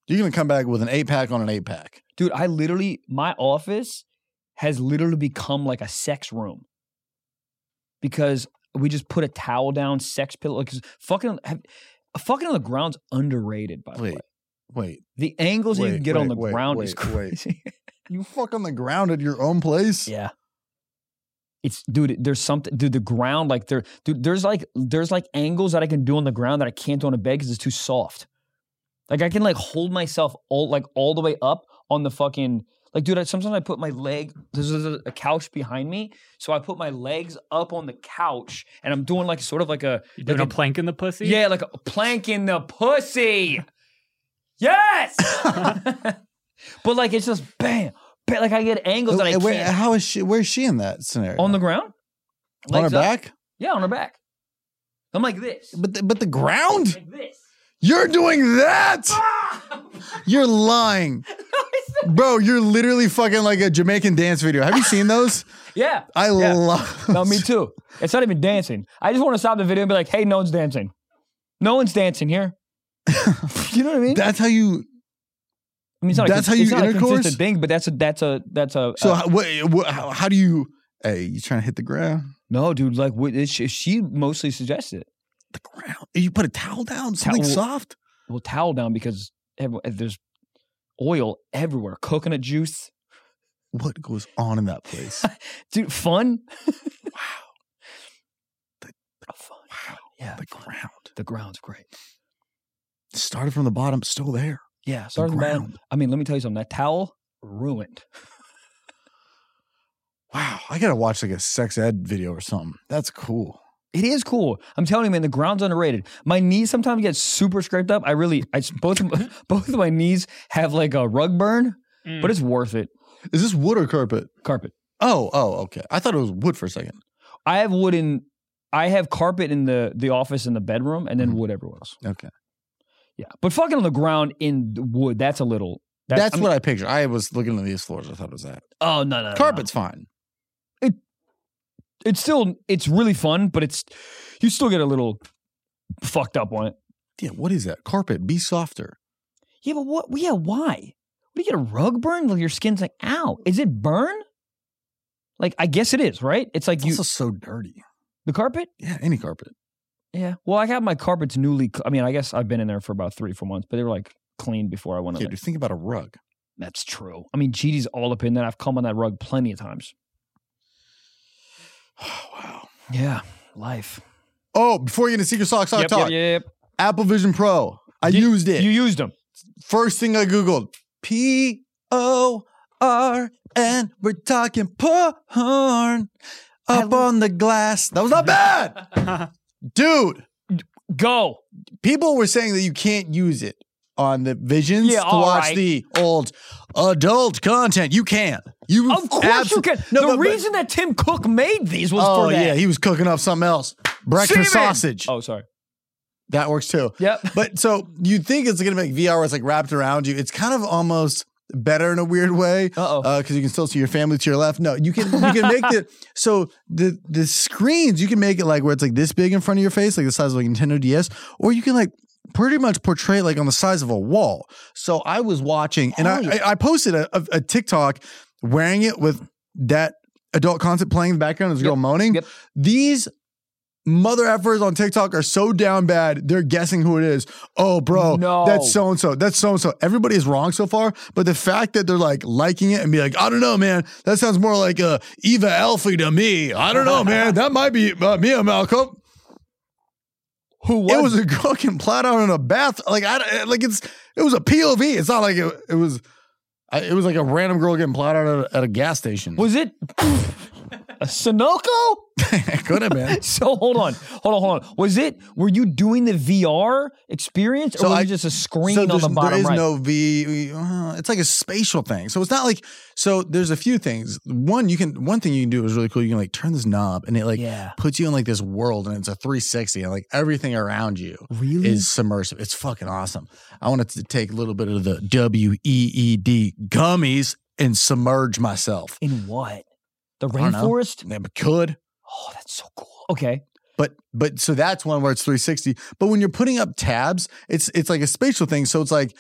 Speaker 1: You're going to come back with an eight pack on an eight pack.
Speaker 2: Dude, I literally, my office has literally become like a sex room because we just put a towel down, sex pillow. Because fucking, have, fucking on the ground's underrated, by the
Speaker 1: Wait.
Speaker 2: way.
Speaker 1: Wait.
Speaker 2: The angles that you
Speaker 1: Wait,
Speaker 2: can get on
Speaker 1: wait,
Speaker 2: the
Speaker 1: wait,
Speaker 2: ground is
Speaker 1: wait, wait.
Speaker 2: crazy.
Speaker 1: You fuck on the ground at your own place?
Speaker 2: yeah. It's dude, there's something dude, the ground, like there dude, there's like there's like angles that I can do on the ground that I can't do on a bed because it's too soft. Like I can like hold myself all like all the way up on the fucking like dude, I, sometimes I put my leg there's a, a couch behind me, so I put my legs up on the couch and I'm doing like sort of like a
Speaker 3: You doing a plank in the pussy?
Speaker 2: yeah, like a plank in the pussy. Yes. but like it's just bam, bam, like I get angles that I
Speaker 1: Uh, where-
Speaker 2: can't
Speaker 1: how is she? Where's she in that scenario?
Speaker 2: on the ground.
Speaker 1: on her
Speaker 2: Legs up.
Speaker 1: back,
Speaker 2: Yeah, on her back. I'm like this.
Speaker 1: but the, but the ground.
Speaker 2: Like this.
Speaker 1: You're doing that.
Speaker 2: Ah!
Speaker 1: You're lying, bro. You're literally fucking like a Jamaican dance video. Have you seen those?
Speaker 2: Yeah.
Speaker 1: I
Speaker 2: Yeah.
Speaker 1: love.
Speaker 2: No, me too. It's not even dancing. I just want to stop the video and be like, hey, no one's dancing. No one's dancing here. you know what I mean?
Speaker 1: That's how you.
Speaker 2: I mean, it's not
Speaker 1: that's
Speaker 2: a,
Speaker 1: how
Speaker 2: cons-
Speaker 1: you
Speaker 2: it's not
Speaker 1: intercourse?
Speaker 2: a consistent thing, but that's a that's a that's a
Speaker 1: So
Speaker 2: uh,
Speaker 1: how, what, what, how, how do you? Hey, you trying to hit the ground?
Speaker 2: no, dude. Like, what, it, she, she mostly suggested it.
Speaker 1: The ground. You put a towel down, something
Speaker 2: Towel.
Speaker 1: soft.
Speaker 2: Well, towel down because every, there's oil everywhere, coconut juice,
Speaker 1: What goes on in that place?
Speaker 2: dude. Fun. wow. Fun.
Speaker 1: wow,
Speaker 2: Yeah.
Speaker 1: the ground.
Speaker 2: The ground's great.
Speaker 1: Started from the bottom, still there.
Speaker 2: Yeah.
Speaker 1: The
Speaker 2: Starting the bottom.
Speaker 1: ground.
Speaker 2: I mean, let me tell you something. That towel ruined.
Speaker 1: Wow, I gotta watch like a sex ed video or something. That's cool.
Speaker 2: It is cool. I'm telling you, man. The ground's underrated. My knees sometimes get super scraped up. I really, I both both of my knees have like a rug burn,
Speaker 3: Mm.
Speaker 2: but it's worth it.
Speaker 1: Is this wood or carpet?
Speaker 2: Carpet.
Speaker 1: Oh, oh, okay. I thought it was wood for a second.
Speaker 2: I have wood in. I have carpet in the the office in the bedroom, and then
Speaker 1: Mhm.
Speaker 2: wood everywhere else.
Speaker 1: Okay,
Speaker 2: Yeah, but fucking on the ground in the wood. That's a little.
Speaker 1: that's,
Speaker 2: I mean-
Speaker 1: what I pictured. I was looking at these floors. I thought it was that
Speaker 2: Oh no, no, no,
Speaker 1: carpet's fine.
Speaker 2: no. It's still. It's really fun, but it's. You still get a little fucked up on it.
Speaker 1: Yeah, what is that? Carpet, be softer.
Speaker 2: Yeah, but what? Yeah, why? What do you get a rug burn? Like your skin's like, ow. Is it burn? Like I guess it is, right? It's like
Speaker 1: It's
Speaker 2: you
Speaker 1: also so dirty.
Speaker 2: the carpet.
Speaker 1: Yeah, any carpet.
Speaker 2: Yeah. Well, I got my carpets newly. I mean, I guess I've been in there for about three, four months, but they were like clean before I went. in
Speaker 1: Yeah,
Speaker 2: there.
Speaker 1: dude, think about a rug.
Speaker 2: That's true. I mean, GD's all up in that. I've come on that rug plenty of times.
Speaker 1: wow.
Speaker 2: Yeah, life.
Speaker 1: Oh, before you get into secret sock sock
Speaker 2: yep,
Speaker 1: talk,
Speaker 2: yep, yep.
Speaker 1: Apple Vision Pro. I used it.
Speaker 2: You used them.
Speaker 1: First thing I googled, P O R N. We're talking porn up on the glass. That was not bad, dude.
Speaker 2: Go.
Speaker 1: People were saying that you can't use it on the visions
Speaker 2: Yeah,
Speaker 1: to
Speaker 2: all
Speaker 1: watch
Speaker 2: right.
Speaker 1: the old adult content. You can. You
Speaker 2: Of course you
Speaker 1: abso-
Speaker 2: can.
Speaker 1: No,
Speaker 2: the
Speaker 1: but- but-
Speaker 2: reason that Tim Cook made these was
Speaker 1: oh
Speaker 2: for that.
Speaker 1: yeah, he was cooking up something else. Breakfast
Speaker 2: Semen!
Speaker 1: sausage.
Speaker 2: Oh, sorry.
Speaker 1: That works too.
Speaker 2: Yep.
Speaker 1: But so you think it's gonna make VR where it's like wrapped around you. It's kind of almost better in a weird way
Speaker 2: Uh-oh.
Speaker 1: because you can still see your family to your left. No, you can you can make it so the the screens you can make it like where it's like this big in front of your face, like the size of like Nintendo DS, or you can like pretty much portray it like on the size of a wall. So I was watching and
Speaker 2: Oh.
Speaker 1: I, I I posted a, a, a TikTok wearing it with that adult concept playing in the background. There's a girl moaning.
Speaker 2: Yep.
Speaker 1: These mother effers on TikTok are so down bad. They're guessing who it is. Oh, bro,
Speaker 2: No.
Speaker 1: that's so and so. That's so and so. Everybody is wrong so far, but the fact that they're like liking it and be like, I don't know, man. That sounds more like uh, Eva Elfie to me. I don't know, man. That might be uh, Mia Malcolm.
Speaker 2: Who
Speaker 1: It was a girl getting plowed out in a bath. Like I like it's it was a POV. It's not like it, it was. I, it was like a random girl getting plowed out at a, at a gas station.
Speaker 2: Was it a Sunoco?
Speaker 1: Could have been.
Speaker 2: So hold on, hold on, hold on. Was it? Were you doing the VR experience, or
Speaker 1: So
Speaker 2: was
Speaker 1: I-
Speaker 2: it just a screen
Speaker 1: so
Speaker 2: on the
Speaker 1: there's-
Speaker 2: bottom
Speaker 1: There is
Speaker 2: right?
Speaker 1: no V. uh, it's like a spatial thing. So it's not like so. There's a few things. One you can one thing you can do is really cool. You can like turn this knob and it like
Speaker 2: Yeah.
Speaker 1: puts you in like this world and it's a 360 and like everything around you
Speaker 2: Really?
Speaker 1: is submersive. It's fucking awesome. I wanted to take a little bit of the W E E D gummies and submerge myself.
Speaker 2: In what? The
Speaker 1: don't know.
Speaker 2: rainforest?
Speaker 1: Never could.
Speaker 2: Oh, that's so cool. Okay.
Speaker 1: But but so that's one where it's 360. But when you're putting up tabs, it's it's like a spatial thing. So it's like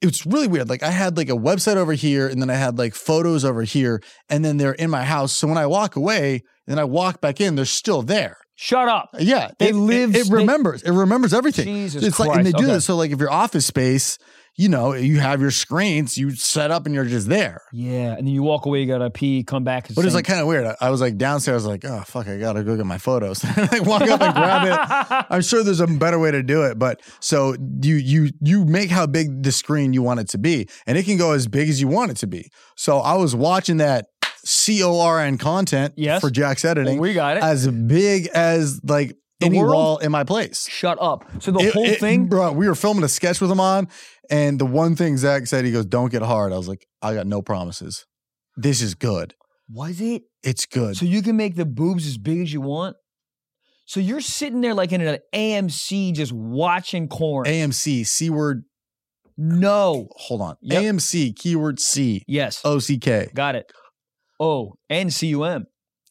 Speaker 1: it's really weird. Like I had like a website over here, and then I had like photos over here, and then they're in my house. So when I walk away, and then I walk back in, they're still there.
Speaker 2: Shut up.
Speaker 1: Yeah, it,
Speaker 2: They
Speaker 1: it-
Speaker 2: lives-
Speaker 1: It,
Speaker 2: they-
Speaker 1: remembers. It remembers everything.
Speaker 2: Jesus
Speaker 1: it's like and they
Speaker 2: Christ,
Speaker 1: do
Speaker 2: okay.
Speaker 1: this. So like if your office space, you know, you have your screens, you set up, and you're just there.
Speaker 2: Yeah, and then you walk away, you gotta pee, come back.
Speaker 1: But it's
Speaker 2: same-
Speaker 1: like kind of weird. I, I was like downstairs, like, oh fuck, I gotta go get my photos. I walk up and grab it. I'm sure there's a better way to do it, but so you you you make how big the screen you want it to be, and it can go as big as you want it to be. So I was watching that C O R N content
Speaker 2: Yes.
Speaker 1: for Jack's
Speaker 2: Well,
Speaker 1: editing
Speaker 2: we got it.
Speaker 1: as big as like
Speaker 2: The
Speaker 1: any
Speaker 2: world?
Speaker 1: wall in my place.
Speaker 2: Shut up. So the
Speaker 1: It-
Speaker 2: whole
Speaker 1: it-
Speaker 2: thing.
Speaker 1: bro. We were filming a sketch with him on, and the one thing Zach said, he goes, "Don't get hard." I was like, "I got no promises. This is good.
Speaker 2: was it?
Speaker 1: It's good."
Speaker 2: So you can make the boobs as big as you want. So you're sitting there like in an AMC just watching corn.
Speaker 1: AMC C word.
Speaker 2: no.
Speaker 1: Hold on.
Speaker 2: Yep.
Speaker 1: AMC keyword C
Speaker 2: Yes.
Speaker 1: O C K.
Speaker 2: Got it. Oh, and cum.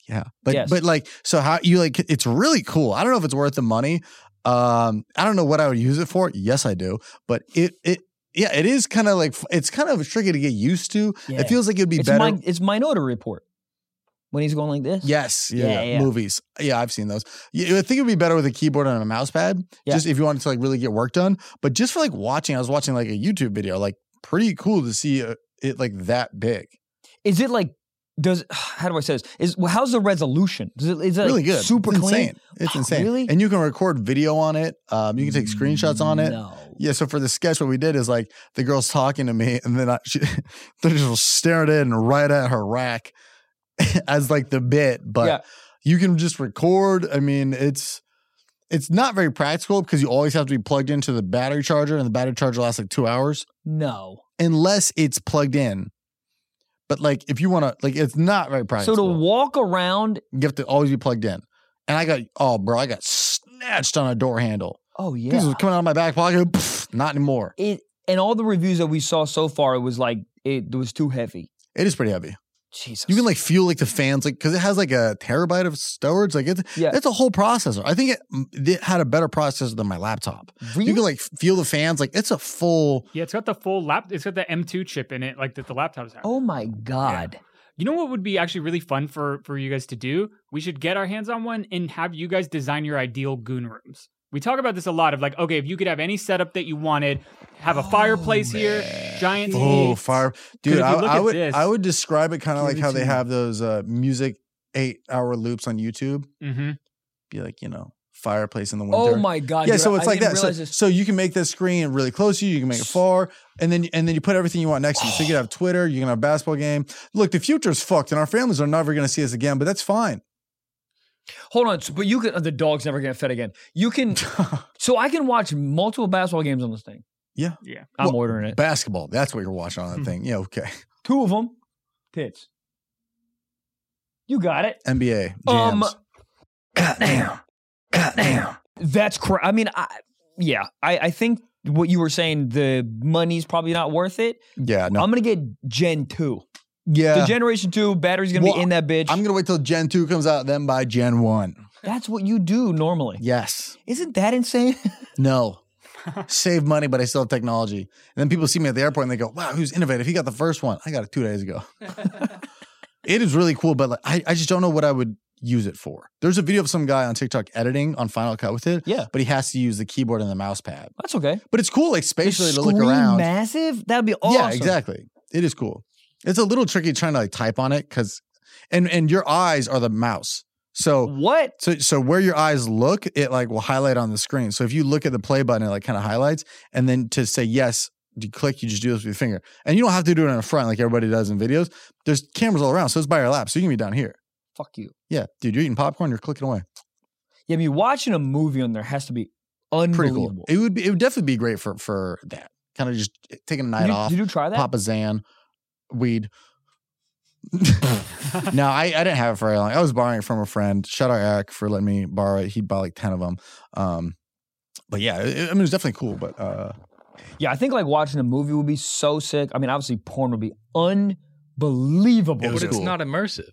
Speaker 1: Yeah. But
Speaker 2: Yes.
Speaker 1: but like so how you like it's really cool. I don't know if it's worth the money. Um I don't know what I would use it for. Yes, I do. But it it yeah, it is kind of like it's kind of tricky to get used to.
Speaker 2: Yeah.
Speaker 1: It feels like it'd be
Speaker 2: it's
Speaker 1: better.
Speaker 2: my it's Minority Report when he's going like this.
Speaker 1: Yes, yeah,
Speaker 2: Yeah,
Speaker 1: yeah,
Speaker 2: yeah, yeah.
Speaker 1: movies. Yeah, I've seen those. Yeah, I think it'd be better with a keyboard and a mouse pad,
Speaker 2: Yeah.
Speaker 1: just if you wanted to like really get work done. But just for like watching, I was watching like a YouTube video, like pretty cool to see uh, it like that big.
Speaker 2: Is it like does how do I say this? Is well, how's the resolution? Is it, is it
Speaker 1: really
Speaker 2: like
Speaker 1: good,
Speaker 2: super
Speaker 1: it's
Speaker 2: clean?
Speaker 1: insane. It's
Speaker 2: Wow,
Speaker 1: insane.
Speaker 2: really?
Speaker 1: and you can record video on it. Um, you can take screenshots on it.
Speaker 2: No.
Speaker 1: Yeah, so for the sketch, what we did is like the girl's talking to me, and then I, she, they're just staring in right at her rack as like the bit. But
Speaker 2: Yeah.
Speaker 1: you can just record. I mean, it's it's not very practical because you always have to be plugged into the battery charger, and the battery charger lasts like two hours
Speaker 2: No.
Speaker 1: unless it's plugged in. But like, if you want to, like, it's not very
Speaker 2: so
Speaker 1: practical.
Speaker 2: to walk around.
Speaker 1: you have to always be plugged in. And I got oh, bro, I got snatched on a door handle.
Speaker 2: Oh yeah.
Speaker 1: This was coming out of my back pocket. Pff, not anymore.
Speaker 2: it and all the reviews that we saw so far, it was like it was too heavy.
Speaker 1: It is pretty heavy.
Speaker 2: Jesus,
Speaker 1: You can like fuel like the fans like because it has like a terabyte of storage. Like it's
Speaker 2: yeah,
Speaker 1: it's a whole processor. I think it, it had a better processor than my laptop. You
Speaker 2: really?
Speaker 1: can like fuel the fans. Like it's a full.
Speaker 3: Yeah, it's got the full lap. It's got the M2 chip in it, like that the laptops have.
Speaker 2: oh my god,
Speaker 3: You know what would be actually really fun for for you guys to do? We should get our hands on one and have you guys design your ideal goon rooms. We talk about this a lot of like, okay, if you could have any setup that you wanted, have a fireplace here, giant TV.
Speaker 1: Oh fire, dude!
Speaker 3: if you
Speaker 1: I,
Speaker 3: look
Speaker 1: I
Speaker 3: at
Speaker 1: would
Speaker 3: this-
Speaker 1: I would describe it kind of like how they
Speaker 3: QVC.
Speaker 1: have those uh, music eight hour loops on YouTube.
Speaker 3: hmm
Speaker 1: Be like you know fireplace in the winter.
Speaker 2: oh my god,
Speaker 1: yeah,
Speaker 2: dude,
Speaker 1: so it's
Speaker 2: I
Speaker 1: like
Speaker 2: didn't
Speaker 1: that. So,
Speaker 2: realize this-
Speaker 1: so you can make this screen really close to you. You can make it far, and then and then you put everything you want next to you. So you can have Twitter. You can have a basketball game. Look, the future's fucked, and our families are never going to see us again. But that's fine.
Speaker 2: Hold on, so- but you can. uh, The dog's never get fed again. You can. so I can watch multiple basketball games on this thing.
Speaker 1: Yeah.
Speaker 3: Yeah.
Speaker 2: I'm
Speaker 1: Well,
Speaker 2: ordering it.
Speaker 1: basketball. That's what you're watching on that thing. Yeah, okay.
Speaker 2: Two of them, tits. You got it.
Speaker 1: NBA.
Speaker 2: Um,
Speaker 1: Jams.
Speaker 2: goddamn, goddamn. That's cra I mean, I yeah, I I think what you were saying, the money's probably not worth it.
Speaker 1: yeah, no.
Speaker 2: I'm gonna get Gen two.
Speaker 1: yeah.
Speaker 2: The generation two battery's gonna
Speaker 1: Well,
Speaker 2: be in that bitch.
Speaker 1: I'm gonna wait till Gen two comes out, then buy Gen one.
Speaker 2: That's what you do normally.
Speaker 1: Yes.
Speaker 2: Isn't that insane?
Speaker 1: No. Save money, but I still have technology. And then people see me at the airport and they go, "Wow, who's innovative? He got the first one. I got it two days ago." it is really cool, but like, I, I just don't know what I would use it for. There's a video of some guy on TikTok editing on Final Cut with it.
Speaker 2: Yeah.
Speaker 1: but he has to use the keyboard and the mouse pad.
Speaker 2: That's okay.
Speaker 1: But it's cool, like
Speaker 2: The
Speaker 1: spatially to look
Speaker 2: screen
Speaker 1: around.
Speaker 2: massive. That'd be awesome.
Speaker 1: Yeah, exactly. It is cool. It's a little tricky trying to like type on it because, and and your eyes are the mouse. So
Speaker 2: What?
Speaker 1: so so where your eyes look, it like will highlight on the screen. So if you look at the play button, it like kind of highlights, and then to say yes, you click, you just do this with your finger, and you don't have to do it in the front like everybody does in videos. There's cameras all around, so it's by your lap, so you can be down here.
Speaker 2: Fuck you.
Speaker 1: Yeah, dude, you're eating popcorn, you're clicking away.
Speaker 2: Yeah, I mean, watching a movie on there has to be
Speaker 1: Pretty
Speaker 2: unbelievable.
Speaker 1: cool. It would be, it would definitely be great for for that kind of just eh, taking a night
Speaker 2: Did you,
Speaker 1: off.
Speaker 2: did you try that?
Speaker 1: Papa Zan, weed. no, I, I didn't have it for very long. I was borrowing it from a friend. Shout out Eric for letting me borrow it. He'd buy like 10 of them. Um, but yeah, it, I mean, it was definitely cool. But uh,
Speaker 2: Yeah, I think like watching a movie would be so sick. I mean, obviously, porn would be unbelievable.
Speaker 1: It was
Speaker 4: but it's
Speaker 1: cool.
Speaker 4: not immersive.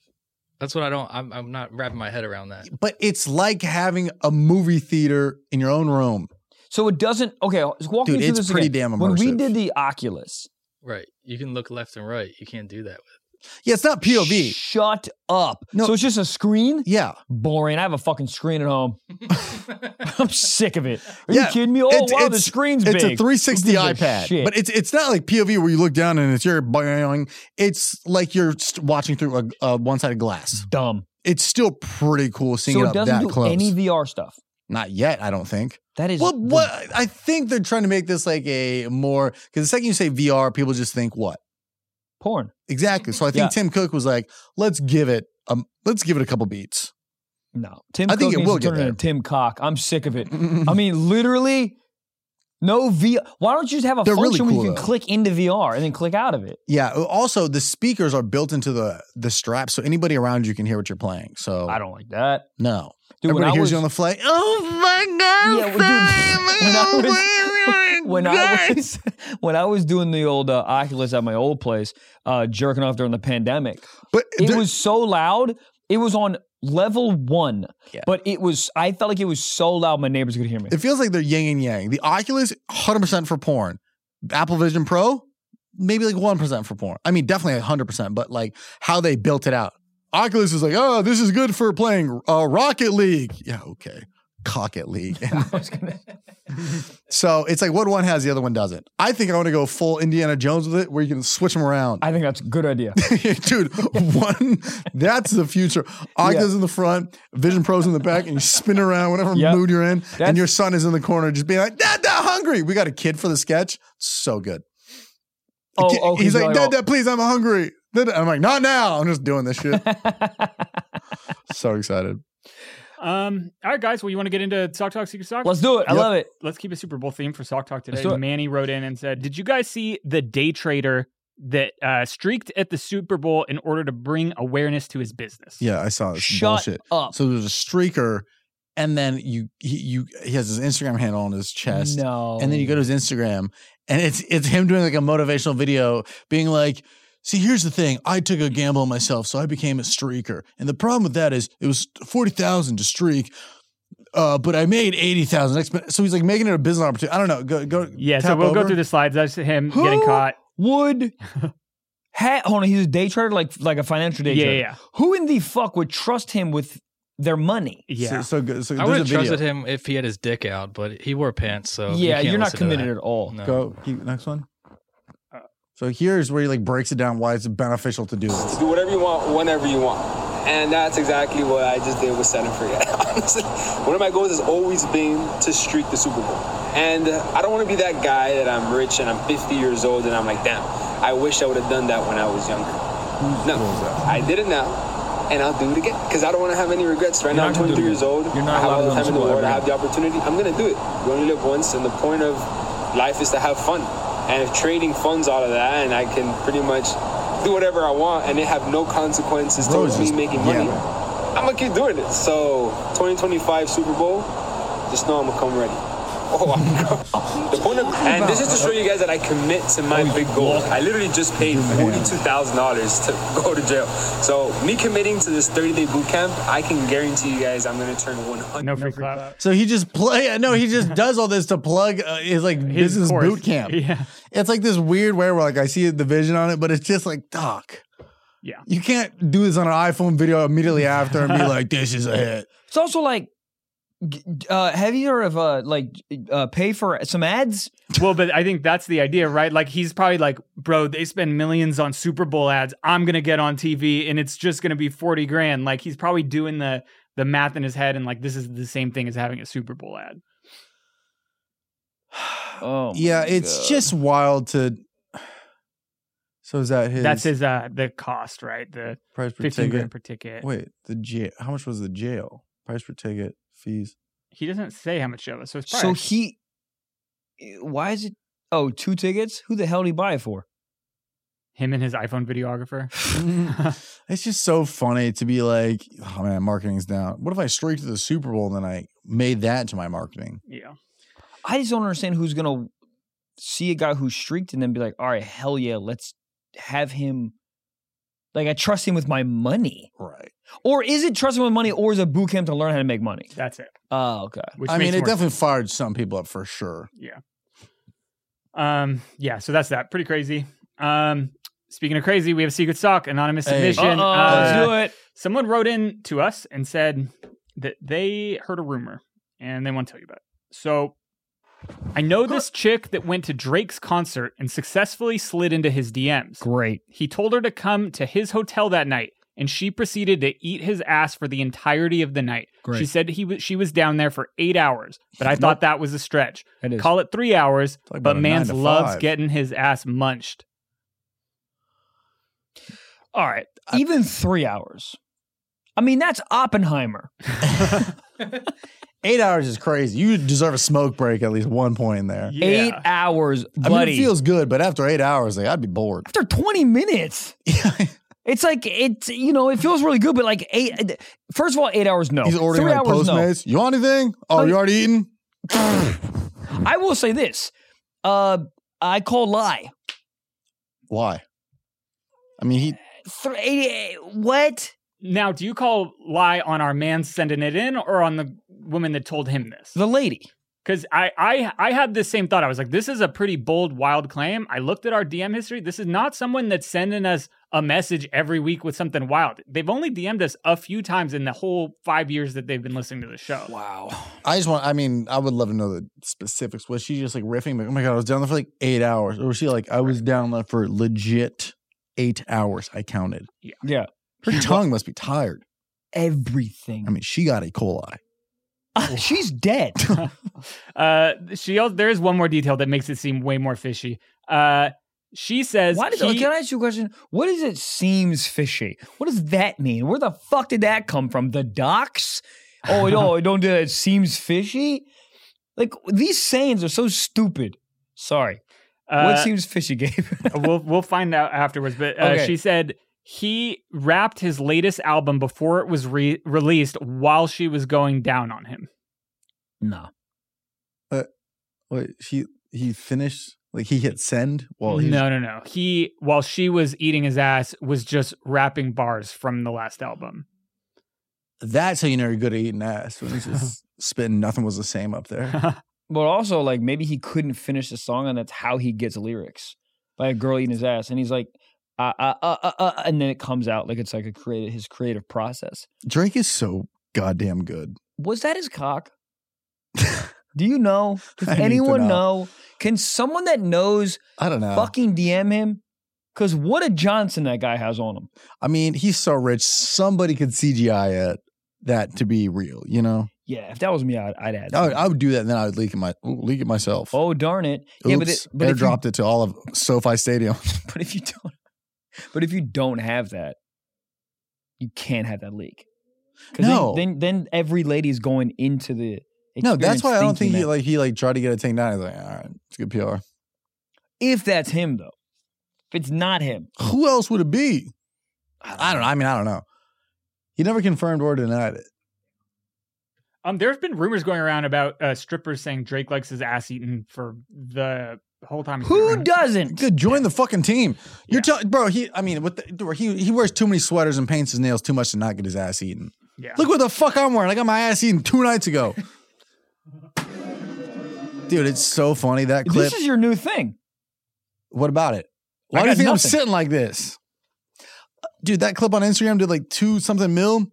Speaker 4: That's what I don't. I'm, I'm not wrapping my head around that.
Speaker 1: but it's like having a movie theater in your own room.
Speaker 2: So it doesn't. Okay, just walk
Speaker 1: Dude,
Speaker 2: me through
Speaker 1: it's
Speaker 2: this
Speaker 1: pretty
Speaker 2: again.
Speaker 1: damn
Speaker 2: When we
Speaker 1: immersive.
Speaker 2: did the Oculus,
Speaker 4: Right. You can look left and right. You can't do that. with
Speaker 1: Yeah, it's not POV.
Speaker 2: Shut up.
Speaker 1: No.
Speaker 2: So it's just a screen.
Speaker 1: Yeah.
Speaker 2: Boring. I have a fucking screen at home. I'm sick of it. Are
Speaker 1: Yeah,
Speaker 2: you kidding me? Oh
Speaker 1: it's-
Speaker 2: wow, the
Speaker 1: it's-
Speaker 2: screen's
Speaker 1: It's
Speaker 2: big.
Speaker 1: a 360
Speaker 2: Who gives a
Speaker 1: iPad,
Speaker 2: shit?
Speaker 1: but it's it's not like POV where you look down and it's your boing. It's like you're st- watching through a, a one sided glass.
Speaker 2: dumb.
Speaker 1: It's still pretty cool seeing
Speaker 2: Mm-hmm.
Speaker 1: it
Speaker 2: So it
Speaker 1: up
Speaker 2: doesn't
Speaker 1: that
Speaker 2: do
Speaker 1: close.
Speaker 2: any VR stuff.
Speaker 1: Not yet, I don't think.
Speaker 2: That is
Speaker 1: Well,
Speaker 2: the-
Speaker 1: what I think they're trying to make this like a more because the second you say VR, people just think what
Speaker 2: porn.
Speaker 1: exactly. So I think
Speaker 2: Yeah.
Speaker 1: Tim Cook was like, let's give it um, let's give it a couple beats.
Speaker 2: No, Tim.
Speaker 1: I think
Speaker 2: Cook
Speaker 1: it
Speaker 2: needs
Speaker 1: will
Speaker 2: to
Speaker 1: get
Speaker 2: turn into
Speaker 1: there.
Speaker 2: Tim Cock. I'm sick of it. I mean, literally, no V. Why don't you just have a
Speaker 1: They're really
Speaker 2: function where
Speaker 1: cool,
Speaker 2: you can
Speaker 1: though.
Speaker 2: click into VR and then click out of it?
Speaker 1: Yeah. uh, Also, the speakers are built into the the strap, so anybody around you can hear what you're playing. So
Speaker 2: I don't like that.
Speaker 1: No.
Speaker 2: Dude, when
Speaker 1: Everybody
Speaker 2: I
Speaker 1: hears
Speaker 2: was-
Speaker 1: you on the flight. Oh my God.
Speaker 2: Yeah, well, dude, when I was-
Speaker 1: Simon,
Speaker 2: when I
Speaker 1: yes."
Speaker 2: was when I was doing the old uh, Oculus at my old place, uh, jerking off during the pandemic,
Speaker 1: But
Speaker 2: it
Speaker 1: there-
Speaker 2: was so loud. It was on level one,
Speaker 1: Yeah.
Speaker 2: but it was. I felt like it was so loud my neighbors could hear me.
Speaker 1: it feels like they're yin and yang. The Oculus, 100% for porn. Apple Vision Pro, maybe like 1% for porn. I mean, definitely 100%, but like how they built it out. Oculus is like, oh, this is good for playing uh, Rocket League. Yeah, okay. Cocket League.
Speaker 2: I was gonna-
Speaker 1: so it's like one one has, the other one doesn't. I think I want to go full Indiana Jones with it where you can switch them around.
Speaker 2: I think that's a good idea.
Speaker 1: Dude, one, that's the future. Oculus in the front, Vision Pro's in the back, and you spin around whatever
Speaker 2: Yep.
Speaker 1: mood you're in,
Speaker 2: That's-
Speaker 1: and your son is in the corner just being like, Dad, Dad, hungry. We got a kid for the sketch. So good. The
Speaker 2: Oh,
Speaker 1: kid-
Speaker 2: oh,
Speaker 1: he's like,
Speaker 2: oh,
Speaker 1: Dad, Dad, please, I'm hungry. Dad, I'm like, Not now. I'm just doing this shit. so excited.
Speaker 3: Um, all right, guys. Well, you want to get into Sock Talk Secret Sock?
Speaker 2: Let's do it. I
Speaker 1: Yep.
Speaker 2: love it.
Speaker 3: let's keep a Super Bowl theme for Sock Talk
Speaker 2: Let's
Speaker 3: today.
Speaker 2: do it.
Speaker 3: Manny wrote in and said, "Did you guys see the day trader that uh, streaked at the Super Bowl in order to bring awareness to his business?"
Speaker 1: Yeah, I saw this
Speaker 2: Shut
Speaker 1: Oh, bullshit.
Speaker 2: up.
Speaker 1: So there's a streaker, and then you he, you he has his Instagram handle on his chest.
Speaker 2: No.
Speaker 1: and then you go to
Speaker 3: Oh.
Speaker 1: his Instagram, and it's it's him doing like a motivational video, being like, "See, here's the thing. I took a gamble on myself, so I became a streaker. And the problem with that is it was forty thousand to streak, uh, but I made eighty thousand. So he's like making it a business opportunity. I don't know. Go go.
Speaker 3: Yeah, so
Speaker 1: tap
Speaker 3: we'll go
Speaker 1: over.
Speaker 3: through the slides. That's him getting
Speaker 2: Who
Speaker 3: caught.
Speaker 2: would ha- hold on. He's a day trader, like like a financial day
Speaker 3: Yeah,
Speaker 2: trader.
Speaker 3: yeah,
Speaker 2: Who in the fuck would trust him with their money?
Speaker 3: yeah.
Speaker 1: So, so good. So
Speaker 4: I would
Speaker 1: there's a
Speaker 4: have
Speaker 1: video.
Speaker 4: trusted him if he had his dick out, but he wore pants, so you
Speaker 2: yeah,
Speaker 4: can't
Speaker 2: you're not
Speaker 4: listen to
Speaker 2: committed
Speaker 4: that.
Speaker 2: at all.
Speaker 4: No.
Speaker 1: Go keep, next one.
Speaker 3: Uh,
Speaker 1: So here's where he like breaks it down why it's beneficial to do this.
Speaker 7: do whatever you want, whenever you want. And that's exactly what I just did with set and forget. Honestly, one of my goals has always been to streak the Super Bowl. And I don't want to be that guy that I'm rich and I'm 50 years old and I'm like, damn, I wish I would have done that when I was younger. No,
Speaker 1: goal is that?
Speaker 7: I did it now, and I'll do it again because I don't want to have any regrets. Right
Speaker 2: You're
Speaker 7: now,
Speaker 2: not
Speaker 7: I'm
Speaker 2: gonna do
Speaker 7: 23
Speaker 2: it
Speaker 7: years
Speaker 2: again.
Speaker 7: old.
Speaker 2: You're not
Speaker 7: I have
Speaker 2: allowed
Speaker 7: all
Speaker 2: to do the
Speaker 7: the time in the
Speaker 2: Super Bowl
Speaker 7: world. I
Speaker 2: ever
Speaker 7: have the opportunity. I'm gonna do it. You only live once, and the point of life is to have fun. And if trading funds out of that, and I can pretty much do whatever I want, and it have no consequences
Speaker 1: Bro,
Speaker 7: towards
Speaker 1: it's
Speaker 7: me
Speaker 1: just-
Speaker 7: making money,
Speaker 1: yeah.
Speaker 7: I'm gonna keep doing it. So 2025 Super Bowl, just know I'm gonna come ready. Oh, I'm gonna- the point of, and this is to show you guys that I commit to
Speaker 1: Oh,
Speaker 7: my big goals. I literally just paid forty-two thousand dollars to go to jail. So me committing to this thirty-day boot camp, I can guarantee you guys, I'm gonna turn one hundred.
Speaker 3: No free clap.
Speaker 1: So he just play. No, he just does all this to plug uh, his like
Speaker 3: His
Speaker 1: business
Speaker 3: course.
Speaker 1: boot camp.
Speaker 3: Yeah.
Speaker 1: It's like this weird way where like I see the vision on it, but it's just like doc.
Speaker 3: Yeah.
Speaker 1: You can't do this on an iPhone video immediately after and be like, "This is a hit."
Speaker 2: It's also like, g- uh, have you heard of uh, like uh, pay for some ads?
Speaker 3: Well, but I think that's the idea, right? Like he's probably like, bro, they spend millions on Super Bowl ads. I'm gonna get on TV, and it's just gonna be forty grand. Like he's probably doing the the math in his head, and like this is the same thing as having a Super Bowl ad.
Speaker 2: Oh,
Speaker 1: Yeah,
Speaker 2: my
Speaker 1: it's
Speaker 2: God.
Speaker 1: just wild to. So is that his?
Speaker 3: That's his uh the cost, right? The
Speaker 1: price per
Speaker 3: fifteen
Speaker 1: ticket.
Speaker 3: grand per ticket.
Speaker 1: Wait, the jail. How much was the jail price per ticket fees?
Speaker 3: He doesn't say how much that was, so it's
Speaker 2: so
Speaker 3: probably
Speaker 2: he. Why is it? Oh, two tickets. Who the hell did he buy it for?
Speaker 3: him and his iPhone videographer.
Speaker 1: It's just so funny to be like, oh man, marketing's down. What if I streaked to the Super Bowl and then I made that to my marketing?
Speaker 3: yeah.
Speaker 2: I just don't understand who's gonna see a guy who's streaked and then be like, all right, hell yeah, let's have him. Like I trust him with my money,
Speaker 1: Right.
Speaker 2: or is it trust him with money, or is it boot camp to learn how to make money?
Speaker 3: That's it.
Speaker 2: Oh, okay.
Speaker 3: Which
Speaker 1: I mean,
Speaker 3: makes
Speaker 1: it
Speaker 3: more
Speaker 1: definitely fired some people up for sure.
Speaker 3: Um, yeah, so that's that. Pretty crazy. Um, speaking of crazy, we have Secret Sock, anonymous
Speaker 1: Hey.
Speaker 3: submission.
Speaker 2: Uh-oh,
Speaker 3: Uh,
Speaker 2: let's do it.
Speaker 3: Someone wrote in to us and said that they heard a rumor and they want to tell you about it. So I know this chick that went to Drake's concert and successfully slid into his DMs.
Speaker 2: Great.
Speaker 3: He told her to come to his hotel that night, and she proceeded to eat his ass for the entirety of the night.
Speaker 2: Great.
Speaker 3: She said he was she was down there for eight hours, but I thought that was a stretch.
Speaker 2: It is.
Speaker 3: Call it three hours,
Speaker 1: like about
Speaker 3: but
Speaker 1: a nine
Speaker 3: man's
Speaker 1: to
Speaker 3: loves
Speaker 1: five.
Speaker 3: getting his ass munched.
Speaker 2: All right. Even three hours. I mean, that's Oppenheimer.
Speaker 1: Eight hours is crazy. You deserve a smoke break at least one point in there.
Speaker 3: Yeah.
Speaker 2: Eight hours,
Speaker 1: I
Speaker 2: buddy.
Speaker 1: mean, it feels good, but after eight hours, like I'd be bored.
Speaker 2: after 20 minutes. It's like it's you know it feels really good, but like eight. uh, First of all, eight hours no.
Speaker 1: He's ordering
Speaker 2: Three
Speaker 1: like
Speaker 2: hours no.
Speaker 1: Postmates. You want anything? Oh, you already eaten?
Speaker 2: I will say this. Uh, I call lie.
Speaker 1: Why? I mean, he
Speaker 2: Th- eight- what?
Speaker 3: Now, do you call lie on our man sending it in or on the woman that told him this?
Speaker 2: The lady.
Speaker 3: Because I, I, I had this same thought. I was like, this is a pretty bold, wild claim. I looked at our DM history. This is not someone that's sending us a message every week with something wild. They've only DM'd us a few times in the whole five years that they've been listening to the show.
Speaker 2: Wow.
Speaker 1: I just want. I mean, I would love to know the specifics. Was she just like riffing? Like, oh my god, I was down there for like eight hours, or was she like, I was down there for legit eight hours? I counted.
Speaker 2: Yeah.
Speaker 1: Her tongue must be tired.
Speaker 2: Everything.
Speaker 1: I mean, she got E. coli.
Speaker 2: She's dead.
Speaker 3: Uh, she al- there is one more detail that makes it seem way more fishy. Uh, she says,
Speaker 2: Why does,
Speaker 3: he-
Speaker 2: can I ask you a question? What does it seems fishy? What does that mean? Where the fuck did that come from? The docs? Oh no, don't do that. It seems fishy. Like these sayings are so stupid. Sorry. what
Speaker 3: uh,
Speaker 2: seems fishy, Gabe?
Speaker 3: we'll we'll find out afterwards. But uh,
Speaker 2: Okay.
Speaker 3: she said he wrapped his latest album before it was re- released while she was going down on him.
Speaker 2: no.
Speaker 1: Wait, she he finished like he hit send while
Speaker 2: Mm-hmm.
Speaker 1: he
Speaker 3: no, no, no. He while she was eating his ass was just rapping bars from the last album.
Speaker 1: That's how you know you're good at eating ass when he's just spitting. Nothing was the same up there.
Speaker 2: But also, like maybe he couldn't finish the song, and that's how he gets lyrics by a girl eating his ass, and he's like, uh, uh, uh, uh, uh, and then it comes out like it's like a creative his creative process.
Speaker 1: Drake is so goddamn good.
Speaker 2: Was that his cock? Do you know? Does
Speaker 1: I need to
Speaker 2: anyone know.
Speaker 1: know. Uh.
Speaker 2: Can someone that knows
Speaker 1: I don't know.
Speaker 2: fucking DM him? Because what a Johnson that guy has on him.
Speaker 1: I mean, he's so rich. Somebody could CGI it that to be real. You know,
Speaker 2: Yeah, if that was me, I'd, I'd add.
Speaker 1: Oh, I would,
Speaker 2: that.
Speaker 1: I would do that, and then I would leak it my ooh, leak it myself.
Speaker 2: oh darn it!
Speaker 1: Oops,
Speaker 2: yeah, but, it, but if you
Speaker 1: airdropped it to all of SoFi Stadium.
Speaker 2: But if you don't, but if you don't have that, you can't have that leak. 'Cause then-
Speaker 1: No.
Speaker 2: Then, then every lady's going into the.
Speaker 1: no, that's
Speaker 2: experience
Speaker 1: why I don't think
Speaker 2: thinking
Speaker 1: he
Speaker 2: that-
Speaker 1: like he like tried to get it taken down. He's like, all right, it's good PR.
Speaker 2: If that's him though, if it's not him,
Speaker 1: Who else would it be? I don't know. I mean, I don't know. He never confirmed or denied it.
Speaker 3: Um, there have been rumors going around about uh, strippers saying Drake likes his ass eaten for the whole time. he's been
Speaker 2: who
Speaker 3: around.
Speaker 2: doesn't?
Speaker 1: Good, join the fucking team. You're telling, bro. He, I mean, what the, he he wears too many sweaters and paints his nails too much to not get his ass eaten.
Speaker 3: Yeah.
Speaker 1: Look what the fuck I'm wearing. I got my ass eaten two nights ago. Dude, it's so funny that clip.
Speaker 2: This is your new thing.
Speaker 1: what about it? Why do you
Speaker 2: got
Speaker 1: think I'm
Speaker 2: nothing.
Speaker 1: sitting like this? Dude, that clip on Instagram did like two something mil.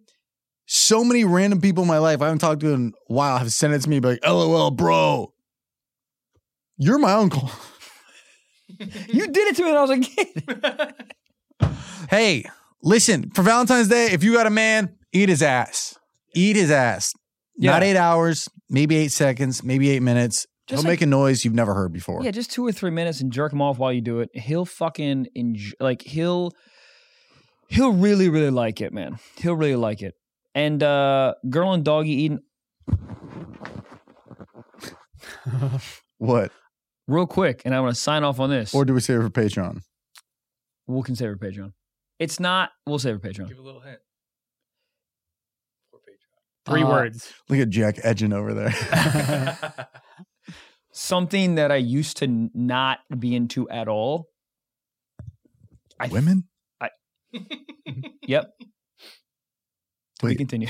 Speaker 1: So many random people in my life I haven't talked to in a while have sent it to me be like, LOL, bro. You're my uncle.
Speaker 2: You did it to me when I was a kid.
Speaker 1: Hey, listen, for Valentine's Day, if you got a man, eat his ass. Eat his ass. Not
Speaker 2: Yeah.
Speaker 1: eight hours, maybe eight seconds, maybe eight minutes.
Speaker 2: Just
Speaker 1: He'll
Speaker 2: like-
Speaker 1: make a noise you've never heard before.
Speaker 2: yeah, just two or three minutes and jerk him off while you do it. He'll fucking enjoy. Like he'll he'll really really like it, man. He'll really like it. And uh girl and doggy eating
Speaker 1: What?
Speaker 2: real quick, and I want to sign off on this.
Speaker 1: Or do we save it for Patreon?
Speaker 2: we'll consider Patreon. It's not. We'll save it Patreon.
Speaker 4: Give a little hint.
Speaker 3: Three
Speaker 2: Uh,
Speaker 3: words.
Speaker 1: Look at Jack edging over there.
Speaker 2: Something that I used to n- not be into at all. I-
Speaker 1: Women?
Speaker 2: Yep. To be
Speaker 1: Wait.
Speaker 2: continued.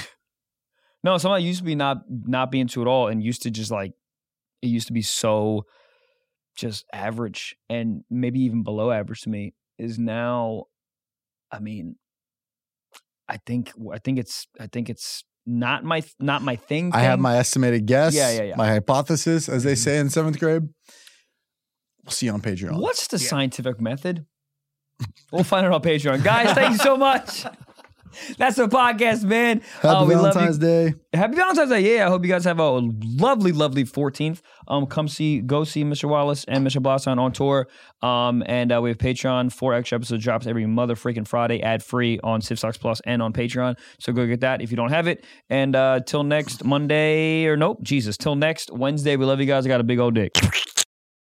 Speaker 2: No, something I used to be not not be into at all, and used to just like it used to be so just average and maybe even below average to me is now. I mean, I think I think it's I think it's not my not my thing.
Speaker 1: I have
Speaker 2: thing.
Speaker 1: my estimated guess.
Speaker 2: Yeah, yeah, yeah. Mm-hmm.
Speaker 1: My hypothesis, as they say in seventh grade. We'll see you on Patreon.
Speaker 2: What's the
Speaker 3: Yeah.
Speaker 2: scientific method? We'll find it on Patreon. Guys, thank you so much. That's the podcast, man.
Speaker 1: Happy
Speaker 2: Uh, we love you.
Speaker 1: Valentine's Day.
Speaker 2: Happy Valentine's Day. Yeah, I hope you guys have a lovely, lovely 14th. Um, come see, go see Mr. Wallace and Mr. Blaustein on tour. Um, and uh, we have Patreon. Four extra episodes drops every mother freaking Friday, ad free on Civ Socks Plus and on Patreon. So go get that if you don't have it. And uh, till next Monday, or nope, Jesus, till next Wednesday. We love you guys. I got a big old dick.